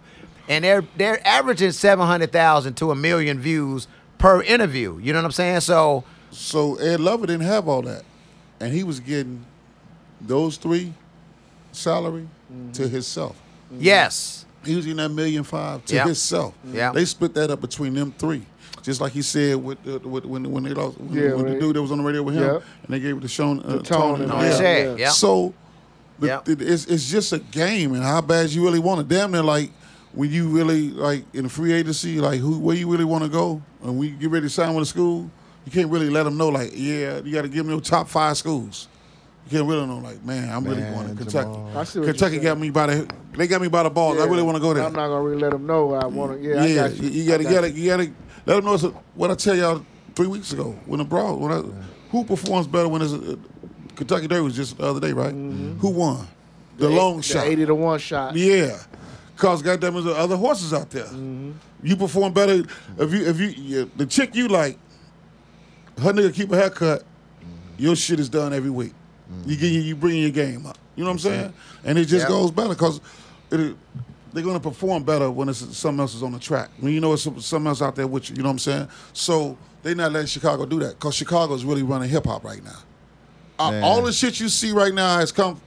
and they're they're averaging 700000 to a million views per interview you know what i'm saying so So Ed Lover didn't have all that, and he was getting those three salary to himself. Mm-hmm. yes He was getting that million five to Yeah. himself. Yeah. They split that up between them three. Just like he said with, the, with when when they lost when, Yeah, when right. the dude that was on the radio with him Yeah. and they gave it to Sean uh, Tone Tone and and Tone Dale. Shea, yeah. So the- Yep. it- it's it's just a game and how bad you really want it. Damn near like when you really like in free agency, like who where you really want to go, and when you get ready to sign with a school, you can't really let them know like yeah, you got to give them your top five schools. You can't really know like man, I'm really Man, going to Kentucky. Jamal. I see what you're Kentucky saying. got me by the they got me by the balls. Oh, I Yeah. really want to go there. I'm not gonna really let them know I want to. Yeah, I got you. You gotta, I you gotta, you gotta let them know it's a, what I tell y'all three weeks ago when the brawl. When I, Who performs better when it's a, Kentucky Derby was just the other day, right? Who won? The, long Mm-hmm. The shot. eighty to one shot. Yeah, cause goddamn, there's other horses out there. Mm-hmm. You perform better if you if you yeah, the chick you like. Her nigga keep a haircut. Your shit is done every week. Mm-hmm. You get you bring your game up. You know what I'm saying? And it just Yep. goes better cause it, they're gonna perform better when it's something else is on the track. When you know it's some- something else out there with you. You know what I'm saying? So they not letting Chicago do that cause Chicago's really running hip hop right now. Uh, Man. all the shit you see right now has come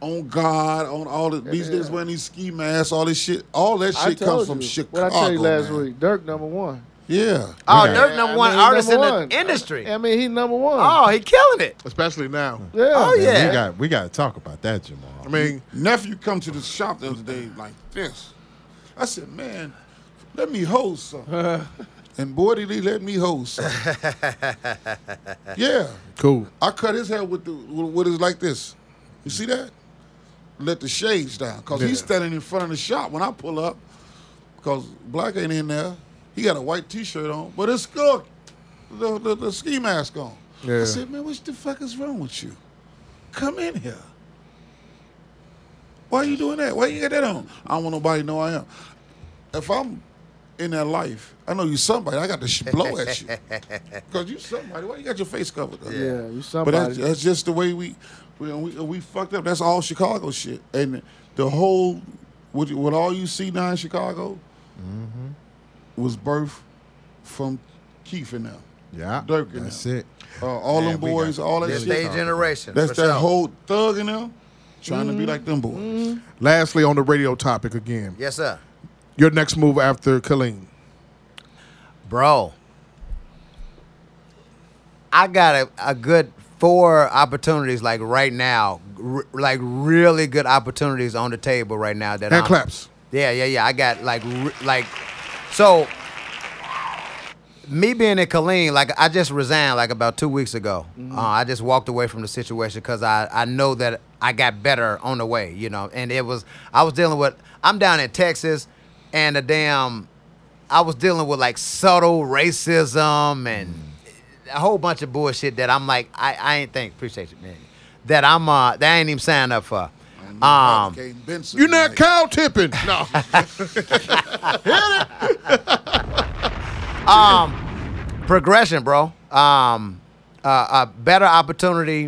on God, on all the, these niggas wearing these ski masks, all this shit. All that I shit told comes from you. Chicago. What I tell you last man. week, Dirk number one. Yeah. Oh, Yeah. Dirk number I one mean, he artist number in the one. industry. I mean, he number one. Oh, he killing it. especially now. yeah. Oh Man, yeah. We got we got to talk about that, Jamal. I mean, Nephew come to the shop the other day like this. I said, man, let me hold some. and boy, did he let me hold some. yeah. Cool. I cut his hair with the with what is like this. You see that? Let the shades down because he's standing in front of the shop when I pull up because black ain't in there. He got a white T-shirt on, but it's good. The, the, the ski mask on. I Yeah. said, man, what the fuck is wrong with you? Come in here. Why you doing that? Why you got that on? I don't want nobody to know I am. If I'm in that life, I know you somebody. I got to sh- blow at you because you somebody. Why you got your face covered? up? Yeah, you But that's, somebody. that's just the way we we, we we fucked up. That's all Chicago shit, and the whole what, what all you see now in Chicago Mm-hmm. was birthed from Keith and them, Yeah, Dirk and that's them, it. uh, all Man, them we boys, got- all that This shit. day generation. That's for that sure. whole thug in them trying to be like them boys. Mm-hmm. lastly on the radio topic again, Yes, sir. your next move after Killeen. Bro, I got a, a good four opportunities like right now, r- like really good opportunities on the table right now. That Hand I'm- claps. Yeah, yeah, yeah. I got like r- like so. Me being at Colleen, like I just resigned like about two weeks ago. Uh, I just walked away from the situation because I, I know that I got better on the way, you know. And it was I was dealing with I'm down in Texas, and the damn I was dealing with like subtle racism and a whole bunch of bullshit that I'm like I, I ain't think appreciate you man that I'm uh that I ain't even signed up for. Um, Came Benson, You're not like, cow tipping. No. progression, bro. Um, uh, a better opportunity.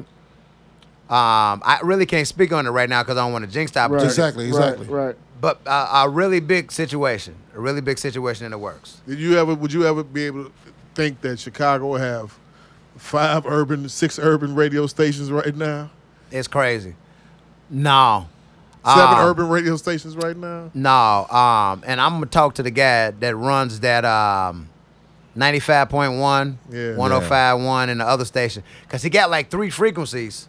Um, I really can't speak on it right now because I don't want to jinx the opportunity. Exactly, exactly. Right. right. But uh, a really big situation, a really big situation in the works. Did you ever? Would you ever be able to think that Chicago will have five urban, six urban radio stations right now, It's crazy. No, seven Um, urban radio stations right now? no. Um, and I'm gonna talk to the guy that runs that um, 95.1, Yeah. 105.1, and the other station because he got like three frequencies.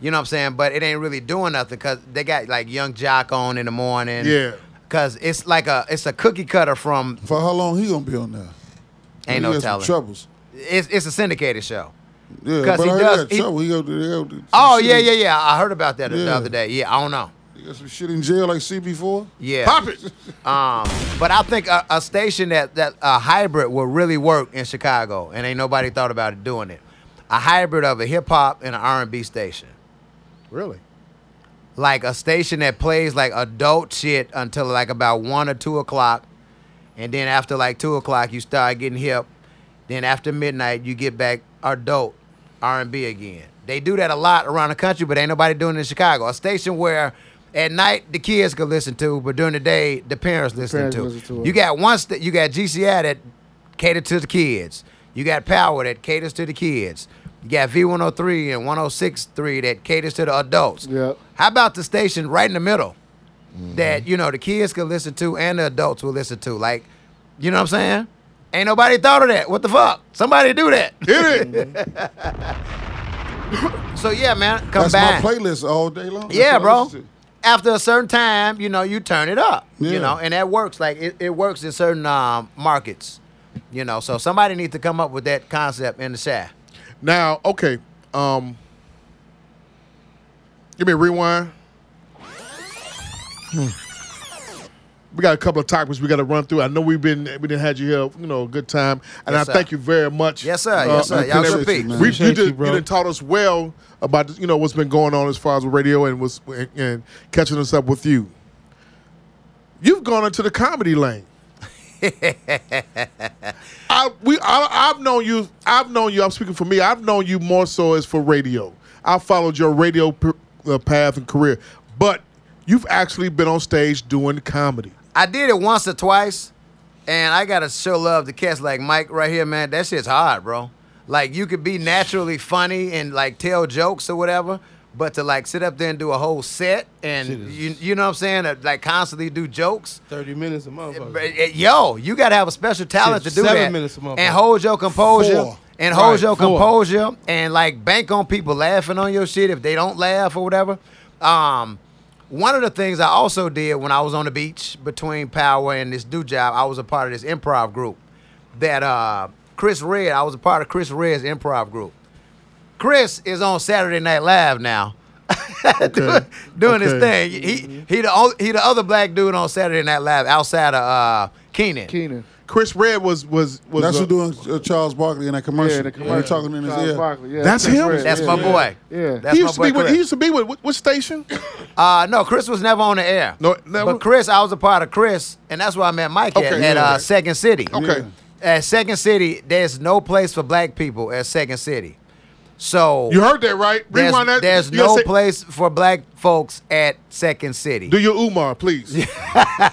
You know what I'm saying? But it ain't really doing nothing because they got like Young Jock on in the morning. Yeah. Cause it's like a it's a cookie cutter from For how long he gonna be on there? ain't he no had some telling. troubles. It's it's a syndicated show. Yeah, 'Cause but he I heard does- that he- trouble. He got, he got some Oh shit yeah in- yeah yeah. I heard about that the Yeah. other day. Yeah, I don't know. He got some shit in jail like CB4. Yeah. Pop it. Um, but I think a, a station that that a hybrid will really work in Chicago, and ain't nobody thought about it doing it. A hybrid of a hip hop and an R and B station, Really? like a station that plays like adult shit until like about one or two o'clock, and then after like two o'clock you start getting hip. Then after midnight you get back adult R and B again. They do that a lot around the country, but ain't nobody doing it in Chicago. A station where at night the kids can listen to, but during the day the parents listen parents to. listen to it. you got one st- you got GCI that cater to the kids. You got Power that caters to the kids. You got V103 and 106.3 that caters to the adults. Yep. How about the station right in the middle? Mm-hmm. that you know the kids can listen to and the adults will listen to. Like, you know what I'm saying? Ain't nobody thought of that. What the fuck? Somebody do that. Hit it. So yeah, man, come That's back. my playlist all day long. That's Yeah, what I bro. listen to. After a certain time, you know, you turn it up. Yeah. You know, and that works. Like it, it works in certain um, markets. You know, so somebody needs to come up with that concept in the shaft. Now, okay. Um, give me a rewind. Hmm. We got a couple of topics we got to run through. I know we've been we didn't had you here, you know, a good time, and Yes, I sir. thank you very much. uh, Yes, sir. Yes, sir. Y'all appreciate repeat. you, man. We, you, Appreciate did, you, you, bro. done taught us well about you know what's been going on as far as radio and was and catching us up with you. You've gone into the comedy lane. I we I, I've known you. I've known you. I'm speaking for me. I've known you more so as for radio. I followed your radio p- uh, path and career, but you've actually been on stage doing comedy. I did it once or twice, and I gotta show love to cats like Mike right here, man. That shit's hard, bro. Like you could be naturally funny and like tell jokes or whatever, but to like sit up there and do a whole set and Shit is- you you know what I'm saying, uh, like constantly do jokes. Thirty minutes a month. Eh, eh, Yo, you gotta have a special talent Shit, to do seven that, minutes a month, and bro. hold your composure, Four. and hold Right, your four. composure, and like bank on people laughing on your shit if they don't laugh or whatever. Um, one of the things I also did when I was on the beach between Power and this do job, I was a part of this improv group that uh Chris Red. I was a part of Chris Red's improv group. Chris is on Saturday Night Live now. doing doing his Okay. thing. He he the only, he the other black dude on Saturday Night Live outside of uh Keenan. Keenan. Chris Red was was was. That's a- who doing uh, Charles Barkley in that commercial. Yeah, the When commercial. You're talking in his Charles ear. Barkley, yeah, That's Chris him? Red, That's yeah. my boy. Yeah. He That's he my used to boy. be with. Chris. He used to be with. What, what station? uh no, Chris was never on the air. No, never? But Chris, I was a part of Chris, and that's where I met Mike at, Okay, at yeah. uh, Second City. Okay. At Second City, there's no place for black people at Second City. So You heard that right? there's, Rewind that. there's You gotta no say- place for black folks at Second City. Do your Umar, please.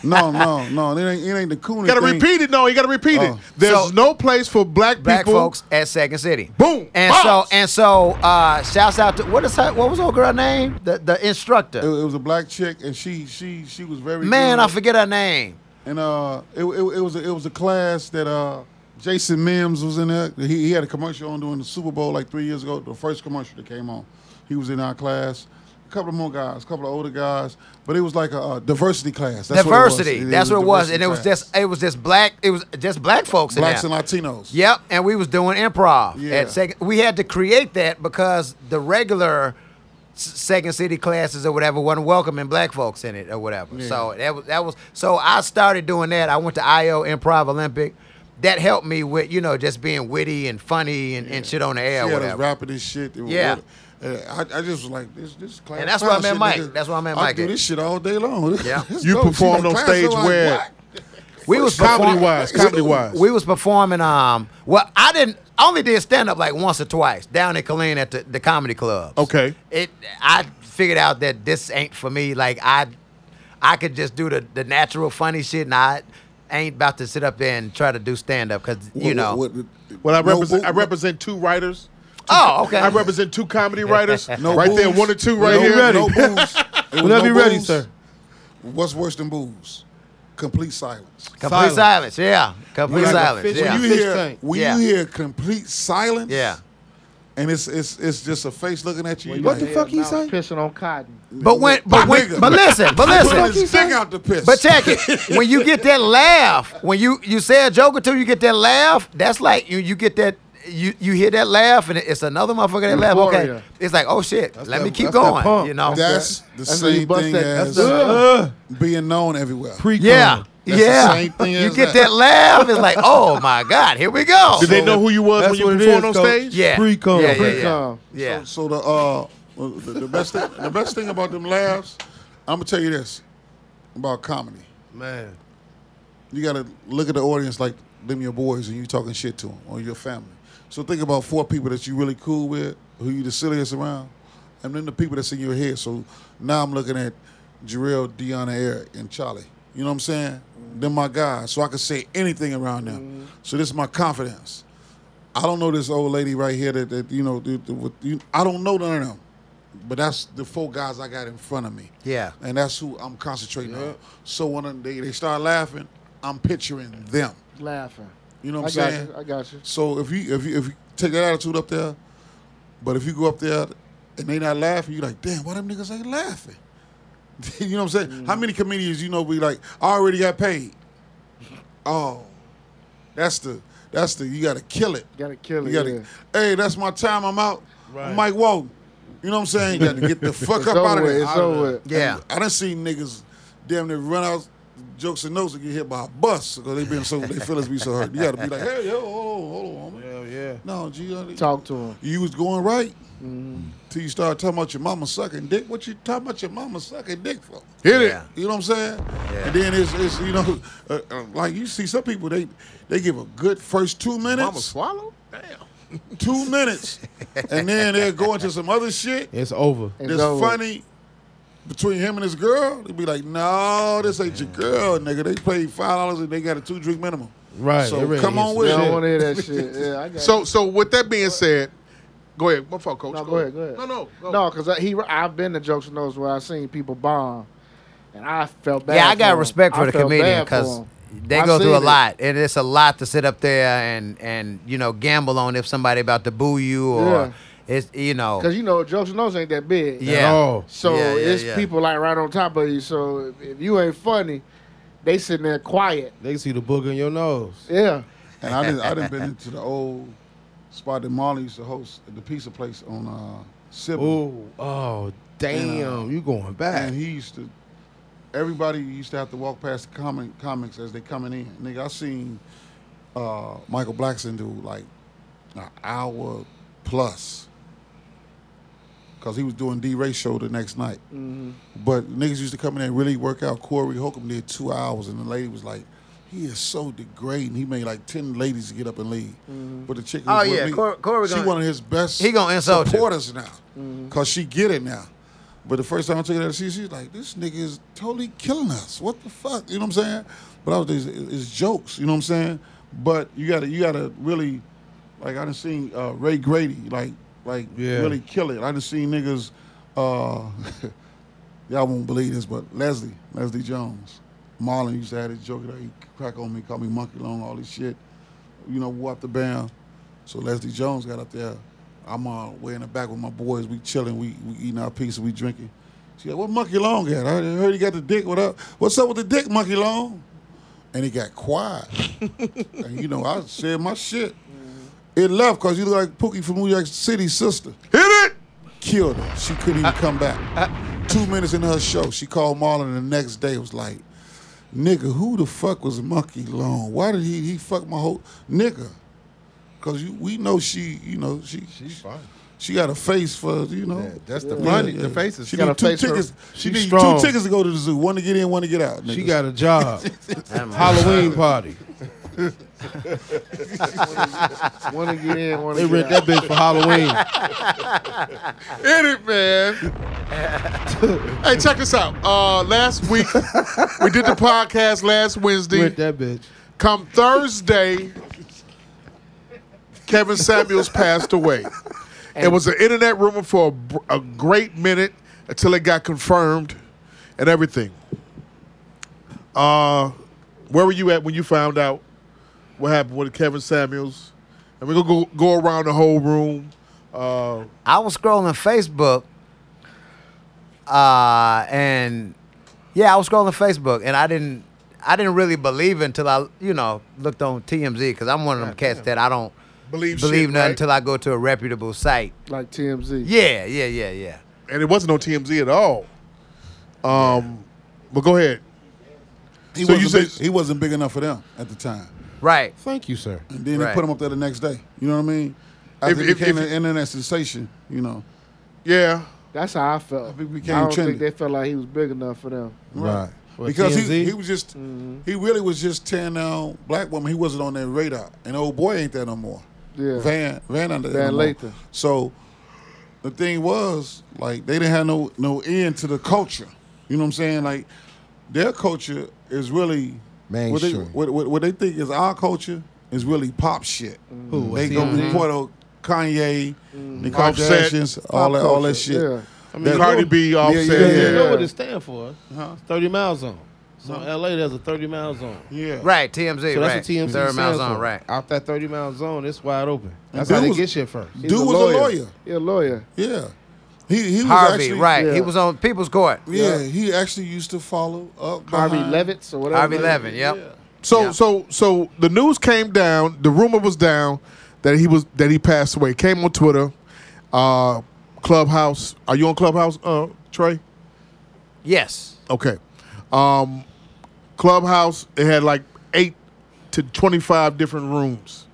No, no, no. It ain't, it ain't the coolest gotta thing. repeat it. No, you gotta repeat it. Oh. There's So- no place for black, black people. folks at Second City. Boom. And Bombs. so and so uh shouts out to what is her what was old girl name? The the instructor. It, it was a black chick, and she she she was very Man, good. I forget her name. And uh, it, it, it was a, it was a class that uh, Jason Mims was in there. He, he had a commercial on during the Super Bowl like three years ago. The first commercial that came on, he was in our class. A couple of more guys, a couple of older guys, but it was like a, uh diversity class. That's diversity. What it was. That's what it was. diversity And it was class. just it was just black it was just black folks blacks in and there. Latinos. Yep, and we was doing improv Yeah. at second. We had to create that because the regular S- Second City classes or whatever wasn't welcoming black folks in it or whatever. So that was that was. So I started doing that. I went to IO Improv Olympic. That helped me with you know just being witty and funny and, and shit on the air or Yeah, it was whatever. rapping and shit. It was Yeah. whatever. Uh, I, I just was like this. This class. And that's where I clown met shit, Mike. nigga. That's where I met I Mike do at. this shit all day long. Yeah. This You dope. She performed like, on class, I'm stage like, where- what? We was comedy perform- wise, comedy wise. We was performing. Um, well, I didn't. I only did stand up like once or twice down in Killeen at the, the comedy club. Okay. It. I figured out that this ain't for me. Like I, I could just do the the natural funny shit, and I ain't about to sit up there and try to do stand up because you What- know. what- Well, I no represent. boo- I represent two writers. oh, okay. I represent two comedy writers. No right there, booze. one or two right no, here. No booze. It was Whenever no you're ready, booze. sir. What's worse than booze? Complete silence. Complete Silence. silence. Yeah. Complete Like a silence. fish Yeah. in When you Fish hear tank. when Yeah. you hear complete silence, Yeah. and it's it's it's just a face looking at you. you What like, the fuck he say? Pissing on cotton. But when, but My when, nigga. but listen, but Put listen. his dick out the piss. But check it. When you get that laugh, when you you say a joke or two, you get that laugh. That's like you you get that you you hear that laugh, and it's another motherfucker that laugh. Okay, Euphoria. it's like oh shit, let me that- keep that's that going. pump. You know. that's the That's when you same bust thing that- as that's the- being known everywhere. Pre yeah, That's the yeah. same thing you as get that. that. laugh. It's like oh my god, here we go. Did they know who you was when That's you what it performed on is, coach. stage? Yeah. Pre-cum. Yeah, yeah, Pre-cum. Yeah. yeah. So the uh well, the, the best thing the best thing about them laughs, I'm gonna tell you this about comedy. man. you gotta look at the audience like them your boys and you talking shit to them or your family. So think about four people that you really cool with, who you the silliest around, and then the people that's in your head. So now I'm looking at Jarrell, Deanna, Eric, and Charlie. You know what I'm saying? They're my guys, so I can say anything around them. So this is my confidence. I don't know this old lady right here that, that you know. th- th- with you, I don't know none of them, but that's the four guys I got in front of me. Yeah. and that's who I'm concentrating on. So when they they start laughing, I'm picturing them. Laughing. You know I what got I'm saying? you. I got you. So if you if you if you take that attitude up there, But if you go up there and they not laughing, you like, damn, why them niggas ain't laughing? you know what I'm saying? How many comedians you know be like, I already got paid? Oh, that's the that's the you gotta kill it. Gotta kill You it. gotta, yeah. hey, that's my time. I'm out. I'm Mike Walton. You know what I'm saying? You gotta get the fuck It's up out over. of there. It's over. Yeah. I done seen niggas damn near run out jokes and notes and get hit by a bus because they been so they feelings be so hurt. You gotta be like, hey, yo, hold on, hold on, homie. Hell yeah. No, G, I- Talk Mm-hmm. to him. you was going right till you start talking about your mama sucking dick. What you talking about your mama sucking dick for? Hit it. Yeah. You know what I'm saying? And then it's, it's you know, uh, uh, like you see some people they they give a good first two Mama minutes, swallow? two minutes, and then they'll go into some other shit It's over. It's that's over. funny between him and his girl. They'd be like, "No, this ain't your girl, nigga. They paid five dollars and they got a two drink minimum." Right. So it really come is. on I with don't want it. to hear that shit. Yeah, I got So, so with that being said, go ahead. My fault, coach. No, go ahead, go ahead. No, no, go. No, because he, I've been to jokes and those where I've seen people bomb, and I felt bad. yeah, I got for 'em. respect for I the felt comedian bad for because 'em. they I go through a seen it. lot, and it's a lot to sit up there and and you know gamble on if somebody about to boo you or Yeah. it's you know Cause you know jokes and those ain't that big. yeah. all. So Yeah, yeah, it's yeah. people like right on top of you. So if, if you ain't funny, they sitting there quiet. They can see the booger in your nose. Yeah. And I didn't, I didn't been into the old spot that Marley used to host at the pizza place on uh, Sibley. Oh, oh, damn! you going back? And he used to, everybody used to have to walk past the comic, comics as they coming in. Nigga, I seen uh, Michael Blackson do like an hour plus because he was doing D Ray show the next night. Mm-hmm. But niggas used to come in and really work out. Corey Holcomb did two hours, and the lady was like, "He is so degrading." He made like ten ladies get up and leave. But the chick, who Oh, was with yeah, me, Cor- Corey she gonna- one of his best. He gonna insult you. Mm-hmm. supporters now, cause she get it now. But the first time I took her to see, she's like, "This nigga is totally killing us. What the fuck?" You know what I'm saying? But I was, it's, it's jokes. You know what I'm saying? But you gotta, you gotta really, like I done seen uh, Ray Grady, like, like Yeah. really kill it. I done seen niggas. Uh, Y'all won't believe this, but Leslie, Leslie Jones, Marlon used to have this joke that he crack on me, call me monkey long, all this shit. You know, whoop the band. So Leslie Jones got up there. I'm uh, way in the back with my boys. We chilling, we, we eating our pizza, we drinking. She like, what monkey long at? I heard he got the dick. What up? What's up with the dick, monkey long? And he got quiet. and you know, I said my shit. It left because you look like Pookie from New York City's sister Hit it. killed her. She couldn't even come back. Two minutes into her show, she called Marlon the next day. Was like, "Nigga, who the fuck was Monkey Long? Why did he he fuck my whole nigga? Cause you, we know she, you know she She's fine. she got a face for you know. Yeah, that's the Yeah, money. yeah. The face is She got need a two face for- tickets. She She's need strong. two tickets to go to the zoo. One to get in, one to get out. She niggas. got a job. Halloween party. Want to get in? Want They to rent get that out? bitch for Halloween. Hit it, man. hey, check this out. Uh, last week we did the podcast last Wednesday. Rent that bitch. Come Thursday, Kevin Samuels passed away. It was an internet rumor for a, br- a great minute until it got confirmed and everything. Uh, where were you at when you found out what happened with Kevin Samuels? And we're gonna go, go around the whole room. Uh, I was scrolling Facebook, uh, and yeah, I was scrolling Facebook, and I didn't, I didn't really believe it until I, you know, looked on TMZ because I'm one of them cats that I don't Believe shit, nothing right? until I go to a reputable site. Like TMZ. Yeah, yeah, yeah, yeah. and it wasn't on TMZ at all. Um, but go ahead. He, So you wasn't said- big, he wasn't big enough for them at the time. Right. Thank you, sir. And then Right. they put him up there the next day. You know what I mean? After If- he if- became if- an internet sensation, you know. Yeah, That's how I felt. I, think we became don't trendy. think they felt like he was big enough for them. Right. What, because TMZ? he, he was just Mm-hmm. he really was just tearing down black women. He wasn't on their radar, and old boy ain't there no more. Yeah. Van Van under there Van no more. Lathan. So the thing was like they didn't have no no end to the culture. You know what I'm saying? Like their culture is really what they, Mainstream. what, what, what they think is our culture is really pop shit. Mm-hmm. Who, They what's go TMZ? report on Kanye, the Offset. Kardashians, all that all that culture, shit. yeah. I mean, Cardi B, Offset. You yeah, yeah. Uh-huh. know what it stand for? It's Thirty miles on. It's So in LA, there's a 30 mile zone. Yeah. Right, TMZ. So right. that's what TMZ Third mile stands zone, for. right. Out that 30 mile zone, it's wide open. That's dude how they was- get shit first. Dude was a lawyer. He a lawyer. Yeah. He he was Harvey, actually right. yeah. He was on People's Court. Yeah, he actually used to follow up Harvey Uh-huh. behind- Levitts or whatever. Harvey his name Levin, is. yep. So Yeah. so so the news came down. The rumor was down that he was that he passed away. Came on Twitter, uh, Clubhouse. Are you on Clubhouse, uh, Trey? Yes. Okay. Um, Clubhouse. It had like eight to twenty-five different rooms,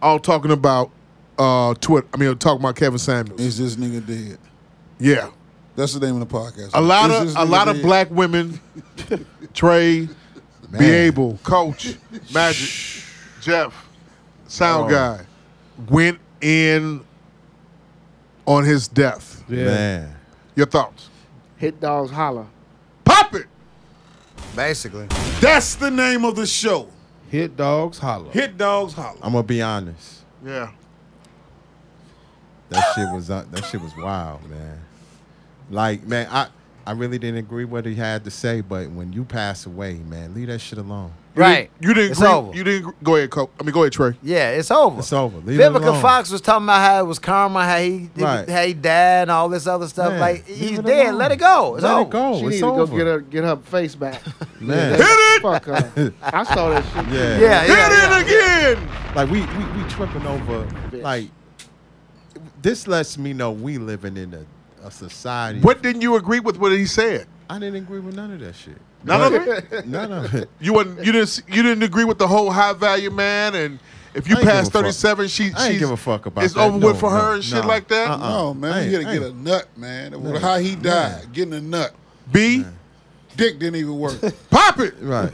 all talking about uh, Twitter. I mean, talking about Kevin Samuels. Is this nigga dead? Yeah. That's the name of the podcast. A lot Is of this a nigga lot of dead? black women, Trey, be able, Coach, Magic, Jeff, Sound Guy, went in on his death. Yeah. Man. Your thoughts? Hit dogs holler. Pop it. Basically. That's the name of the show. Hit dogs holler. Hit Dogs Holler. I'm gonna be honest. Yeah. That shit was uh, that shit was wild, man. Like, man, I I really didn't agree what he had to say, but when you pass away, man, leave that shit alone. Right. You didn't. It's agree, over. You didn't. agree- Go ahead, Coach. I mean, go ahead, Trey. yeah, it's over. It's over. Leave it Vivica alone. Fox was talking about how it was karma, how he Right. how he died, and all this other stuff. Man, like leave he's it dead. alone. Let it go. It's Let over. it Oh, go. it's She needed to over. go get her get her face back. Man. Fuck her. I saw that shit. Yeah. Yeah, yeah, yeah. again. Like we we, we tripping over like this lets me know we living in a, a society. What didn't you agree with? What he said? I didn't agree with none of that shit. None of it. None of it. You wouldn't. You didn't. s- You didn't agree with the whole high value man and. If you I ain't pass give a fuck. thirty-seven, she I ain't she's- give a fuck about it's that. over No, with for no, her and shit no. like that. Uh-uh. No, man, Hey, you gotta hey. get a nut, man. How he died, getting a nut. B, Dick didn't even work. pop it. Right.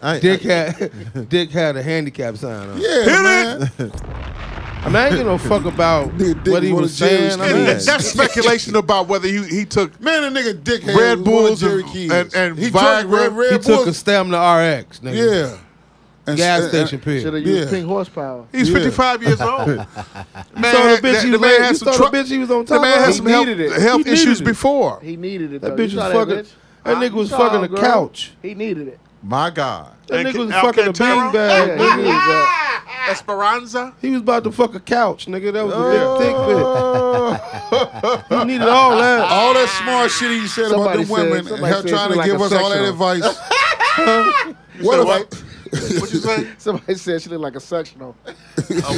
I, Dick had Dick had a handicap sign on. Yeah, man. I mean, I ain't give no fuck about Dick what he wanna was jail his saying. I And mean, kids. that- that's speculation about whether he, he took Man, a nigga dick had Red one Bulls Jerry and- Keys. and- and he Viagra. drank Red, Red he Bulls. took a stamina RX, nigga. yeah. uh, And Gas and- station Should pill. have used Yeah. pink horsepower. He's Yeah. 55 years old. man, So had- the bitch that- he was at- you the man had some saw the trouble. bitch he was on The top man of. had He some health, needed it. health He needed issues it. before. He needed it. That though. bitch You was saw fucking. bitch? That Huh? nigga was You saw fucking her, a girl? couch. He needed it. my God. That And nigga was Al fucking a Quintero? Yeah, beanbag. he needed nigga. that. Esperanza. He was about to fuck a couch, nigga. That was a big dick bit. He needed all that. All that smart shit he said Somebody about them women and said- somebody her said trying she to like give a us all that sexual. advice. What? what? What you say? Somebody said she looked like a sectional. A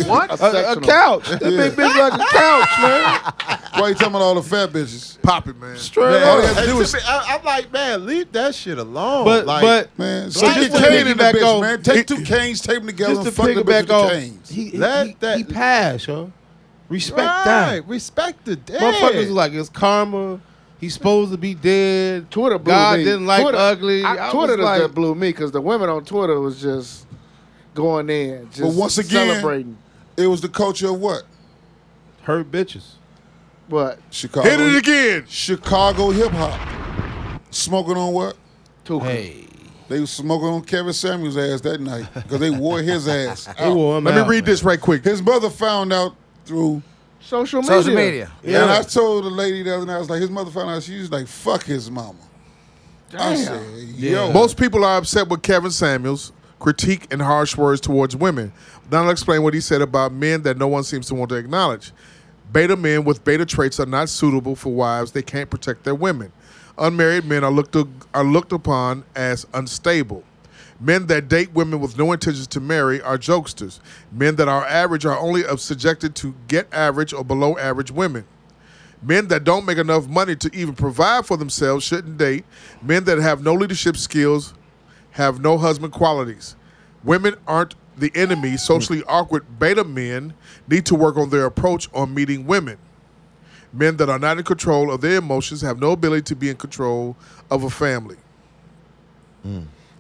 what? A, a Sectional. couch. That big bitch like a couch, man. Why you talking about all the fat bitches? Pop it, man. Straight All they up. had to do was, I, am like, man, leave that shit alone. But like, but man, so Well, get just to Kane in the piggyback bitch, on- man. Take two canes, tape them together, just and to fuck the bitch piggyback with the on, canes. he, he, Let he, that- he passed, huh? Respect that. right, respect the dead. Motherfuckers was like, it's karma. He's supposed to be dead. Twitter blew God me. didn't like Twitter, ugly. I, I Twitter was like- that blew me because the women on Twitter was just going in, just But once again- celebrating. It was the culture of what? Hurt bitches. But Chicago. Hit it again. Chicago hip hop. Smoking on what? Tuka, Hey. They was smoking on Kevin Samuels' ass that night because they wore his ass. out. Let me read this right quick. His mother found out through, social media. Social media. and I told the lady the other night, I was like, his mother found out. She was like, fuck his mama. I said, yo. Most people are upset with Kevin Samuels' critique and harsh words towards women. Now I'll explain what he said about men that no one seems to want to acknowledge. Beta men with beta traits are not suitable for wives. They can't protect their women. Unmarried men are looked are looked upon as unstable. Men that date women with no intentions to marry are jokesters. Men that are average are only uh, subjected to get average or below average women. Men that don't make enough money to even provide for themselves shouldn't date. Men that have no leadership skills have no husband qualities. Women aren't the enemy. Socially awkward beta men need to work on their approach on meeting women. Men that are not in control of their emotions have no ability to be in control of a family.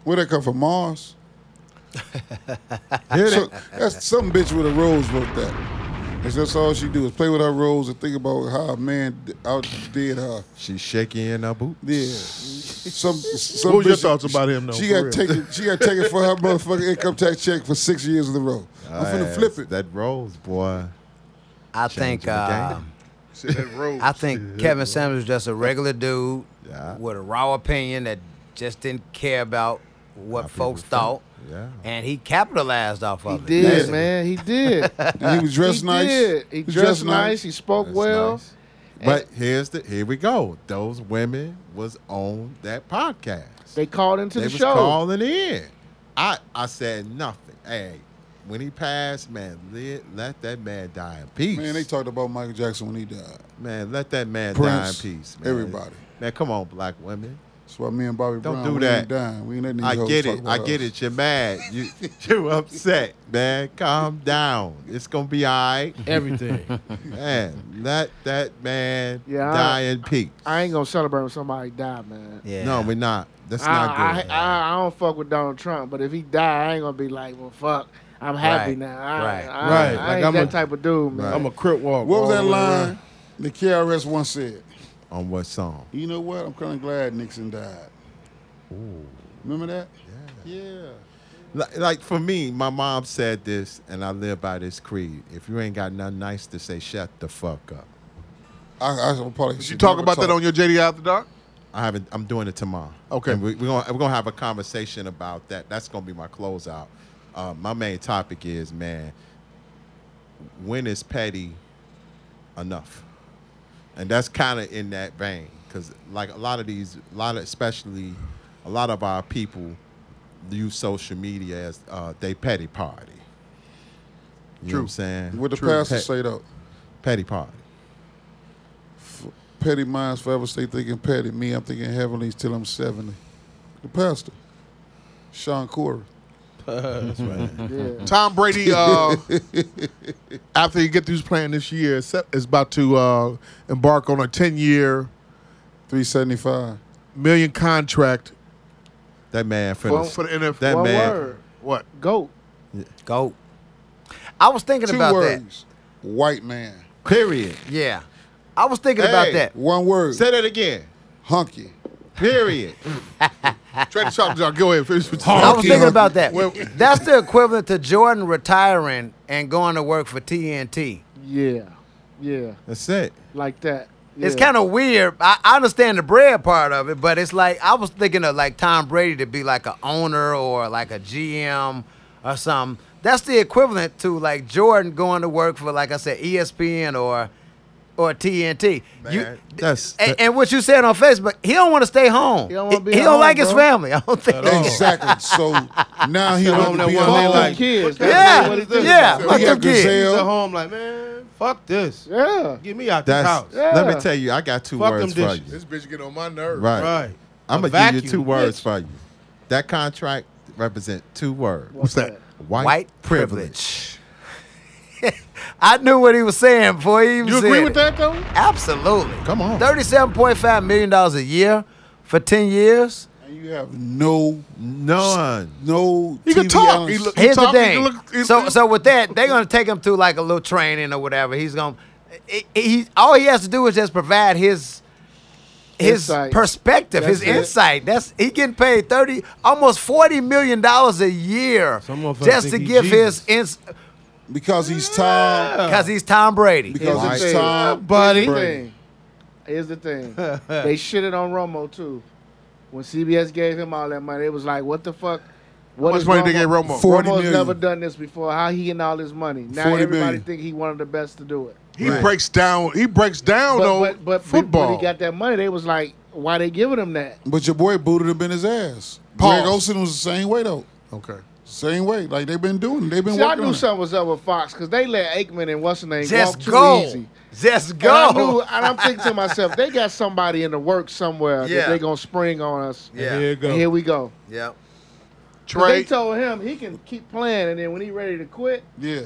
Where that come from? Mars? so, that's some bitch with a rose wrote that. That's- that's all she do is play with her rose and think about how a man d- outdid her. she's shaking in her boot. Yeah. Some, some What was your bitch- thoughts about him, though? She for got real? taken. She got taken for her motherfucking income tax check for six years in a row. I'm finna Ass, flip it. That rose, boy. I think the uh, game. Shit, that rose. I think Kevin Samuels was just a regular dude Yeah. with a raw opinion that just didn't care about what people folks think. thought. Yeah. And he capitalized off He of it. did, man. He did. And he was dressed he nice. Did. He dressed, nice. He spoke That's well. nice. But here's the here we go. Those women was on that podcast. They called into they the was show. calling in. I I said nothing. Hey, when he passed, man, let, let that man die in peace. Man, they talked about Michael Jackson when he died. Man, let that man Prince, die in peace. Man. everybody. Man, come on, black women. That's why me and Bobby Don't Brown do we that. Ain't dying. We ain't letting these I hoes get it. talk I about get us. it. You're mad. You you upset, man. Calm down. It's gonna be all right. Everything. Man, let that man Yeah, I- die in peace. I ain't gonna celebrate when somebody died, man. Yeah. No, we're not. That's not I, good. I, I, I don't fuck with Donald Trump, but if he die, I ain't gonna be like, well, fuck. I'm happy Right. now. I, Right. Right. I, I, I Like, ain't I'm that a- type of dude, man. I'm a crip walk. What was all that the way line around. the KRS once said? On what song? You know what? I'm kind of glad Nixon died. Remember that? Yeah. Yeah. Like, like for me, my mom said this, and I live by this creed. If you ain't got nothing nice to say, shut the fuck up. I, I should probably. Did you talk about that on your JD After Dark? I haven't. I'm doing it tomorrow. Okay. And we, we're gonna we're gonna have a conversation about that. That's gonna be my closeout. Uh, my main topic is man, when is petty enough? And that's kind of in that vein because like a lot of these, a lot of especially a lot of our people use social media as uh, they petty party. You know what I'm True. saying? What the True. pastor Pet- say though? Petty party. Petty minds forever stay thinking petty. Me, I'm thinking heavenlies till I'm seventy. The pastor, Sean Corey. yeah. Tom Brady, uh, after he get through playing this year, is set- is about to uh, embark on a ten year, 375. million contract That man for for, the, for the NFL. that One man. word. what? Goat. Go. I was thinking Two about words. White man. Period. that. Yeah. I was thinking about Hey. that. One word. Say that again. hunky. Period. Trade the y'all. Go ahead. Finish what you- I was thinking Hunky. about that. That's the equivalent to Jordan retiring and going to work for TNT. Yeah. Yeah. That's it. Like that. It's kind of weird. I, I understand the bread part of it, but it's like I was thinking of like Tom Brady to be like a owner or like a GM or something. That's the equivalent to like Jordan going to work for like I said E ESPN or or TNT. you, Man, that's- and, and what you said on Facebook, he don't want to stay home. He don't wanna be he at don't home, like his bro. family. I don't think. Exactly. So now he Tell don't him have that to one be day, alone. like, kids. fuck Yeah, What is this? yeah, So fuck he them got kids. Gazelle. He's at home like, man, fuck this. Yeah. Get me out this house. That's. Let Yeah. me tell you, I got two Fuck words them for dishes. you. This bitch get on my nerves. Right. Right. I'm A gonna give you vacuum, two words bitch. for you. That contract represent two words. What's that? White, White privilege. I knew what he was saying before he even You said agree it. with that though? Absolutely. Come on. Thirty-seven point five million dollars a year for ten years. And you have no, None. no. He can TV talk. analyst. He look- Here's the talking, he thing. look- he- so, so with that, they're gonna take him to like a little training or whatever. He's gonna. He, he all he has to do is just provide his. His Insight. perspective, his That's it. insight. That's he getting paid thirty, almost forty million dollars a year Some motherfuckers just to think he give Jesus. his ins Because he's Tom. because he's Tom Brady. Here's Because the he's thing. Tom. Here's Brady. the thing. Here's the thing. they shitted on Romo too. When CBS gave him all that money, it was like, what the fuck? What How much is money they gave Romo? 40 Romo's million. never done this before. How he and all his money? Now 40 everybody million. think he one of the best to do it. He breaks down. He breaks down But, on but, but football. when he got that money, they was like, why they giving him that? But your boy booted him in his ass. Pause. Greg Olsen was the same way though. okay. Same way. Like they've been doing. it. They've been See, I working. knew on it. something was up with Fox because they let Aikman and what's her name walk Just too go. easy. Just And I knew, go. and I'm thinking to myself, they got somebody in the works somewhere Yeah. that they gonna spring on us. Yeah. Here it And goes. here we go. Yep. 'Cause They Trey. told him he can keep playing, and then when he ready to quit, Yeah.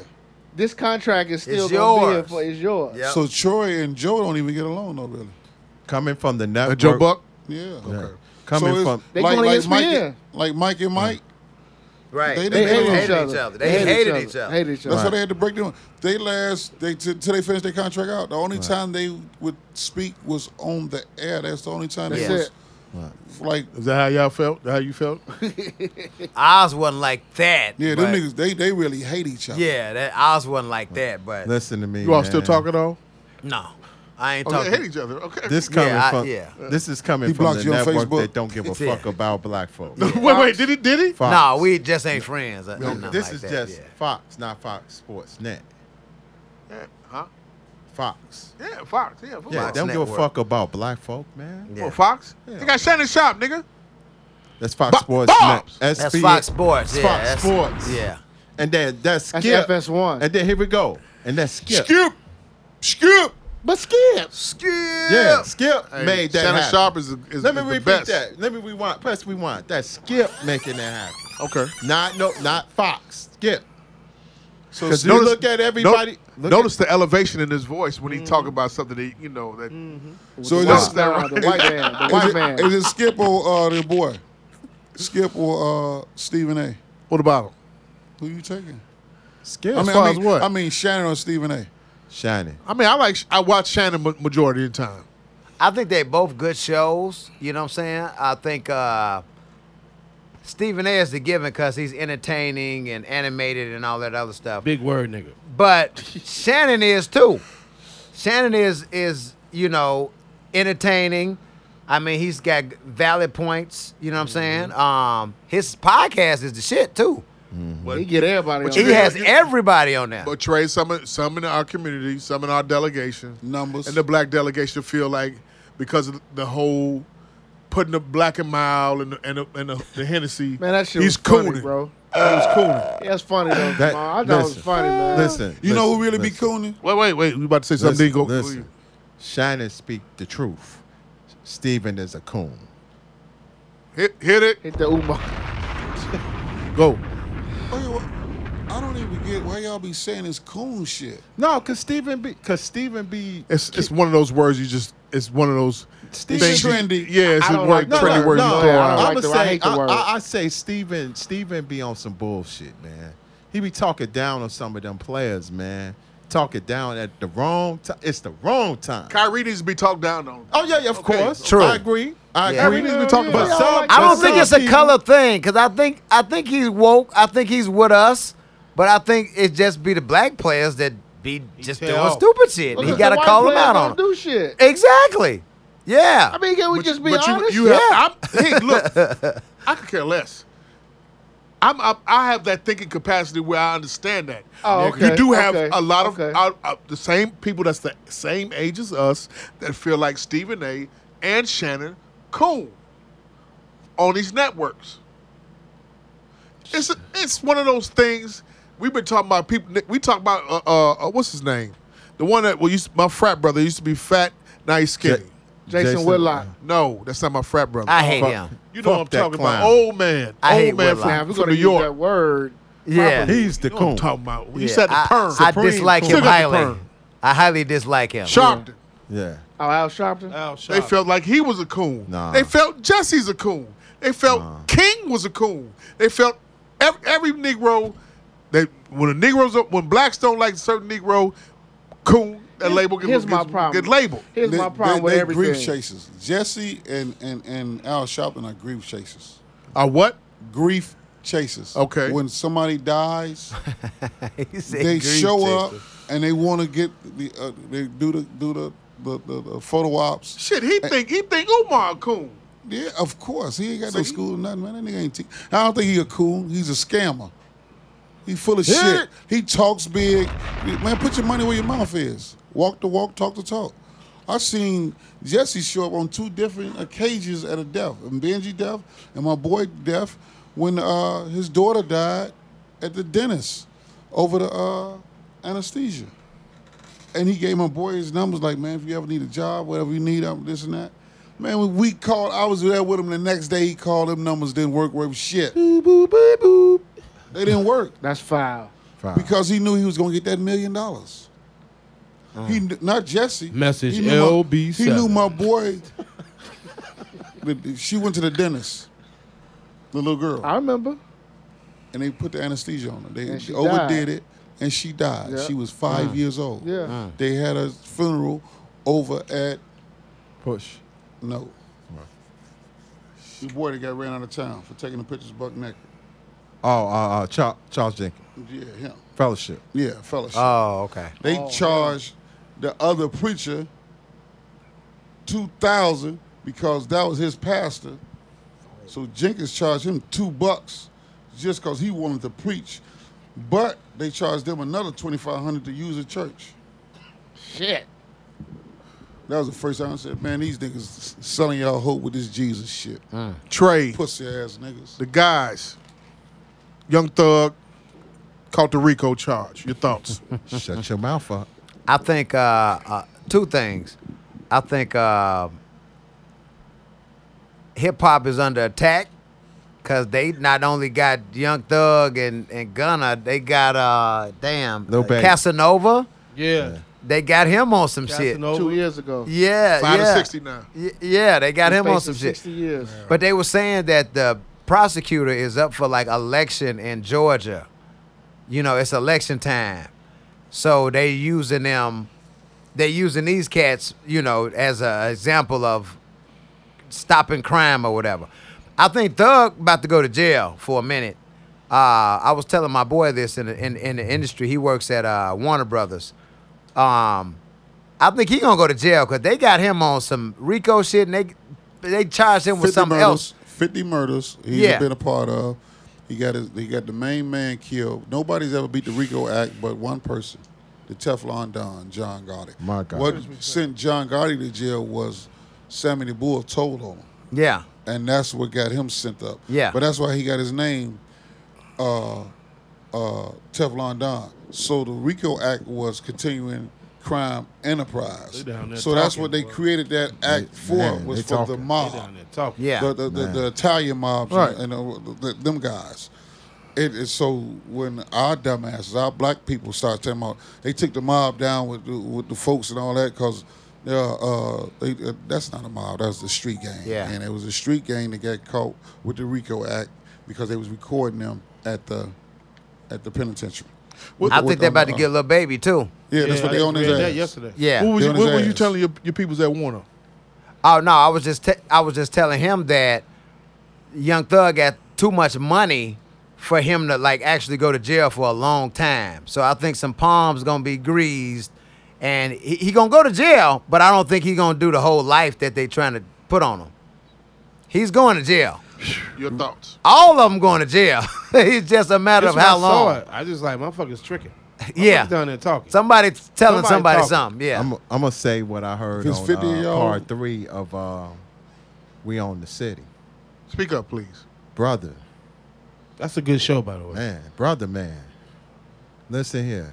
this contract is still It's gonna be here yours. for it's yours. Yep. So Troy and Joe don't even get along though, really. Coming from the network. Uh, Joe Buck. Yeah. Yeah. Okay. Coming so it's from. They like, going like to Mike, ESPN. like Mike and Mike. Right. They- They, They hated, hated each other. They, hated each other. Hated each That's other. why they had to break them. They last they t- till they finished their contract out. The only time they would speak was on the air. That's the only time That's they it. was like Is that how y'all felt? How you felt? Ours wasn't like that. yeah, but- them niggas they they really hate each other. Yeah, that ours wasn't like that, but Listen to me. You all still man. talking though? no. I ain't Oh, they talking. hate each other. Okay. This Yeah, coming I- from yeah. this is coming He from blocked the you on network Facebook. that don't give a Yeah. fuck about black folks. wait, wait. Did he? Did he? Fox. Nah, we just ain't friends. or- or No, nothing this like is that, just yeah. Fox, not Fox Sports Net. Yeah, huh? Fox. Yeah, Fox. Yeah, Fox. Yeah, Fox don't give a Network. fuck about black folk, man. Yeah. Well, Fox. They got Shannon Sharp, nigga. That's Fox Bo- Sports Bobs! Net. That's SB Fox Sports. Yeah, Fox that's- Sports. Yeah. And then that's That's Skip. FS1. And then here we go. And that's Skip. Skip. Skip. But Skip, Skip. Yeah, Skip Hey, made that Shannon happen. Sharp is, is, Let me is the repeat best. that. Let me rewind. Press rewind. That's Skip making that happen. Okay. Not no, not Fox. Skip. So 'Cause you look at Mm. everybody- look notice the elevation in his voice when he talk about something that you know that. Mm. So is Wow. this, Is that Nah, the white man, the is white it, man. is it Skip or uh, the boy? Skip or uh, Stephen A. What about him? Who you taking? Skip. I mean, far I as mean, what? I mean Shannon or Stephen A. Shining. I mean, I like I watch Shannon ma- majority of the time. I think they both good shows. You know what I'm saying? I think uh, Stephen A is the given because he's entertaining and animated and all that other stuff. Big word, nigga. But Shannon is too. Shannon is is you know entertaining. I mean, he's got valid points. You know what I'm Mm-hmm. saying? Um, his podcast is the shit too. he get everybody. But on He you that. has everybody on there. Portray some in- some in our community, some in our delegation, Numbers. and the black delegation feel like because of the whole putting the black and mild and the, and the, and the, the Hennessy. man, that shit he's was funny, cooning. bro. He's cooning. That's funny though. That- Jamal. I thought it listen. was funny, man. Listen. You know listen, who really be listen, cooning? Wait, wait, wait. We about to say something. Listen, then go- listen. Shining speak the truth. Steven is a coon. Hit, hit it. hit the Uma. Go. Wait, what? I don't even get why y'all be saying this coon shit. No, cause Steven be cause Steven be It's it's one of those words you just. It's one of those Steve- things. you- Trendy. Yeah, it's I a don't word, like the trendy word. word you No, throw Oh, I don't around. like I'ma the- I say, hate the I, word. I, I say Steven, Steven be on some bullshit, man. He be talking down on some of them players, man. Talking down at the wrong time. It's the wrong time. Kyrie needs to be talked down on. Oh yeah, yeah, of course. True. I agree. I Yeah. agree. Kyrie needs to be talked But about. some, I but don't think some it's a people- color thing because I think I think he's woke. I think he's with us, but I think it just be the black players that be just fell doing off. stupid shit. Look he at got to the white call them players out don't on it. Do shit. Exactly. Yeah. I mean, can we But just you- be but you- honest? you have- I'm, hey, look, I could care less. I'm, I, I have that thinking capacity where I understand that. Oh, okay, You do have okay, a lot of okay. uh, uh, the same people that's the same age as us that feel like Stephen A. and Shannon Coon on these networks. It's it's one of those things we've been talking about. People we talk about uh, uh, uh, what's his name, the one that well, used my frat brother used to be fat, now he's skinny. Jason, Whitlock. No, that's not my frat brother. I hate Fuck. him. you know what I'm fuck that talking clown. about. Old man. I old hate man Whitlock. Now, from, if we're from gonna New use York. that word, Yeah. He's the You know what I'm coon. talking about. You Yeah. said the I, perm. I Supreme dislike Court. him Took out the highly. perm. I highly dislike him. Sharpton. Yeah. oh, Al Sharpton. They felt like he was a coon. Nah. They felt Jesse's a coon. They felt King was a coon. They felt every, every Negro. They when the Negroes are- when blacks don't like a certain Negro, coon that label gets, here's my gets- problem. gets labeled. Here's They- my problem they, with they everything. grief chasers. Jesse and, and, and Al Sharpton are grief chasers. Uh, what? Grief chasers. Okay. When somebody dies, He said they green show chaser. up and they want to get the uh, they do the do the the, the, the photo ops. Shit, he think he think Umar a coon. Yeah, of course. He ain't got no school or nothing, man. That nigga ain't. Te- I don't think he a coon. He's a scammer. He full of shit. it. He talks big. Man, put your money where your mouth is. Walk the walk, talk the talk. I seen Jesse show up on two different occasions at a death, and Benji death, and my boy death, when uh, his daughter died at the dentist over the uh, anesthesia. And he gave my boy his numbers, like, man, if you ever need a job, whatever you need, I'm this and that. Man, when we called, I was there with him the next day. He called them numbers, didn't work worth shit. They didn't work That's foul. Fine. because he knew he was going to get that million dollars. He kn- not Jesse. Message He knew my- He LB7. knew my boy. the- the- she went to the dentist, the little girl, I remember. and they put the anesthesia on her. They And she overdid died. it, and she died. Yeah. She was five Mm. years old. Yeah. They had a funeral over at push. no. Your boy that got ran out of town for taking the pictures buck naked. Oh, uh, uh, Charles, Charles Jenkins Yeah, him. Fellowship. Yeah, fellowship. Oh, okay. They charged the other preacher 2000 because that was his pastor. So Jenkins charged him two bucks just because he wanted to preach. But they charged them another 2500 to use the church. Shit. That was the first time I said, man, these niggas selling y'all hope with this Jesus shit. Trey, Pussy ass niggas. the guys, Young Thug, caught the Rico charge. Your thoughts? Shut your mouth up. I think uh, uh, two things. I think uh, hip hop is under attack because they not only got Young Thug and, and Gunna, they got uh, damn Lil uh, Baby. Casanova. Yeah. They got him on some Casanova. Two years ago. shit. Yeah, Five yeah. to sixty now. Y- yeah, they got him on Facing some shit. 60 years. But they were saying that the prosecutor is up for like election in Georgia. You know, it's election time. So they using them they using these cats, you know, as an example of stopping crime or whatever. I think Thug about to go to jail for a minute. Uh, I was telling my boy this in the, in, in the industry. He works at uh, Warner Brothers. Um, I think he gonna go to jail because they got him on some Rico shit and they they charged him with something murders, else. 50 murders he's Yeah. been a part of. He got his, he got the main man killed. Nobody's ever beat the RICO Act but one person, the Teflon Don, John Gotti. My God. What sent John Gotti to jail was Sammy the Bull told on him, Yeah, and that's what got him sent up. Yeah. but that's why he got his name, uh, uh, Teflon Don. So the RICO Act was continuing crime enterprise. down there So that's talking, what they boy. created that act for man, was they for the talking. mob Down there talking. yeah. the, the, the, the Italian mobs and uh, the, them guys. It is so when our dumbasses, our black people, start talking about they took the mob down with the, with the folks and all that because uh, they, uh, that's not a mob, that's the street gang. Yeah. and it was a street gang that got caught with the RICO Act because they was recording them at the at the penitentiary. uh, I think they're about to get a little baby too. Yeah, that's what they on his read ass. that yesterday. Yeah. What, was you, Doing his what were you ass. telling your, your peoples at Warner? Oh no, I was just te- I was just telling him that Young Thug got too much money for him to like actually go to jail for a long time. So I think some palms gonna be greased, and he, he gonna go to jail. But I don't think he gonna do the whole life that they trying to put on him. He's going to jail. Your thoughts? All of them going to jail. it's just a matter That's of when how I saw long. it, I just like, motherfucker's tricking. Yeah. Motherfucker's down there talking. Somebody telling Somebody somebody, talking. something. Yeah. I'm I'm gonna say what I heard If it's on 50 uh, y'all- part three of uh, We Own the City, Speak up, please. brother. That's a good show, by the way. Man, brother, man. Listen here.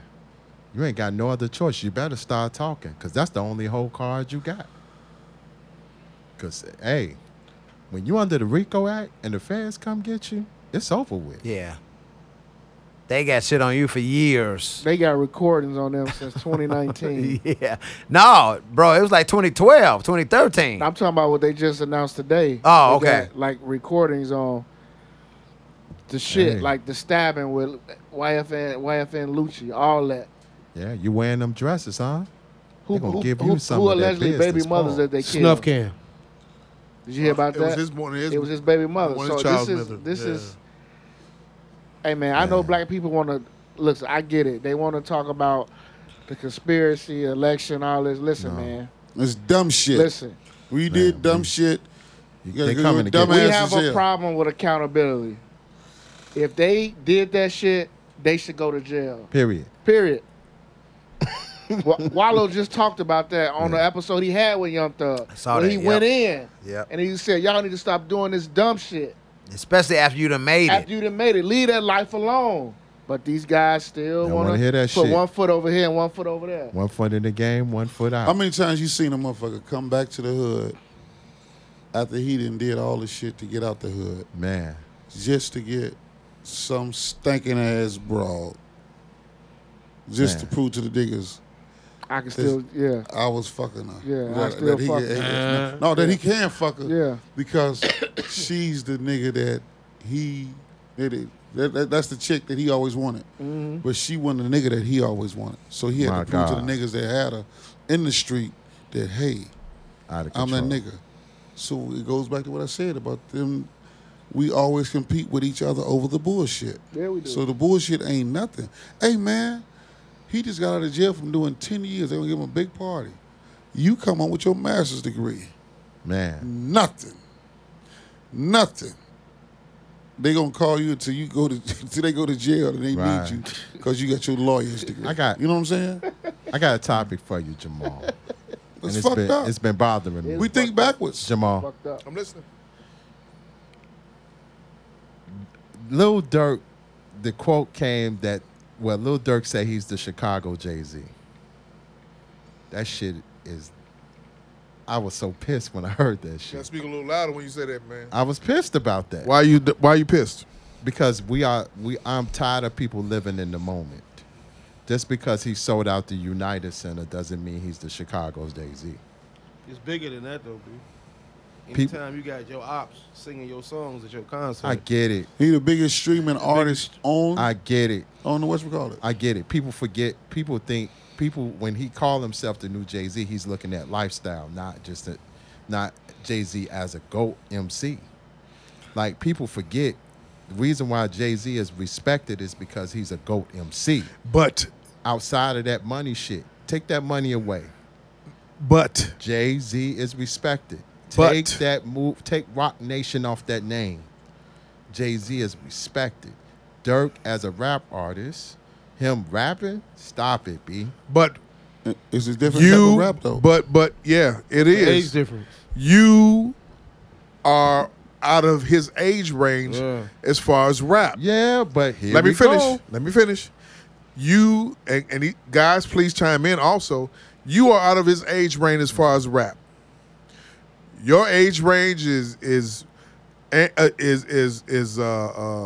You ain't got no other choice. You better start talking because that's the only whole card you got. Because, hey, when you under the RICO Act and the feds come get you, it's over with. yeah. They got shit on you for years. They got recordings on them since 2019. Yeah. No, bro, it was like 2012, 2013. I'm talking about what they just announced today. Oh, They got, okay. like recordings on the shit, Hey. like the stabbing with YFN, YFN Lucci, all that. Yeah, you wearing them dresses, huh? Who, They gonna who, give who, you some who of that allegedly baby business, mothers Paul. that they killed? Snuff can. Did you hear about it that? was his one. His, it was his baby mother. one of So his this child's is mother. this Yeah. is. Hey man, I know black people want to. Listen, I get it. They want to talk about the conspiracy, election, all this. Listen, man. It's dumb shit. Listen, we did dumb shit. You- Yeah, they you coming to get dumbass. we you. Yes, have it's a hell. problem with accountability. If they did that shit, they should go to jail. Period. Period. Wa- Wallow just talked about that on the episode he had with Young Thug. saw when that, he yep. went in Yep. and he said, "Y'all need to stop doing this dumb shit." Especially after you done made after it. you done made it. Leave that life alone. But these guys still Don't want to wanna hear that put shit. one foot over here and one foot over there. One foot in the game, one foot out. How many times you seen a motherfucker come back to the hood after he done did all the shit to get out the hood man, just to get some stinking ass broad just Man. to prove to the diggers I can still, yeah, I was fucking her. Yeah, I still he, eh, fuck her. No, that he can fuck her. Yeah. because she's the nigga that he that, it- that, that- that's the chick that he always wanted, Mm-hmm. but she wasn't the nigga that he always wanted. So he had My to prove to God. the niggas that had her in the street that hey, out of I'm control. that nigga. So it goes back to what I said about them. We always compete with each other over the bullshit. Yeah, we do. So the bullshit ain't nothing. Hey man, he just got out of jail from doing ten years. They gonna give him a big party. You come on with your master's degree. Man. Nothing. Nothing. They gonna call you until you go to until they go to jail and they Right. need you because you got your lawyer's degree. I got- you know what I'm saying? I got a topic for you, Jamal. And It's, it's fucked been, up. It's been bothering me. we think backwards. Jamal. Fucked up. I'm listening. Lil Durk, the quote came that well, Lil Durk said he's the Chicago Jay Z. That shit is. I was so pissed when I heard that Gotta shit. speak a little louder when you say that, man. I was pissed about that Why you Why you pissed? because we are we. I'm tired of people living in the moment. Just because he sold out the United Center doesn't mean he's the Chicago's Jay Z. It's bigger than that though, bro. People- Anytime you got your ops singing your songs at your concert, I get it. He the biggest streaming artist on I get it. on the West call it. I get it. People forget. People think people when he call himself the new Jay Z, he's looking at lifestyle, not just a, not Jay Z as a goat MC. Like people forget the reason why Jay Z is respected is because he's a goat MC. But Outside of that money shit, take that money away. but Jay Z is respected. But- Take that move. Take Rock Nation off that name. Jay Z is respected. Dirk as a rap artist, him rapping, stop it, B. but It's a different type you of rap though. but but yeah, it age is. difference. You are out of his age range Yeah. as far as rap. Yeah, but here Let me we finish. go. Let me finish. You and, and he, guys, please chime in. Also, you are out of his age range as far as rap. Your age range is is eh, uh, is is is uh,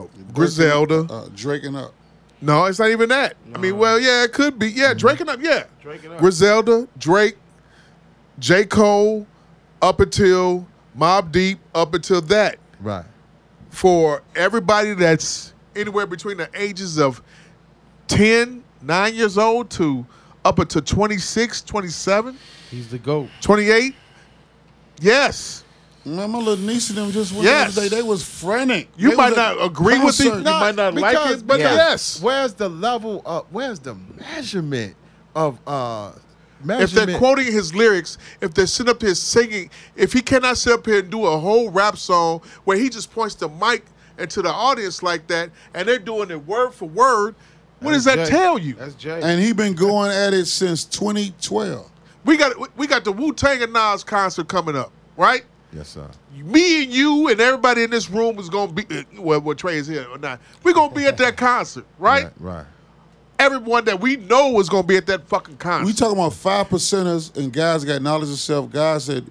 uh, Griselda. uh, Drake and up. No, it's not even that. I mean, well, yeah, it could be. Yeah, Drake and up. Yeah, Drake and up. Griselda, Drake, J. Cole, up until Mob Deep, up until that Right. for everybody that's anywhere between the ages of 10, 9 years old to up until 26, 27, He's the goat. 28. Yes. Man, my little niece and them just went Yes. the other day. They was frantic. You They might was at not agree with it. concert. You might not like because- it, but because yes. Where's the level of where's the measurement of uh If measurement? they're quoting his lyrics, if they're sitting up here singing, if he cannot sit up here and do a whole rap song where he just points the mic and to the audience like that, and they're doing it word for word, what does that Jay. tell you? That's Jay. And he been going at it since 2012. We got we got the Wu Tang and Nas concert coming up, right? Yes, sir. Me and you and everybody in this room is gonna be uh, well, well Trey is here or not. We're gonna be at that concert, right? Right, right. Everyone that we know is gonna be at that fucking concert. We talking about five percenters and guys that got knowledge of self. Guys that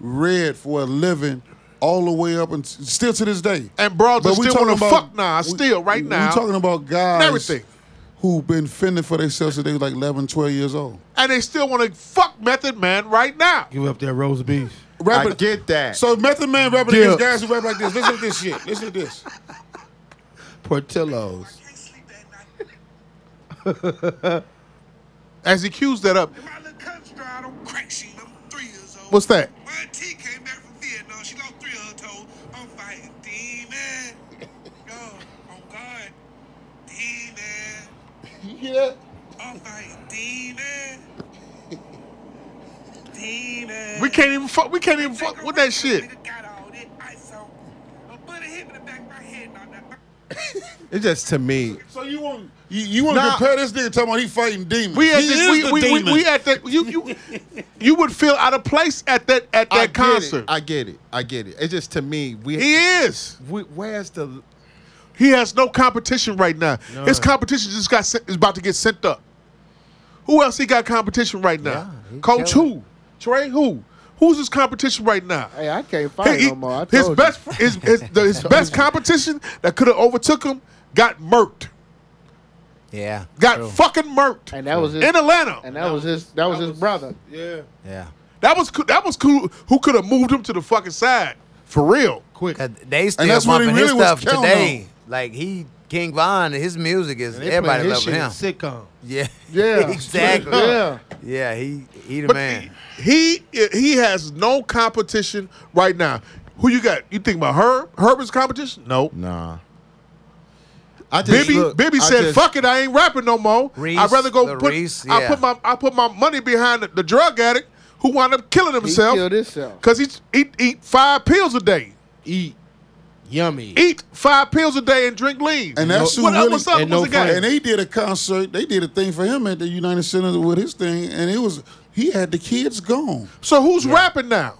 read for a living all the way up and still to this day. and bro, But we still talking wanna about- fuck Nas we- still right now. We talking about guys and everything. who been fending for themselves since they was like 11, 12 years old. And they still wanna fuck Method Man right now. Give up that roast beef. Rapping, I get that. So Method Man rapping Yeah. against guys who rap like this. Listen to this shit. Listen to this. Portillo's. can't sleep at night. As he cues that up, My little country I don't crack she I'm three years old. what's that? My T came back from Vietnam. She lost three of her toes. I'm fighting demon. Yo, on guard. Demon. I'm fighting demon. Demon. We can't even fuck we can't even fuck with that shit. Nigga got all that ice on. A bullet hit me in the back of my head. knocked out my- It's just to me. So you want you, you want to Nah. compare this nigga talking about he fighting demons? We at he the, is we, we, the we, demon. we at that you you you would feel out of place at that at that I get concert. It. I get it. I get it. It's just to me. We, he is. we where's the He has no competition right now. His competition just got sent, is about to get sent up. Who else he got competition right now? Yeah, he Coach who? Trey who? Who's his competition right now? Hey, I can't He- fight he- no more. I told his you. best fr- his, his, the, his best competition that could have overtook him got murked. Yeah. Got fucking murked. And that was his- in Atlanta. and that was his. That was his brother. Yeah. Yeah. that was coo- that was cool. Who could have moved him to the fucking side for real? Quick. 'Cause they still that's what he bumping his really was stuff counting today. Like he, King Von, his music is They everybody playing his loving him. shit in Sitcom. Yeah. Yeah. exactly. Yeah. Yeah, he he the But man. He he has no competition right now. Who you got? You think about Herb? Herb is competition? No. nah? I just Bibby look, Bibby I said, just- "Fuck it, I ain't rapping no more. Reese, I'd rather go the put Reese, I yeah. put my I put my money behind the, the drug addict who wound up killing himself killed himself. because he eat eat five pills a day. Eat. Yummy. Eat five pills a day and drink lean. And that's who what, really- what's up? and what's no the guy? friends. And they did a concert. They did a thing for him at the United Center with his thing, and it was he had the kids gone. So who's rapping now?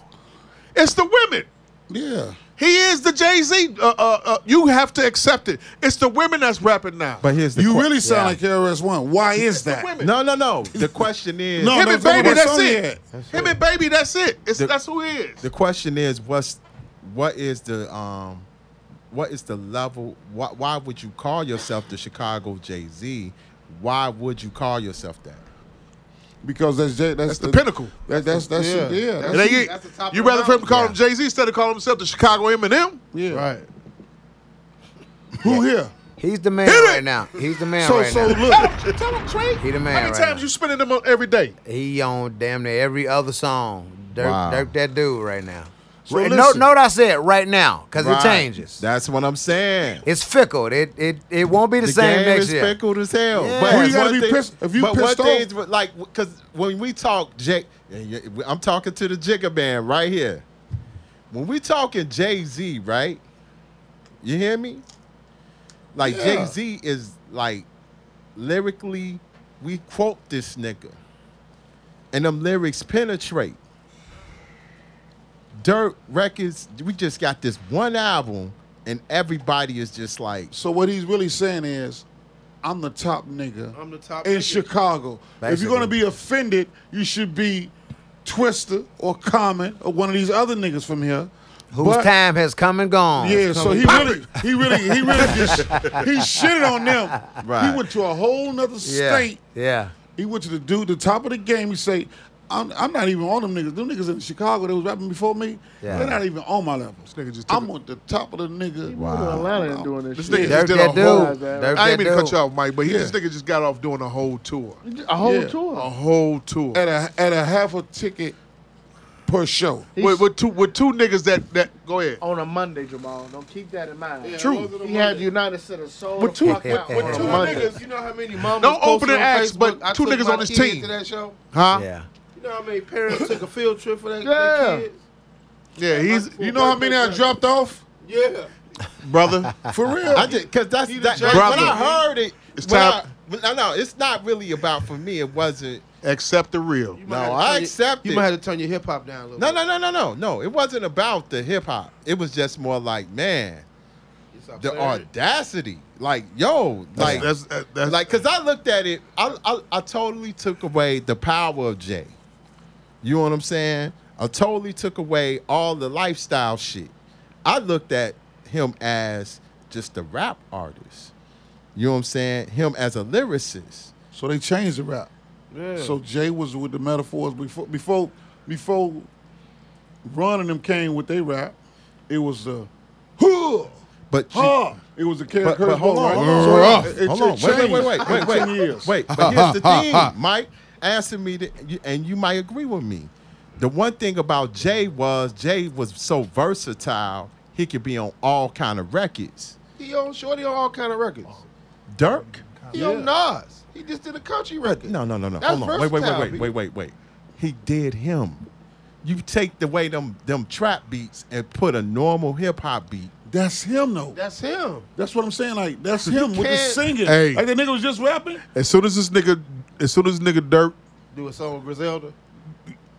It's the women. Yeah, He is the Jay Z. Uh, uh, uh, you have to accept it. It's the women that's rapping now. But here's the you que- really sound like KRS One. Why is that? women. No, no, no. The question is No, him no, and baby, it's that's only it. that. Him and baby, that's it. It's, The- that's who he is. The question is what's what is the um what is the level why, why would you call yourself the Chicago Jay-Z? Why would you call yourself that? Because that's Jay, that's, That's the pinnacle. That, that's that's yeah. Yeah. yeah And that's, they- the- that's the top you of the rather for him to call mountain. him Jay Z instead of calling himself the Chicago Eminem? yeah. Right. Who here? He's the man Hit it. right now. He's the man so right so now. look, Tell him, Trey. He the man How many right times now. you spinning them up every day? He on damn near every other song. Dirk, Wow. Dirk that dude right now. So Right- note, listen. note I said right now because it changes. That's what I'm saying. it's fickle. It it it won't be the, the same game next is year. speckled as hell. Yeah. But Who you it's gotta one be thing- pissed- if you but pissed one off- thing's with- like because when we talk Jay, and you- I'm talking to the Jigga man right here. When we talking Jay Z, right? You hear me? Like Jay Z is like lyrically, we quote this nigga, and them lyrics penetrate. Dirt records, we just got this one album, and everybody is just like, so what he's really saying is, I'm the top nigga. I'm the top in nigga. Chicago. If you're gonna be offended, you should be Twister or Common or one of these other niggas from here. Whose But- time has come and gone. Yeah, so he Pop really, he really, he really just he shitted on them. Right. He went to a whole nother yeah, state. yeah. He went to the dude, the top of the game. He say, I'm, I'm not even on them niggas. Them niggas in Chicago that was rapping before me, Yeah. they're not even on my level. nigga just took I'm on the top of the nigga. Wow. to Atlanta and doing this, This nigga- shit. Dirk did that a whole- dude. Dirk I ain't mean that to cut dude. you off, Mike, but he, Yeah. this nigga just got off doing a whole tour. A whole Yeah. tour. A whole tour. At a at a half a ticket per show. Oh, With, with two with two niggas that that go ahead. on a Monday, Jamal. Don't keep that in mind. True. He had the United States of Soul. With two- the fuck with- out with on a two Monday. niggas. You know how many mamas Don't posted open on and ask, but Facebook, I two took niggas my on this kid team. to that show? Huh? Yeah, Yeah. You know how many parents took a field trip for that, Yeah. their kids? he's You know how many I dropped off? Yeah. brother. For real. I just because that's that, judge. when I Brother. heard it. It's when I, time. when- no, no, it's not really about for me. It wasn't. Accept the real. You No, might have to I turn your- accept You it. might have to turn your hip hop down a little. No, bit. no, no, no, no, no. It wasn't about the hip hop. It was just more like, man, It's our the third. audacity. Like, yo, like, that's, that's, that's like, cause I looked at it. I, I, I totally took away the power of Jay. You know what I'm saying? I totally took away all the lifestyle shit. I looked at him as just a rap artist. You know what I'm saying? Him as a lyricist. So they changed the rap. So Jay was with the metaphors before before before Ron and them came with their rap. It was the huh, But you- huh. It was the Kerry But, but hold on, right? hold on, So hold on, it- it- it hold on. Wait, wait, changed wait, wait, in wait, 10 wait. years. Wait, Uh-huh. but here's the thing, Mike. Asking me to, you- and you might agree with me. The one thing about Jay was Jay was so versatile. He could be on all kind of records. He on Shorty on all kind of records. Oh, Dirk. He on Nas. He just did a country record. No, no, no, no. That's hold on. Wait, wait, wait, versatile, wait, B. wait, wait, wait. He did him. You take the way them them trap beats and put a normal hip hop beat. That's him though. That's him. That's what I'm saying. Like that's him with the can't- singing. Hey. Like the nigga was just rapping. as soon as this nigga, as soon as nigga Dirk Do a song with Griselda.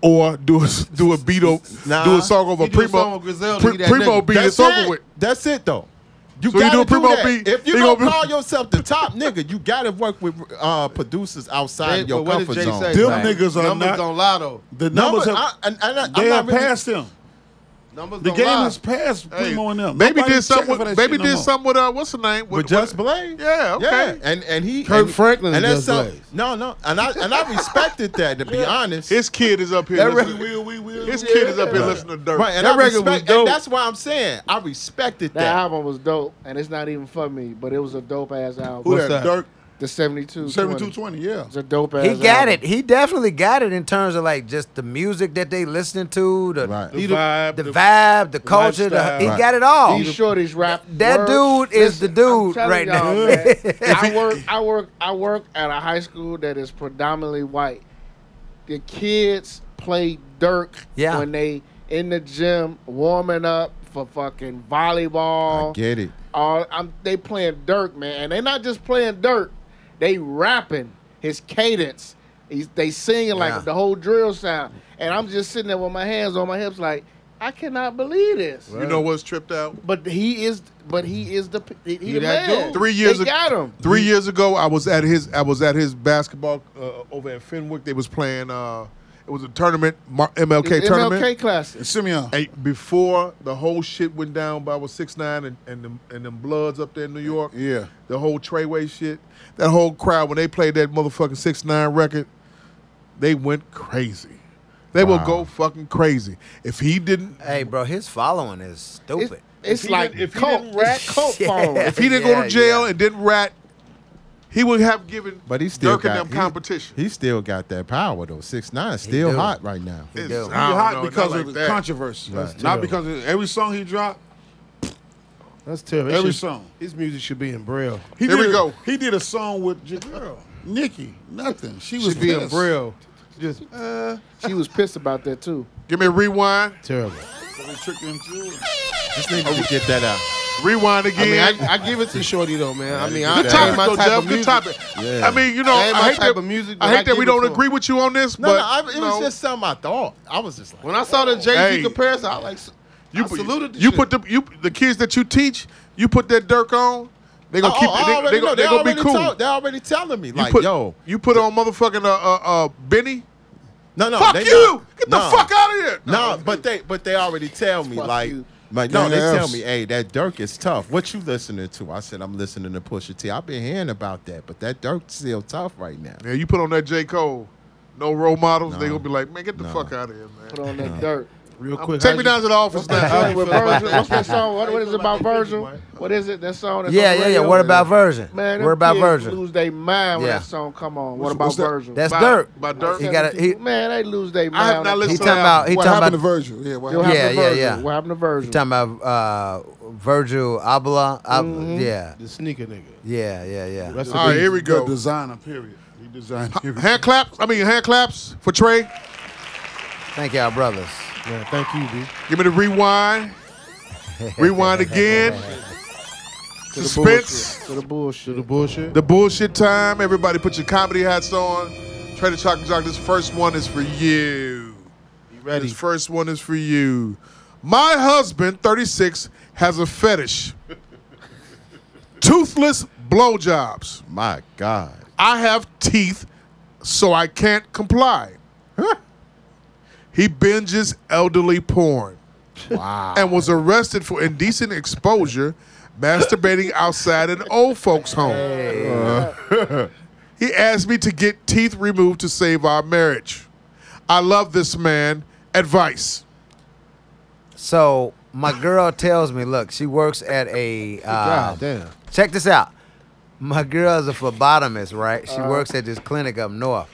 or do a do a beat o- Nah. do a song over He do a Primo song with Griselda, he that Primo nigga. beat. It's over it. with. That's it though. You So you gotta do a do Primo that. beat, If you he don't gonna be- call yourself the top nigga, you gotta work with uh, producers outside Jay, but of your what did comfort Jay zone. say? Them Like, niggas are numbers not- don't lie though. The No, numbers but I, have and, and I, they I'm have not really, passed him. Numbers The don't game lie. has passed Primo and them. Maybe Nobody did something. checking for With, that maybe shit no did more. something with uh, what's the name? with With, Just with- Blaze. Yeah, okay. Yeah, and and he Kirk and, Franklin and is Just that's some- Blaze. No, no, and I and I respected that to be honest. His kid is up here. That listening- record- We will, we will. His we kid will. is up here Right. listening to Dirk. right, and that I record was respect, dope. and that's why I'm saying I respected That that. album was dope, and it's not even for me, but it was a dope ass album. Who that? Dirk The 72. 72 20, yeah. It's a dope ass He got album. it. He definitely got it in terms of like just the music that they listening to, the Right. He the- the vibe, the culture. The, lifestyle. he Right. got it all. These shorties rap. that words. dude is the dude I'm telling right now. y'all, man, I work. I work. I work at a high school that is predominantly white. The kids play Dirk Yeah. when they in the gym warming up for fucking volleyball. I get it. All I'm they playing Dirk, man, and they not just playing Dirk. They rapping his cadence. He's, they singing like Yeah. the whole drill sound, and I'm just sitting there with my hands on my hips, like I cannot believe this. You know what's tripped out? But he is, but he is the he, he the that man. dude. Three years they ago, got him. Three years ago, I was at his I was at his basketball uh, over at Fenwick. They was playing. Uh, it was a tournament, Mar- MLK It's tournament. MLK classes. Simeon. And before the whole shit went down by was six nine and and them, and them Bloods up there in New York. Yeah. the whole Treyway shit. That whole crowd when they played that motherfucking six nine record, they went crazy. They will go fucking crazy if he didn't. Hey, bro, his following is It's, stupid. it's If he like didn't- if he cult, didn't rap- rat cult following. Yeah. If he didn't go Yeah, to jail yeah. and didn't rat, he would have given But he still Dirk and got them he- competition. He, still got that power though. Six nine still do. hot right now. It's- do. I don't hot know, because not like of the that. controversy. Right. Not Terrible. because of every song he dropped. That's terrible. It Every should- song. His music should be in braille. He Here did we a- go. He did a song with your girl, Nikki. Nothing. She was Should be in pissed. braille. Just uh, She was pissed about that too. Give me a rewind, terrible. But they tricked him into it. Just need to get that out. rewind I mean, again. I, I give it to Shorty though, man. I mean, I, Good that ain't topic, my though, type Jeff. of Good music. topic. Yeah. I mean, you know, That ain't I my hate type that, of music, I but hate I that we give it don't to 'em. agree with you on this, No, but no, I, it no. was just something I thought. I was just like, When I saw the Jay Z Hey. comparison, I like you I put, saluted. The you shit. put the you the kids that you teach, you put that Dirk on, they gonna oh, keep oh, I they, already they, know. gonna- They they gonna be already cool. told- They already telling me you like, put yo, you put on motherfucking uh uh, uh Benny. no, no, fuck they you! not- Get the no. fuck out of here! No, but they but they already tell me Fuck like, you. like no, Yeah, they that's- tell me, hey, that Dirk is tough. What you listening to? I said I'm listening to Pusha T. I've been hearing about that, but that Dirk's still tough right now. Yeah, you put on that J Cole, no role models. They No. gonna be like, man, get the No. fuck out of here, Put man. on that dirt. real quick. Take how'd you- me down to the office That now. joint with Virgil. What's that song? What, what is it about Virgil? What is it? That song? That's yeah, on the yeah, yeah. radio? What about version? Man, them what about kids version? Lose their mind when Yeah. that song come on. What's- What about what's that? Virgil? That's By- Dirk. by Dirk. He got he. man, they lose their mind. I have not He listened talking to that. about. He what talking happened to about. Virgil? Yeah, what What happened? happened Yeah, to yeah, Virgil? yeah. What happened to Virgil? He talking about uh, Virgil Abloh. Abloh. Yeah, The sneaker nigga. yeah, yeah, yeah. Rest in All right, peace. here we Good go. designer, period. He designed everything. Hand claps. I mean, hand claps for Trey. Thank y'all, brothers. Man, thank you, dude. Give me the rewind. rewind again. to the Suspense. bullshit. To the bullshit. The bullshit. The bullshit time. Everybody put your comedy hats on. Trey the Chocolate Jock, this first one is for you. ready? This first one is for you. My husband, 36, has a fetish. Toothless blowjobs. My God, I have teeth, so I can't comply. he binges elderly porn. Wow. And was arrested for indecent exposure, masturbating outside an old folks' home. he asked me to get teeth removed to save our marriage. I love this man. Advice. So my girl tells me, look, she works at a. Uh, God damn. Check this out. My girl's a phlebotomist, right? She works at this clinic up north.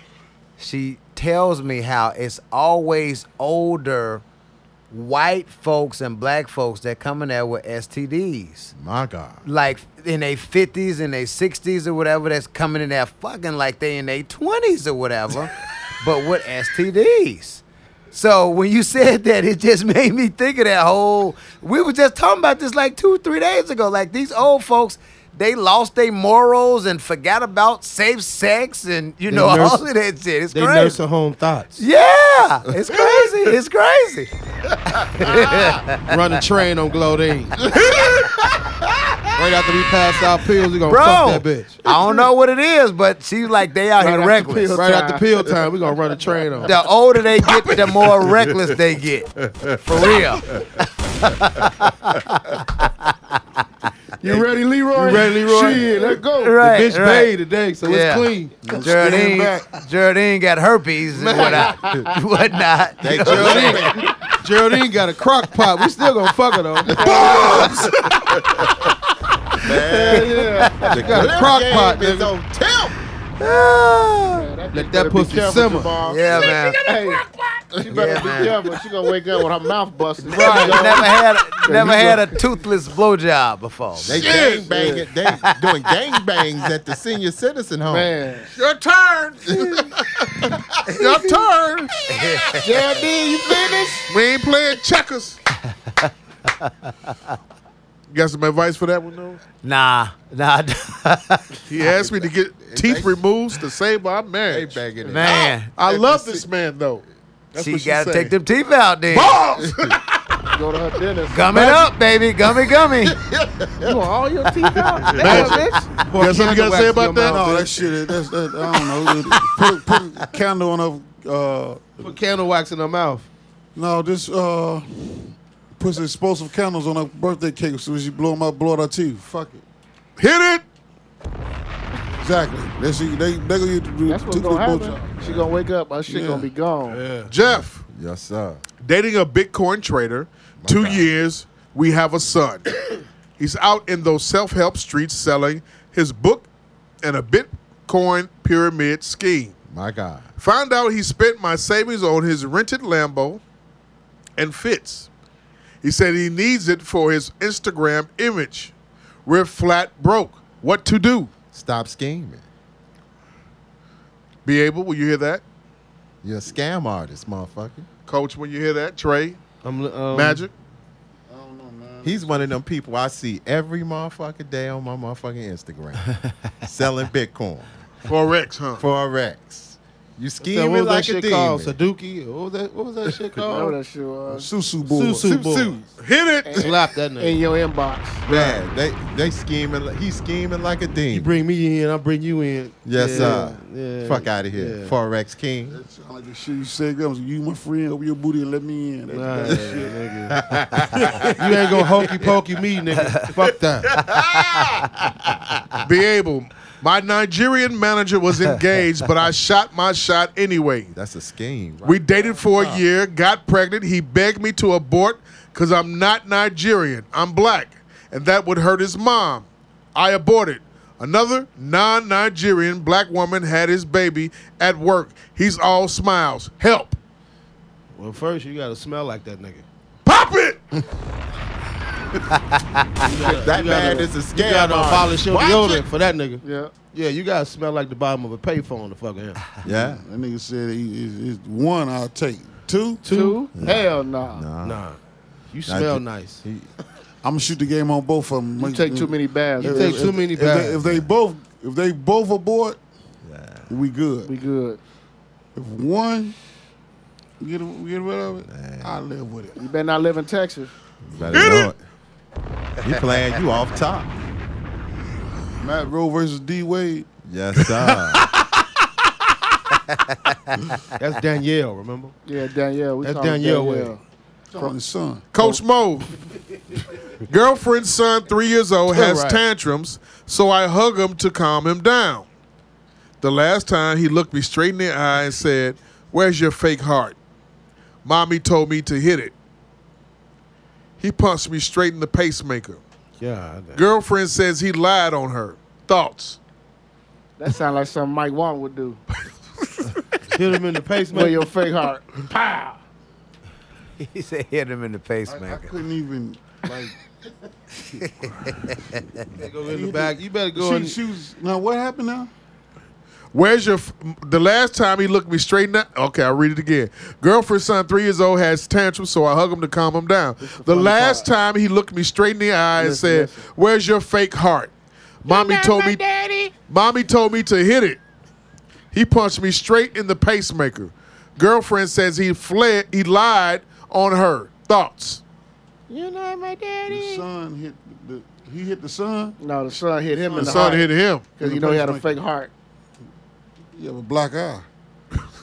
She tells me how it's always older white folks and black folks that come in there with STDs. my God, Like in their 50s and their 60s or whatever that's coming in there fucking like they in their 20s or whatever, but with STDs. So when you said that, it just made me think of that whole. We were just talking about this like two, three days ago. Like these old folks, they lost their morals and forgot about safe sex and you They know nurse- all of that shit. It's They crazy. nurse at home thoughts. yeah, it's crazy. It's crazy. Run a train on Glow Days. right after we pass our pills, we gonna Bro, fuck that bitch. I don't know what it is, but she's like they out here after reckless. pills. Right after pill time, we gonna run a train on. The older they get, the more reckless they get. For real. You ready, Leroy? You ready, Leroy? Shit, let's go. Right, bitch right. paid today, so it's Yeah. clean. Geraldine, Geraldine got herpes and whatnot. whatnot. You know what I'm saying? Geraldine, Geraldine got a crock pot. We still gonna fuck her though. the got a crock pot, game is nigga. Ah. on tilt. Let that pussy simmer. yeah, man. Hey, she better Yeah, be man. careful. She gonna wake up with her mouth busted. Right. Never had never had a toothless blowjob before. They gang banging. They doing gang bangs at the senior citizen home. Man, Your turn. Your turn. JLD, you finished? We ain't playing checkers. You got some advice for that one though? Nah, nah, He asked me to get teeth removed to save my They marriage. bagging it. man. I love this man though. That's She what she got to said. take them teeth out then. balls. Go to her dentist. Gum it up, baby. Gummy, gummy. You want all your teeth out? Damn, Magic. bitch. You got something you got to say about that? No, that shit. is- That's that. I don't know. Put, put a candle on a. Uh, Put candle wax in her mouth. no, this uh, puts explosive candles on her birthday cake as soon as she blow them up, blow out her teeth. Fuck it. Hit it. Exactly. They she, they they gonna get That's what's toothless gonna blowjob. happen. She gonna wake up, her shit gonna be gone. Jeff, Yes, sir. dating a Bitcoin trader, two years, we have a son. He's out in those self help streets selling his book and a Bitcoin pyramid scheme. My God. Found out he spent my savings on his rented Lambo and fits. He said he needs it for his Instagram image. We're flat broke. What to do? Stop scheming. Be able, will you hear that? You're a scam artist, motherfucker. Coach, when you hear that, Trey, I'm, um, Magic. He's one of them people I see every motherfucking day on my motherfucking Instagram selling Bitcoin Forex, huh? for a Rex. You So scheming what was like that a shit called? demon. Saduki? What was that? What was that shit Whatever called? that shit was. Susu boy. Susu boy. Susu. Hit it. Slap that In nigga. your inbox. Man, they they scheming. li- He scheming like a You demon. bring me in, I bring you in. yes, Yeah, sir. yeah, Fuck out of here, yeah. Forex King. That sound like the shit you said. that was, You my friend, open your booty and let me in. That, Nah, that shit. nigga. you ain't gonna hokey pokey me, nigga. Fuck that. Be able. My Nigerian manager was engaged, but I shot my shot anyway. That's a scheme. Right? We dated for a year, got pregnant. He begged me to abort because I'm not Nigerian. I'm black, and that would hurt his mom. I aborted. Another non Nigerian black woman had his baby at work. He's all smiles. Help. Well, first you gotta smell like that nigga. Pop it! that man gotta- is a You scam gotta artist. abolish your deodorant for that nigga. Yeah. Yeah, you gotta smell like the bottom of a payphone to fuck him. Yeah. That nigga said he is one. I'll take two. Two? Hell no. Nah, you smell ju- nice. He- I'm gonna shoot the game on both of them. You take too many baths. You bitch. take too many If they, if baths. they both, if they both aboard, we good. We good. If one, get get rid of it. I live with it. You better not live in Texas. Better know it. He playing you off top. Matt Rowe versus D Wade. Yes, sir. That's Danielle, remember? Yeah, Danielle. We That's talking Danielle way. From the son. Coach Mo, girlfriend's son, three years old, has Right. tantrums, so I hug him to calm him down. The last time he looked me straight in the eye and said, Where's your fake heart? Mommy told me to hit it. He punched me straight in the pacemaker. Yeah. I know. Girlfriend says he lied on her. Thoughts? That sounds like something Mike Walton would do. Hit him in the With pacemaker. your fake heart. he said, hit him in the I pacemaker. couldn't even like. Go in the back. You better go She, and she was now. What happened now? Where's your? F- the last time he looked me straight in the. Okay, I'll read it again. Girlfriend's son, three years old, has tantrums, so I hug him to calm him down. The last time he looked me straight in the eye and said, Listen, listen. "Where's your fake heart?" Mommy told me. Mommy told me to hit it. He punched me straight in the pacemaker. Girlfriend says he fled. He lied on her. Thoughts. The son hit the. He hit the son. No, the son hit him in The the son hit him. Because you know he had a fake heart. He have a black eye.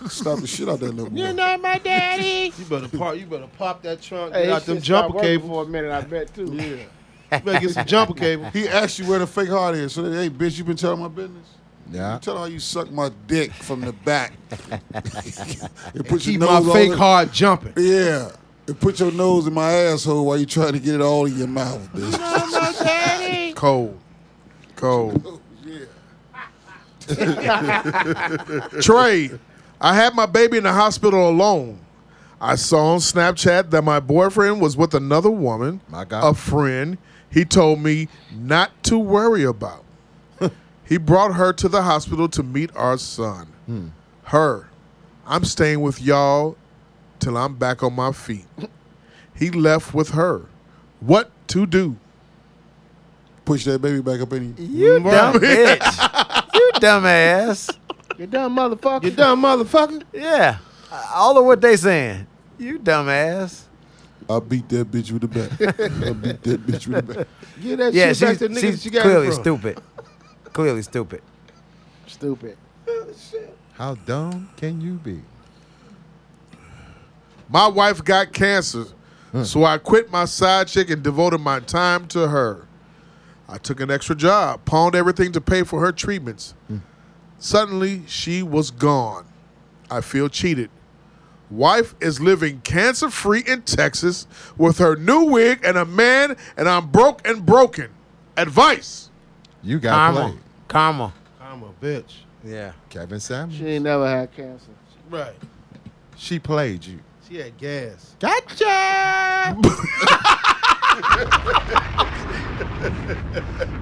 Stop the shit out that little boy. not my daddy. you better pop. You better pop that trunk. Hey, Get out them jumper for a cables. minute, I bet, too. Yeah. You better get some jumper cables. He asked you where the fake heart is. So that, hey, bitch, you been telling my business. yeah. Tell her how you suck my dick from the back. it put Keep your my nose fake all hard jumping. In, yeah. It put your nose in my asshole while you trying to get it all in your mouth, bitch. Cold. Cold. Oh, Trey, I had my baby in the hospital alone. I saw on Snapchat that my boyfriend was with another woman, My God. a friend he told me not to worry about. he brought her to the hospital to meet our son. Her, I'm staying with y'all till I'm back on my feet. He left with her. What to do? Push that baby back up in you. You dumb bitch. you dumbass. You dumb motherfucker. You dumb motherfucker. Yeah. All of what they saying. You dumbass. I beat that bitch with the bat. I beat that bitch with the bat. Give that Yeah, shit back she's, to the niggas she's that you got clearly it from. stupid. Clearly stupid. Stupid. How dumb can you be? My wife got cancer, so I quit my side chick and devoted my time to her. I took an extra job, pawned everything to pay for her treatments. Hmm. Suddenly, she was gone. I feel cheated. Wife is living cancer free in Texas with her new wig and a man, and I'm broke and broken. Advice. You got Karma. played. Karma. I'm a bitch. Yeah. Kevin Samuels. She ain't never had cancer. Right. She played you. She had gas. Gotcha.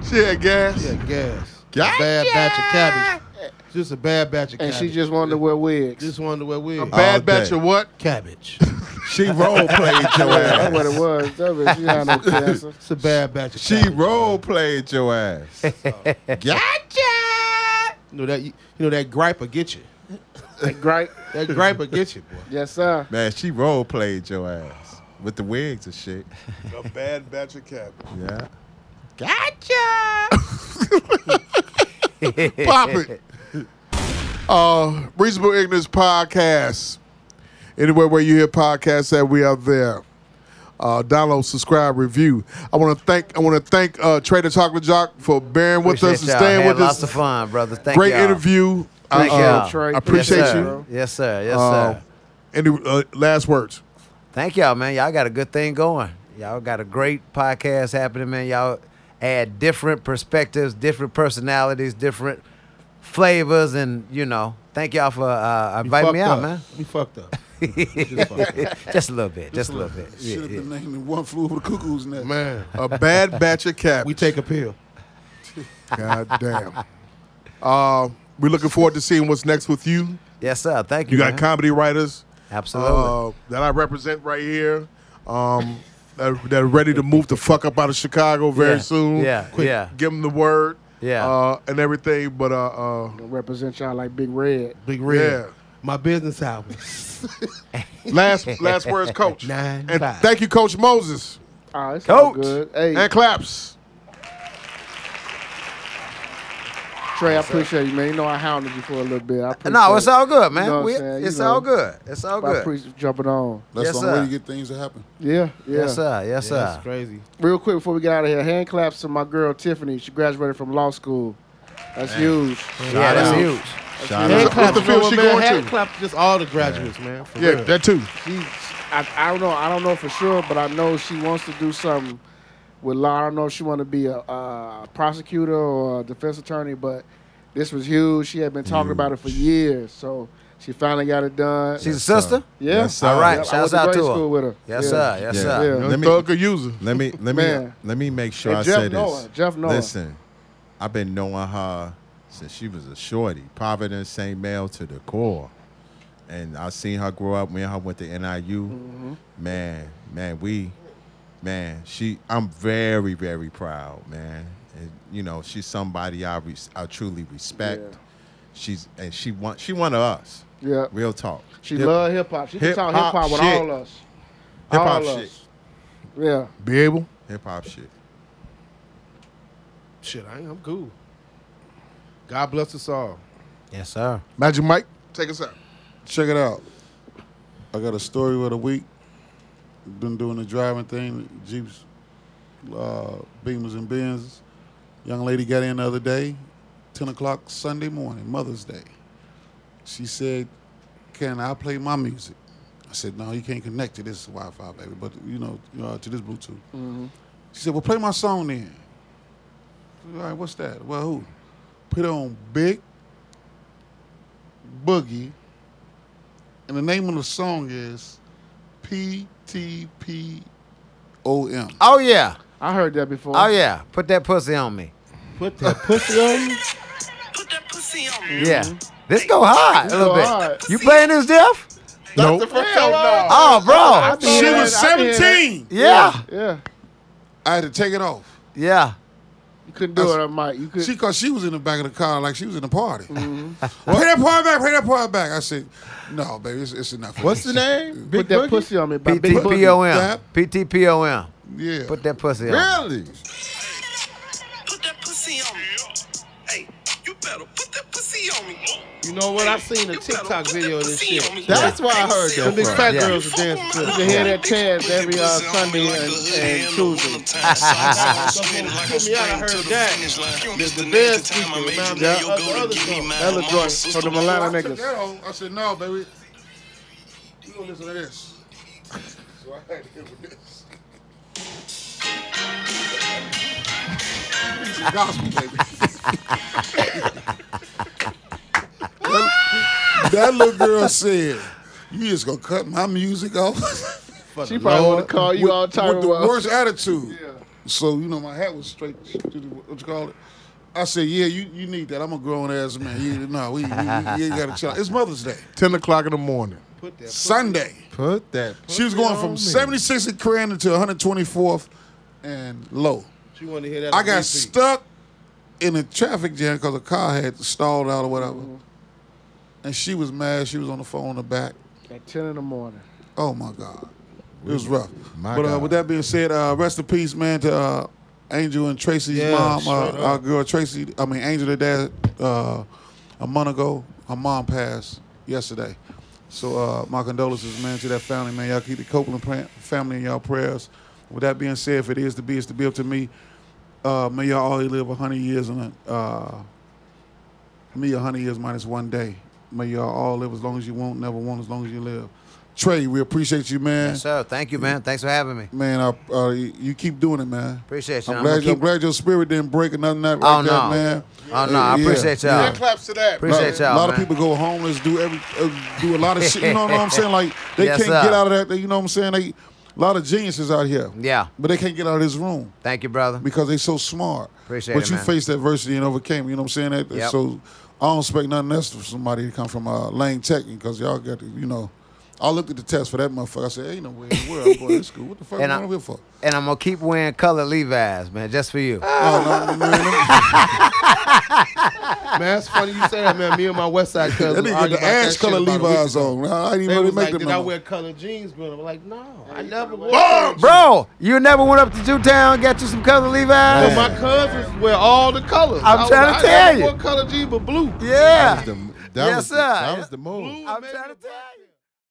She had gas. She had gas. Gotcha! A bad batch of cabbage. Just a bad batch of And cabbage. she just wanted to wear wigs. just wanted to wear wigs. Bad All batch day. of what? cabbage. She role played your That's what ass. it was. That was- She had no cancer. It's a bad batch of She cabbage. role played your ass. Gotcha. You know that you, you know that gripe will get you. Like, Great. That gripe will get you, boy. Yes, sir. Man, she role played your ass with the wigs and shit. A bad batch of cabbage. Yeah. Pop it. Uh, Reasonable Ignorance Podcast. Anywhere where you hear podcasts at, we are there. Uh, download, subscribe, review. I want to thank I want to thank uh, Trader Chocolate Jock for bearing with us Appreciate and y'all. staying Had with lots us. of fun, brother. Thank Great y'all. interview. Thank I, y'all. I Trey. appreciate yes, you. Sir. Yes, sir. Yes, Uh, sir. any uh, last words? Thank y'all, man. Y'all got a good thing going. Y'all got a great podcast happening, man. Y'all add different perspectives, different personalities, different flavors, and you know, thank y'all for uh, inviting me Fucked out, up. man. We fucked up. Just fucked up. just a little bit, just a little bit. Yeah, Should have yeah. been named in one flew over the cuckoo's nest. Man, A bad batch of cabbage. we take a pill. God damn. Uh, we're looking forward to seeing what's next with you. Yes, sir. Thank you. You got man. comedy writers. uh, Absolutely. that I represent right here. Um, that, that are ready to move the fuck up out of Chicago very Yeah, soon. yeah, Quick, yeah. Give them the word. Yeah. uh, and everything. But uh, uh, Represent y'all like Big Red. Big Red. Yeah. My business hours. last last words, Coach. Nine and five. thank you, Coach Moses. Oh, it's all Coach. good. Hey, And claps. Trey, I appreciate you, man. You know I hounded you for a little bit. I appreciate no, it's it. all good, man. You know what we, I'm saying? You it's know, all good. It's all I good. appreciate you jumping on. That's Yes, the only sir. way to get things to happen. Yeah, yeah. Yes, sir. Yes, That's sir. crazy. Real quick before we get out of here, hand claps to my girl Tiffany. She graduated from law school. That's huge. Yeah, that's huge. Shout Hand out. claps, the you field know what, she man? going Hand to? clap to just all the graduates, man. For Yeah, real. that too. She, I, I don't know. I don't know for sure, but I know she wants to do something with law. I don't know if she want to be a, uh prosecutor or a defense attorney, but this was huge. She had been talking about it for years, so she finally got it done. She's a sister. yeah. Yes, sir. All right. Yeah, I went Shouts to out grade to her. school with her. Yes, Yeah. sir. Yes, Yeah. sir. Yeah. Young Let me- thug or user. Let me let me Man. let me make sure And I Jeff say this. Noah, Jeff Noah. Listen, I've been knowing her since she was a shorty, Providence St. Mel to the core, and I seen her grow up. Me and her went to NIU. Mm-hmm. Man, man, we, man, she. I'm very very proud, man. And you know, she's somebody I res- I truly respect. Yeah. She's and she want she one of us. Yeah. Real talk. She Hip- love hip hop. She can talk hip Hip-hop hop with shit. all us. Hip-hop All us. shit. Yeah. Be able. hip hop shit. Shit, I ain't, I'm cool. God bless us all. Yes, sir. Magic Mike, take us out. Check it out. I got a story of the week. Been doing the driving thing, Jeeps, uh, Beamers, and Benz. Young lady got in the other day, 10 o'clock Sunday morning, Mother's Day. She said, Can I play my music? I said, No, you can't connect to this Wi Fi, baby, but you know, uh, to this Bluetooth. She said, Well, play my song then. I said, All right, what's that? Well, who? Put on Big Boogie. And the name of the song is PTPOM. Oh yeah. I heard that before. Oh yeah. Put that pussy on me. Put that pussy on you. Put that pussy on me. Yeah. This go hard a little go bit. hard. You playing this, Jeff? Nope. Hell no. Oh, bro. She Yeah, was I did that. 17. Yeah. Yeah. I had to take it off. Yeah. You couldn't do it on mic. You could She cause she was in the back of the car like she was in the party. Pay that part back, pay that part back. I said, no, baby, it's, it's enough. What's the name? put Big that Boogie? pussy on me by Big Boogie. PTPOM. That- PTPOM. Yeah. Put that pussy on. Really? Put that pussy on me. Hey, you better put that pussy on me. You know what? I seen a You better TikTok put video of that this pussy shit. on me. That's why I heard The that. big from. fat Yeah. girls are dancing to You can it. hear that Chaz every uh, Sunday and, and Tuesday. me out, I heard that. There's the best people, man. Yeah, Yo, go other, to other give me song, my Ella mama's Joy sister. from the I Atlanta took niggas. that home. I said, no, baby. You gonna listen to this. So I had to give her this. This is gospel, baby. that, that little girl said, you just gonna cut my music off She probably want to call you all with tired the of worst attitude. So, you know, my hat was straight to the, what you call it. I said, yeah, you, you need that. I'm a grown ass man. You, no, we, you, you ain't got to chill out. It's Mother's Day. 10 o'clock in the morning. Sunday. Put that. She was going from 76 at Crandon to 124th and low. You want to hear that? I on got repeat. stuck in a traffic jam because a car had stalled out or whatever. And she was mad. She was on the phone in the back. At 10 in the morning. Oh my God. It was rough. My but uh, God. with that being said, uh, rest in peace, man, to uh, Angel and Tracy's Yeah, mom. Uh, straight up. our girl Tracy, I mean, Angel, their dad, uh, a month ago, her mom passed yesterday. So uh, my condolences, man, to that family, man. Y'all keep the Copeland plan- family in y'all prayers. With that being said, if it is to be, it's to be up to me. Uh, may y'all all live 100 years and uh, me 100 years minus one day. May y'all all live as long as you want, never want as long as you live. Trey, we appreciate you, man. Yes, sir. Thank you, man. Thanks for having me. Man, I, uh, you you keep doing it, man. Appreciate you. I'm, I'm glad, gonna keep- I'm glad your spirit didn't break or nothing like that, Oh, no. man. Oh, no. I Yeah, appreciate yeah. y'all. Claps to that. A lot, Appreciate y'all. a lot man. of people go homeless, do every, uh, do a lot of shit. You know what I'm saying? Like they Yes, can't sir. get out of that. You know what I'm saying? They, a lot of geniuses out here. Yeah. but they can't get out of this room Thank you, brother. because they so smart. Appreciate but it, you man. faced adversity and overcame. it, You know what I'm saying? That, Yep. So I don't expect nothing else from somebody to come from uh, Lane Tech because y'all got to, you know. I looked at the test for that motherfucker. I said, "Ain't no way in the world I'm going to school. What the fuck And am I- I here for?" And I'm going to keep wearing colored Levi's, man, just for you. Oh, no, man, them- Man, that's funny you say that, man. Me and my West Side cousins. That nigga got argued the about that ash shit color about a week Levi's ago. on. man. I didn't They even was make like, them. did I no more. wear colored jeans growing up? I'm like, no, I never wore Boom! Bro, you never went up to Jewtown, got you some colored Levi's? But my cousins wear all the colors. I'm I was trying to like, tell I never you. wore color jeans but blue. Yeah. That was the, that Yes, was the, sir. Oh. that was the move. I'm trying to tell you.